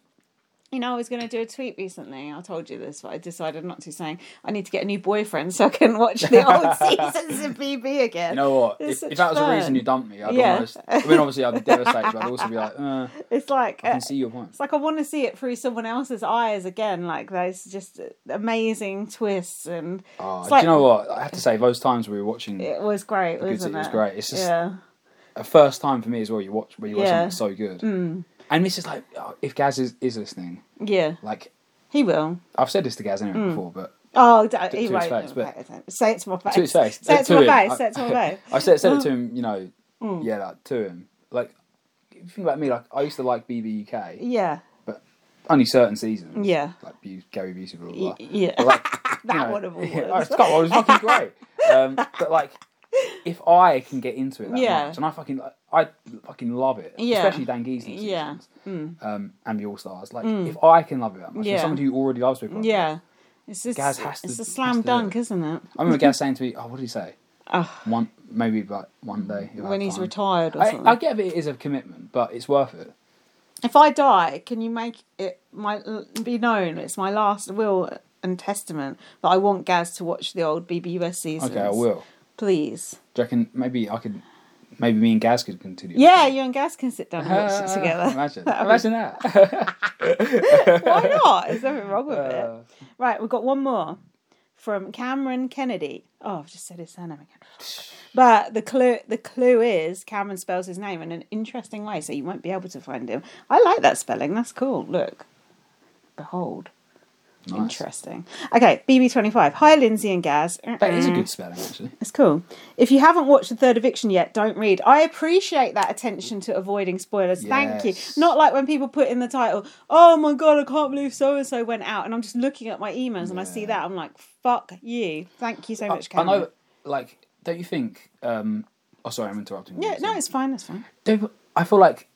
Speaker 1: You know, I was going to do a tweet recently. I told you this, but I decided not to, saying I need to get a new boyfriend so I can watch the
Speaker 2: (laughs)
Speaker 1: old seasons of BB again.
Speaker 2: You know what?
Speaker 1: It's
Speaker 2: If,
Speaker 1: such
Speaker 2: if that was the
Speaker 1: fun.
Speaker 2: reason you dumped me, I'd
Speaker 1: Yeah.
Speaker 2: almost. I mean, obviously, I'd be devastated, but I'd also be like, uh,
Speaker 1: it's like
Speaker 2: I
Speaker 1: uh,
Speaker 2: can see your point.
Speaker 1: it's like I want to see it through someone else's eyes again. Like those just amazing twists, and
Speaker 2: Oh,
Speaker 1: it's
Speaker 2: do
Speaker 1: like-
Speaker 2: you know what? I have to say, those times we were watching,
Speaker 1: it was great,
Speaker 2: Because
Speaker 1: wasn't
Speaker 2: it
Speaker 1: it?
Speaker 2: was great. It's just-
Speaker 1: yeah,
Speaker 2: a first time for me as well, you watch where you watch
Speaker 1: Yeah. Mm.
Speaker 2: something so good. And this is like, oh, if Gaz is, is listening,
Speaker 1: yeah.
Speaker 2: like,
Speaker 1: He will.
Speaker 2: I've said this to Gaz
Speaker 1: Mm.
Speaker 2: anyway before, but
Speaker 1: Oh, don't, he
Speaker 2: to his
Speaker 1: won't.
Speaker 2: face, but-
Speaker 1: pay attention. say it to my face.
Speaker 2: to his (laughs) face.
Speaker 1: Say it to my
Speaker 2: him.
Speaker 1: face. Say it to my
Speaker 2: I-
Speaker 1: face.
Speaker 2: I said, said it
Speaker 1: Mm.
Speaker 2: to him, you know, yeah, like, to him. Like, if you think about me, like, I used to like BB UK,
Speaker 1: Yeah,
Speaker 2: but only certain seasons.
Speaker 1: Yeah.
Speaker 2: Like, Bu- Gary Busey, blah, blah,
Speaker 1: Y-
Speaker 2: blah.
Speaker 1: yeah.
Speaker 2: But, like,
Speaker 1: (laughs) that
Speaker 2: you know,
Speaker 1: one of all.
Speaker 2: yeah,
Speaker 1: words.
Speaker 2: it's got- well, it was fucking great. Um, but, like, if I can get into it that
Speaker 1: Yeah.
Speaker 2: much, and I fucking, I fucking love it,
Speaker 1: Yeah.
Speaker 2: especially Dan Geesley
Speaker 1: Yeah. Mm.
Speaker 2: seasons, um, and the All Stars. Like, if I can love it that much,
Speaker 1: Yeah.
Speaker 2: yeah. somebody who already loves Big Brother.
Speaker 1: Yeah. It's just,
Speaker 2: Gaz has to-
Speaker 1: it's a
Speaker 2: has
Speaker 1: slam
Speaker 2: to do
Speaker 1: dunk,
Speaker 2: it.
Speaker 1: isn't it?
Speaker 2: I remember Gaz saying to me, "Oh, what did
Speaker 1: (laughs)
Speaker 2: he say?
Speaker 1: Oh,
Speaker 2: One maybe, like one day if I
Speaker 1: when
Speaker 2: have
Speaker 1: he's
Speaker 2: time."
Speaker 1: retired or
Speaker 2: I,
Speaker 1: something.
Speaker 2: I get it is a commitment, but it's worth it.
Speaker 1: if I die, can you make it my be known? It's my last will and testament that I want Gaz to watch the old BBUS seasons.
Speaker 2: Okay, I will.
Speaker 1: Please.
Speaker 2: Do you reckon maybe I could, maybe me and Gaz could continue?
Speaker 1: Yeah, you and Gaz can sit down and watch
Speaker 2: (laughs)
Speaker 1: it
Speaker 2: Ah,
Speaker 1: together. (laughs)
Speaker 2: Imagine,
Speaker 1: That'd be-
Speaker 2: imagine that. (laughs)
Speaker 1: Why not? There's nothing wrong with it.
Speaker 2: Uh,
Speaker 1: Right, we've got one more from Cameron Kennedy. Oh, I've just said his surname again.
Speaker 2: (sighs)
Speaker 1: But the clue the clue is Cameron spells his name in an interesting way, so you won't be able to find him. I like that spelling. That's cool. Look. Behold.
Speaker 2: Nice.
Speaker 1: Interesting. Okay, BB25. Hi, Lindsay and Gaz. Uh-uh.
Speaker 2: That is a good spelling, actually.
Speaker 1: It's cool. If you haven't watched the third eviction yet, don't read. I appreciate that attention to avoiding spoilers. Thank
Speaker 2: Yes.
Speaker 1: you. Not like when people put in the title, "Oh my god, I can't believe so and so went out," and I'm just looking at my emails and I see
Speaker 2: Yeah.
Speaker 1: that I'm like, "Fuck you." Thank you so much,
Speaker 2: I
Speaker 1: Cameron.
Speaker 2: know, like, don't you think? um Oh, sorry, I'm interrupting. you.
Speaker 1: Yeah, no, it's fine. That's fine.
Speaker 2: Don't- I feel like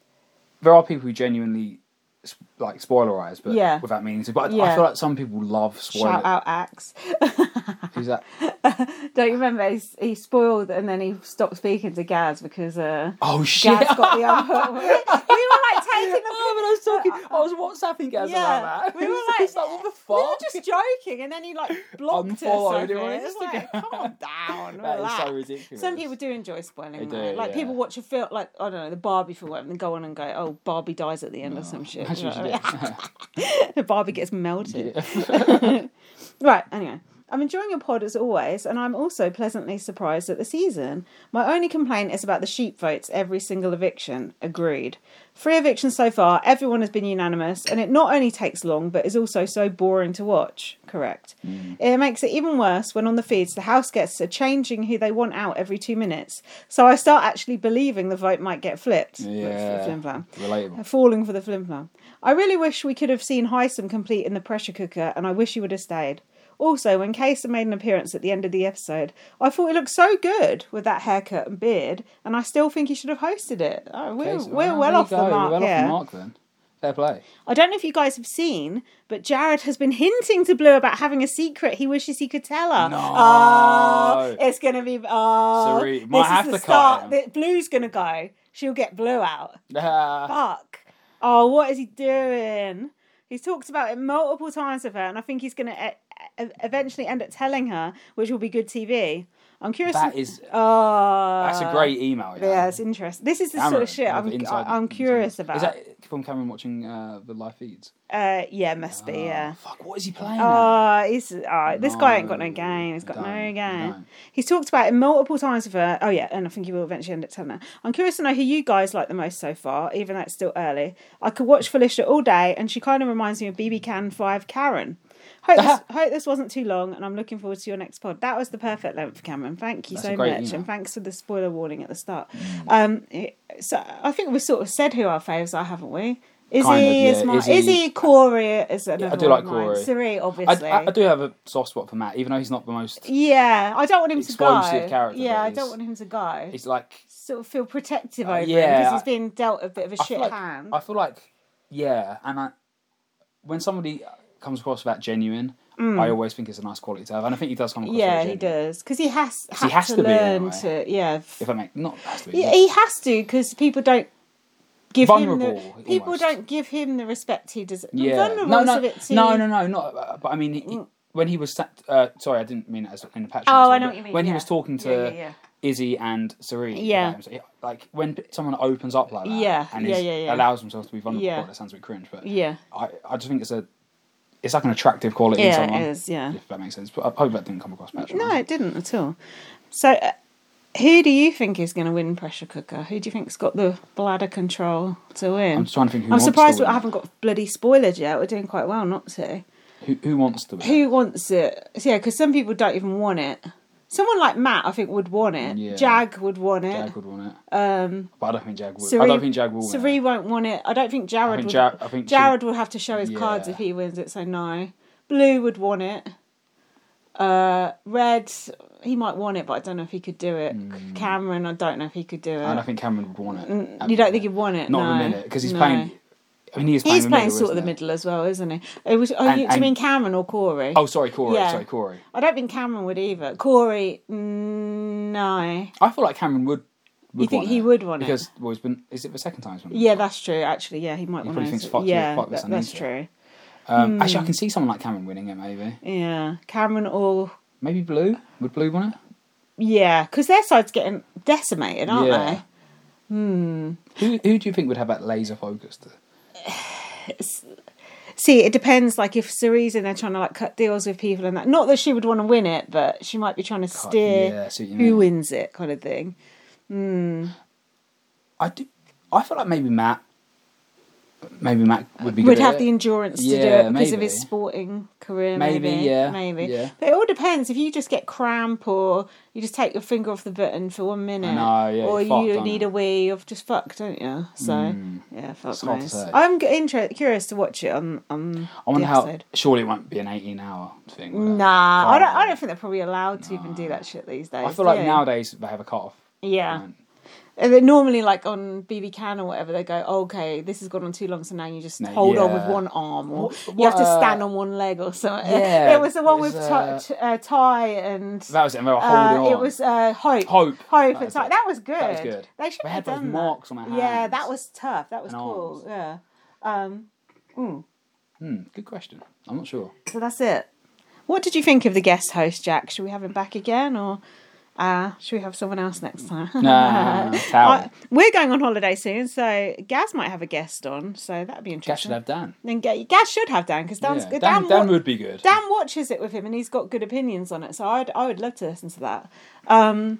Speaker 2: there are people who genuinely s- like spoilerize, but
Speaker 1: Yeah.
Speaker 2: without meaning to. But I- I
Speaker 1: Yeah.
Speaker 2: feel like some people love spoilers.
Speaker 1: Shout out, Axe. (laughs)
Speaker 2: Who's that?
Speaker 1: Don't you remember? He, he spoiled and then he stopped speaking to Gaz because
Speaker 2: (laughs)
Speaker 1: uh, (laughs)
Speaker 2: Oh shit!
Speaker 1: Gaz got the
Speaker 2: (laughs)
Speaker 1: unhook. we were like taking the. (laughs)
Speaker 2: Oh, but I was talking. I was WhatsApping Gaz
Speaker 1: Yeah,
Speaker 2: about that. (laughs)
Speaker 1: we were
Speaker 2: It's
Speaker 1: like-
Speaker 2: what the
Speaker 1: We
Speaker 2: fuck?
Speaker 1: were just joking, and then he
Speaker 2: (laughs)
Speaker 1: like blocked us.
Speaker 2: Unfollowed him on
Speaker 1: It's like,
Speaker 2: Instagram.
Speaker 1: calm
Speaker 2: (laughs)
Speaker 1: down,
Speaker 2: That is
Speaker 1: relax.
Speaker 2: so ridiculous.
Speaker 1: Some people do enjoy spoiling.
Speaker 2: They
Speaker 1: though.
Speaker 2: do,
Speaker 1: like people
Speaker 2: yeah.
Speaker 1: watch a film, like I don't know, the Barbie film, and then go on and go, "Oh, Barbie dies at the end" or some shit.
Speaker 2: That's what she
Speaker 1: (laughs)
Speaker 2: did. (laughs)
Speaker 1: the Barbie gets melted.
Speaker 2: Yeah.
Speaker 1: Right, anyway. I'm enjoying your pod as always, and I'm also pleasantly surprised at the season. My only complaint is about the sheep votes every single eviction. Agreed. Three evictions so far, everyone has been unanimous, and it not only takes long, but is also so boring to watch. Correct. It makes it even worse when on the feeds the house guests are changing who they want out every two minutes. So I start actually believing the vote might get flipped.
Speaker 2: Yeah.
Speaker 1: Flim-flam
Speaker 2: Relatable.
Speaker 1: falling for the flimflam. I really wish we could have seen Heisem complete in the pressure cooker, and I wish he would have stayed. Also, when Kaysen made an appearance at the end of the episode, I thought he looked so good with that haircut and beard, and I still think he should have hosted it. Oh, we're
Speaker 2: Okay, so-
Speaker 1: we're
Speaker 2: oh,
Speaker 1: well
Speaker 2: there
Speaker 1: off
Speaker 2: you
Speaker 1: the
Speaker 2: go,
Speaker 1: mark
Speaker 2: Well
Speaker 1: here.
Speaker 2: off the mark then. Fair play. (laughs)
Speaker 1: I don't know if you guys have seen, but Jared has been (laughs) hinting to Blue about having a secret he wishes he could tell her.
Speaker 2: No.
Speaker 1: Oh, it's gonna be oh,
Speaker 2: Saru, might
Speaker 1: this is
Speaker 2: have
Speaker 1: the
Speaker 2: to cut
Speaker 1: start.
Speaker 2: him.
Speaker 1: that Blue's gonna go. She'll get Blue out
Speaker 2: Ah,
Speaker 1: fuck. Oh, what is he doing? He's talked about it multiple times with her, and I think he's going to e- eventually end up telling her, which will be good TV. I'm curious.
Speaker 2: that is
Speaker 1: Oh,
Speaker 2: that's a great email. you know.
Speaker 1: Yeah, it's interesting. This is the sort
Speaker 2: Cameron,
Speaker 1: of shit
Speaker 2: with
Speaker 1: I'm,
Speaker 2: inside-
Speaker 1: I'm curious about.
Speaker 2: Is that from Cameron watching uh, the live feeds?
Speaker 1: Uh, yeah, must be.
Speaker 2: Oh,
Speaker 1: Yeah.
Speaker 2: Fuck, what is he playing? at?
Speaker 1: Oh, he's oh, this guy ain't got no
Speaker 2: No,
Speaker 1: game. He's got
Speaker 2: don't,
Speaker 1: no game.
Speaker 2: don't.
Speaker 1: He's talked about it multiple times with her. Oh yeah, and I think he will eventually end up telling her. I'm curious to know who you guys like the most so far, even though it's still early. I could watch Felicia all day, and she kind of reminds me of BB Can Five Karen. Hope
Speaker 2: (laughs)
Speaker 1: this, hope this wasn't too long, and I'm looking forward to your next pod. That was the perfect length, Cameron. Thank you
Speaker 2: That's
Speaker 1: so
Speaker 2: a great
Speaker 1: much,
Speaker 2: email. Mm.
Speaker 1: and thanks for the spoiler warning at the start. Um, it- so I think we sort of said who our faves are, haven't we? Izzy
Speaker 2: Kind of, yeah.
Speaker 1: is my
Speaker 2: Izzy-
Speaker 1: Izzy, Corey is another one
Speaker 2: do like
Speaker 1: of mine.
Speaker 2: Corey.
Speaker 1: Siri,
Speaker 2: I,
Speaker 1: obviously.
Speaker 2: I, I do have a soft spot for Matt, even though he's not the most.
Speaker 1: Yeah, I don't want him to go.
Speaker 2: Explosive character
Speaker 1: yeah,
Speaker 2: that
Speaker 1: I
Speaker 2: is.
Speaker 1: don't want him to go.
Speaker 2: He's like.
Speaker 1: Sort of feel protective
Speaker 2: Uh,
Speaker 1: over him
Speaker 2: yeah,
Speaker 1: because
Speaker 2: I-
Speaker 1: he's being dealt a bit of a
Speaker 2: I
Speaker 1: shit
Speaker 2: feel like,
Speaker 1: hand.
Speaker 2: I feel like, yeah, and I, when somebody comes across that genuine, I always think it's a nice quality to have, and I think he does come across.
Speaker 1: Mm. yeah,
Speaker 2: very
Speaker 1: he
Speaker 2: genuine,
Speaker 1: does because he has
Speaker 2: he
Speaker 1: had
Speaker 2: has
Speaker 1: to,
Speaker 2: to be in a
Speaker 1: learn
Speaker 2: way.
Speaker 1: to. Yeah, f-
Speaker 2: If I make not has to be,
Speaker 1: yeah,
Speaker 2: but-
Speaker 1: he has to because people don't give him the
Speaker 2: Vulnerable,
Speaker 1: people
Speaker 2: almost.
Speaker 1: don't give him the respect he deserves.
Speaker 2: yeah.
Speaker 1: Vulnerable
Speaker 2: no,
Speaker 1: is
Speaker 2: no,
Speaker 1: a bit too.
Speaker 2: no, no, no, not. uh, But I mean, he- he- when he was sat, uh, sorry, I didn't mean it as in a
Speaker 1: Mm.
Speaker 2: patch.
Speaker 1: Oh, I know what you mean,
Speaker 2: When
Speaker 1: yeah.
Speaker 2: he was talking to
Speaker 1: Yeah, yeah, yeah.
Speaker 2: Izzy and Serene,
Speaker 1: Yeah.
Speaker 2: like when someone opens up like that,
Speaker 1: Yeah,
Speaker 2: and
Speaker 1: yeah,
Speaker 2: is-
Speaker 1: yeah, yeah.
Speaker 2: allows themselves to be vulnerable.
Speaker 1: Yeah.
Speaker 2: That sounds a bit cringe, but
Speaker 1: Yeah.
Speaker 2: I, I just think it's a, it's like an attractive quality in
Speaker 1: Yeah, it
Speaker 2: someone.
Speaker 1: is, yeah.
Speaker 2: if that makes sense. But I hope that didn't come across patronizing.
Speaker 1: No, it didn't at all. So, uh, who do you think is going to win pressure cooker? Who do you think's got the bladder control to win?
Speaker 2: I'm just trying to think who
Speaker 1: I'm
Speaker 2: wants
Speaker 1: surprised
Speaker 2: to
Speaker 1: that
Speaker 2: win.
Speaker 1: I haven't got bloody spoilers yet. We're doing quite well not to.
Speaker 2: Who, who wants to win?
Speaker 1: Who wants it? So, yeah, because some people don't even want it. Someone like Matt, I think, would want it.
Speaker 2: Yeah.
Speaker 1: Jag would want it.
Speaker 2: Jag would want it,
Speaker 1: um,
Speaker 2: but I don't think Jag would.
Speaker 1: Siri,
Speaker 2: I don't think Jag will. win
Speaker 1: Siri won't want it. I don't think Jared
Speaker 2: think
Speaker 1: would.
Speaker 2: Ja- I think she-
Speaker 1: Jared will have to show his cards
Speaker 2: Yeah.
Speaker 1: if he wins it. So no. Blue would want it. Uh, Red, he might want it, but I don't know if he could do it. Cameron, I don't know if he could do it.
Speaker 2: And Hmm. I think Cameron would want it.
Speaker 1: Mm, you don't think he'd want (laughs) it?
Speaker 2: Not
Speaker 1: no.
Speaker 2: the minute because he's
Speaker 1: No.
Speaker 2: playing. I mean, he is playing.
Speaker 1: He's
Speaker 2: the
Speaker 1: playing
Speaker 2: middle,
Speaker 1: sort of the
Speaker 2: isn't he?
Speaker 1: middle as well, isn't he? It was, oh,
Speaker 2: And-
Speaker 1: you, do you
Speaker 2: and-
Speaker 1: mean Cameron or Corey?
Speaker 2: Oh, sorry, Corey.
Speaker 1: Yeah.
Speaker 2: Sorry, Corey.
Speaker 1: I don't think Cameron would either. Corey, mm, no.
Speaker 2: I feel like Cameron would. would
Speaker 1: You think
Speaker 2: want
Speaker 1: he
Speaker 2: it,
Speaker 1: would want it?
Speaker 2: because, Well, he's been. Is it the second time? he's won it?
Speaker 1: Yeah, that's true. Actually, yeah, he might want
Speaker 2: probably
Speaker 1: to.
Speaker 2: thinks, "Fuck you,
Speaker 1: yeah,
Speaker 2: fuck this,
Speaker 1: that-
Speaker 2: I need
Speaker 1: that's
Speaker 2: it."
Speaker 1: true.
Speaker 2: Um,
Speaker 1: Hmm.
Speaker 2: Actually, I can see someone like Cameron winning it. Maybe.
Speaker 1: Yeah, Cameron or
Speaker 2: Maybe Blue. Would Blue want it?
Speaker 1: yeah, because their side's getting decimated, aren't
Speaker 2: Yeah. Who who do you think would have that laser focus? To,
Speaker 1: they? See, it depends. Like if Cerise and they're trying to like cut deals with people and that. Not that she would want to win it, but she might be trying to steer
Speaker 2: yeah, I see what you
Speaker 1: who
Speaker 2: mean.
Speaker 1: wins it, kind of thing.
Speaker 2: I do. I feel like maybe Matt. Maybe Matt would be. Good
Speaker 1: would
Speaker 2: at
Speaker 1: have
Speaker 2: it.
Speaker 1: the endurance to do
Speaker 2: Yeah,
Speaker 1: it because of
Speaker 2: maybe.
Speaker 1: his sporting career.
Speaker 2: Maybe,
Speaker 1: Maybe,
Speaker 2: yeah,
Speaker 1: maybe.
Speaker 2: yeah.
Speaker 1: But it all depends. If you just get cramp, or you just take your finger off the button for one minute,
Speaker 2: know, yeah,
Speaker 1: or
Speaker 2: you're fucked,
Speaker 1: you
Speaker 2: aren't
Speaker 1: need
Speaker 2: you?
Speaker 1: a wee, you've just fucked, don't you? So yeah, fuck
Speaker 2: hard to
Speaker 1: knows.
Speaker 2: say.
Speaker 1: I'm g- inter- curious to watch it on on.
Speaker 2: I wonder
Speaker 1: the
Speaker 2: how.
Speaker 1: episode.
Speaker 2: Surely it won't be an eighteen-hour thing. will it?
Speaker 1: Nah, I don't. I
Speaker 2: Probably.
Speaker 1: don't think they're probably allowed to even do that shit these days.
Speaker 2: I feel
Speaker 1: do
Speaker 2: like
Speaker 1: they?
Speaker 2: nowadays they have a cut-off.
Speaker 1: Yeah.
Speaker 2: point.
Speaker 1: And then normally, like on BB Can or whatever, they go, "Oh, "Okay, this has gone on too long, so now you just
Speaker 2: No,
Speaker 1: hold on with
Speaker 2: yeah.
Speaker 1: one arm, or
Speaker 2: What-
Speaker 1: you have to
Speaker 2: what, uh,
Speaker 1: stand on one leg, or something." (laughs)
Speaker 2: Yeah,
Speaker 1: it was the one
Speaker 2: it was,
Speaker 1: with Ty t- uh, Ty and
Speaker 2: That was it. And they were holding
Speaker 1: uh,
Speaker 2: on.
Speaker 1: it was uh, Hope.
Speaker 2: Hope.
Speaker 1: Hope.
Speaker 2: That
Speaker 1: and
Speaker 2: was
Speaker 1: Ty.
Speaker 2: it.
Speaker 1: That was good.
Speaker 2: That was good.
Speaker 1: They should
Speaker 2: They
Speaker 1: have
Speaker 2: had those
Speaker 1: done that.
Speaker 2: marks on their
Speaker 1: Yeah, that
Speaker 2: hands
Speaker 1: was tough. That was
Speaker 2: and
Speaker 1: cool.
Speaker 2: arms.
Speaker 1: Yeah.
Speaker 2: Hmm, good question. I'm not sure.
Speaker 1: So that's it. What did you think of the guest host, Jack? Should we have him back again, or uh, should we have someone else next time? (laughs)
Speaker 2: Nah, towel.
Speaker 1: I- we're going on holiday soon, so Gaz might have a guest on, so that'd be
Speaker 2: Guess
Speaker 1: interesting.
Speaker 2: should have Dan.
Speaker 1: Then Ga- Gaz should have Dan because Dan's
Speaker 2: Yeah.
Speaker 1: good.
Speaker 2: Dan,
Speaker 1: Dan,
Speaker 2: Dan
Speaker 1: wa-
Speaker 2: would be good.
Speaker 1: Dan watches it with him, and he's got good opinions on it. So I'd I would love to listen to that. Um,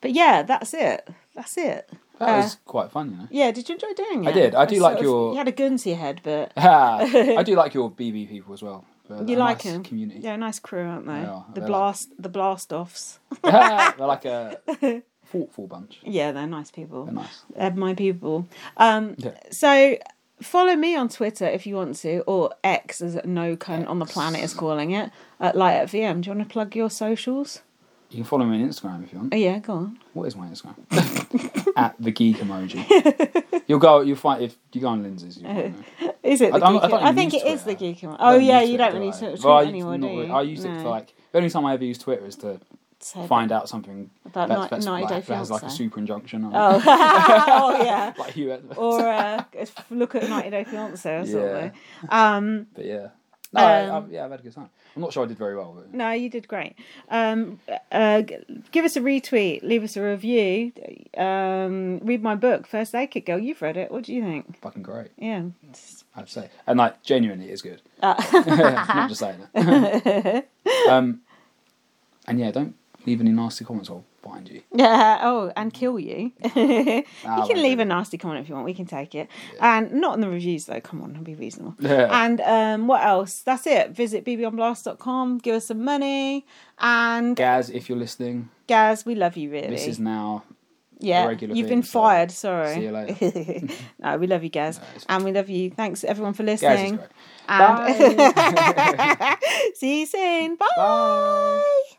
Speaker 1: but yeah, that's it. That's it.
Speaker 2: that
Speaker 1: uh,
Speaker 2: was quite fun,
Speaker 1: (laughs)
Speaker 2: you know. (laughs)
Speaker 1: Yeah, did you enjoy doing it?
Speaker 2: I did. I do
Speaker 1: sort
Speaker 2: like
Speaker 1: of-
Speaker 2: your-
Speaker 1: You had a gun to your head, but
Speaker 2: I do like your BB people as well. They're
Speaker 1: you
Speaker 2: a
Speaker 1: like
Speaker 2: nice
Speaker 1: them.
Speaker 2: community.
Speaker 1: They're a nice crew, aren't they?
Speaker 2: They are.
Speaker 1: The
Speaker 2: They're
Speaker 1: blast, the blast offs.
Speaker 2: (laughs) They're like a
Speaker 1: (laughs)
Speaker 2: thoughtful bunch.
Speaker 1: Yeah, they're nice people.
Speaker 2: They're nice.
Speaker 1: They're my people. Um,
Speaker 2: Yeah.
Speaker 1: So follow me on Twitter if you want to, or X as no cunt on the planet is calling it. At Light at VM. Do you want to plug your socials?
Speaker 2: You can follow me on Instagram if you want.
Speaker 1: Oh yeah, go on.
Speaker 2: What is my
Speaker 1: (laughs)
Speaker 2: Instagram? At the geek emoji. You'll go. You'll find if you go on Lindsay's. You'll
Speaker 1: (laughs)
Speaker 2: find me.
Speaker 1: Is it the
Speaker 2: I don't- I
Speaker 1: geeky? I,
Speaker 2: don't even
Speaker 1: think
Speaker 2: use
Speaker 1: it is the
Speaker 2: Twitter.
Speaker 1: geeky one.
Speaker 2: I
Speaker 1: Oh yeah,
Speaker 2: use
Speaker 1: you
Speaker 2: Twitter,
Speaker 1: don't really Twitter
Speaker 2: Well, I-
Speaker 1: anymore,
Speaker 2: not
Speaker 1: do
Speaker 2: really.
Speaker 1: you?
Speaker 2: I used it
Speaker 1: No.
Speaker 2: for like the only time I ever used Twitter is to
Speaker 1: So-
Speaker 2: find out something
Speaker 1: About
Speaker 2: that's,
Speaker 1: night-
Speaker 2: that's
Speaker 1: 90 Day
Speaker 2: like, that has like a
Speaker 1: Fiancé.
Speaker 2: super injunction on it.
Speaker 1: Oh,
Speaker 2: (laughs)
Speaker 1: oh yeah.
Speaker 2: Like you,
Speaker 1: (laughs)
Speaker 2: had-
Speaker 1: Or uh, look at Nighty Day Fiance or
Speaker 2: Yeah.
Speaker 1: something. Um,
Speaker 2: but yeah. No, I-
Speaker 1: Um,
Speaker 2: I, yeah, I've had a good time. I'm not sure I did very well, but
Speaker 1: No, you did great. Um, uh, g- give us a retweet, leave us a review, um, read my book, First Aid Kit Girl. You've read it. What do you think?
Speaker 2: fucking great,
Speaker 1: Yeah.
Speaker 2: I'd say. And like, genuinely, it's good.
Speaker 1: Ah.
Speaker 2: (laughs) not just saying that. (laughs) um, and yeah, don't leave any nasty comments. I'll find you. Ah,
Speaker 1: Yeah. (laughs) Oh, and kill you. (laughs) you
Speaker 2: won't
Speaker 1: can leave a
Speaker 2: do that.
Speaker 1: nasty comment if you want. We can take it. And not in the reviews, though. Come on, be reasonable.
Speaker 2: Yeah.
Speaker 1: And um, what else? That's it. Visit bbonblast.com, give us some money. And
Speaker 2: Gaz, if you're listening,
Speaker 1: Gaz, we love you, really.
Speaker 2: this is now.
Speaker 1: Yeah,
Speaker 2: regular
Speaker 1: you've
Speaker 2: thing,
Speaker 1: been
Speaker 2: so
Speaker 1: fired. Sorry.
Speaker 2: see you later.
Speaker 1: (laughs) no, we love you, Gaz,
Speaker 2: it's
Speaker 1: and we love you. Thanks everyone for
Speaker 2: Gaz is
Speaker 1: listening.
Speaker 2: great.
Speaker 1: And (laughs)
Speaker 2: Bye.
Speaker 1: see you soon. Bye.
Speaker 2: Bye.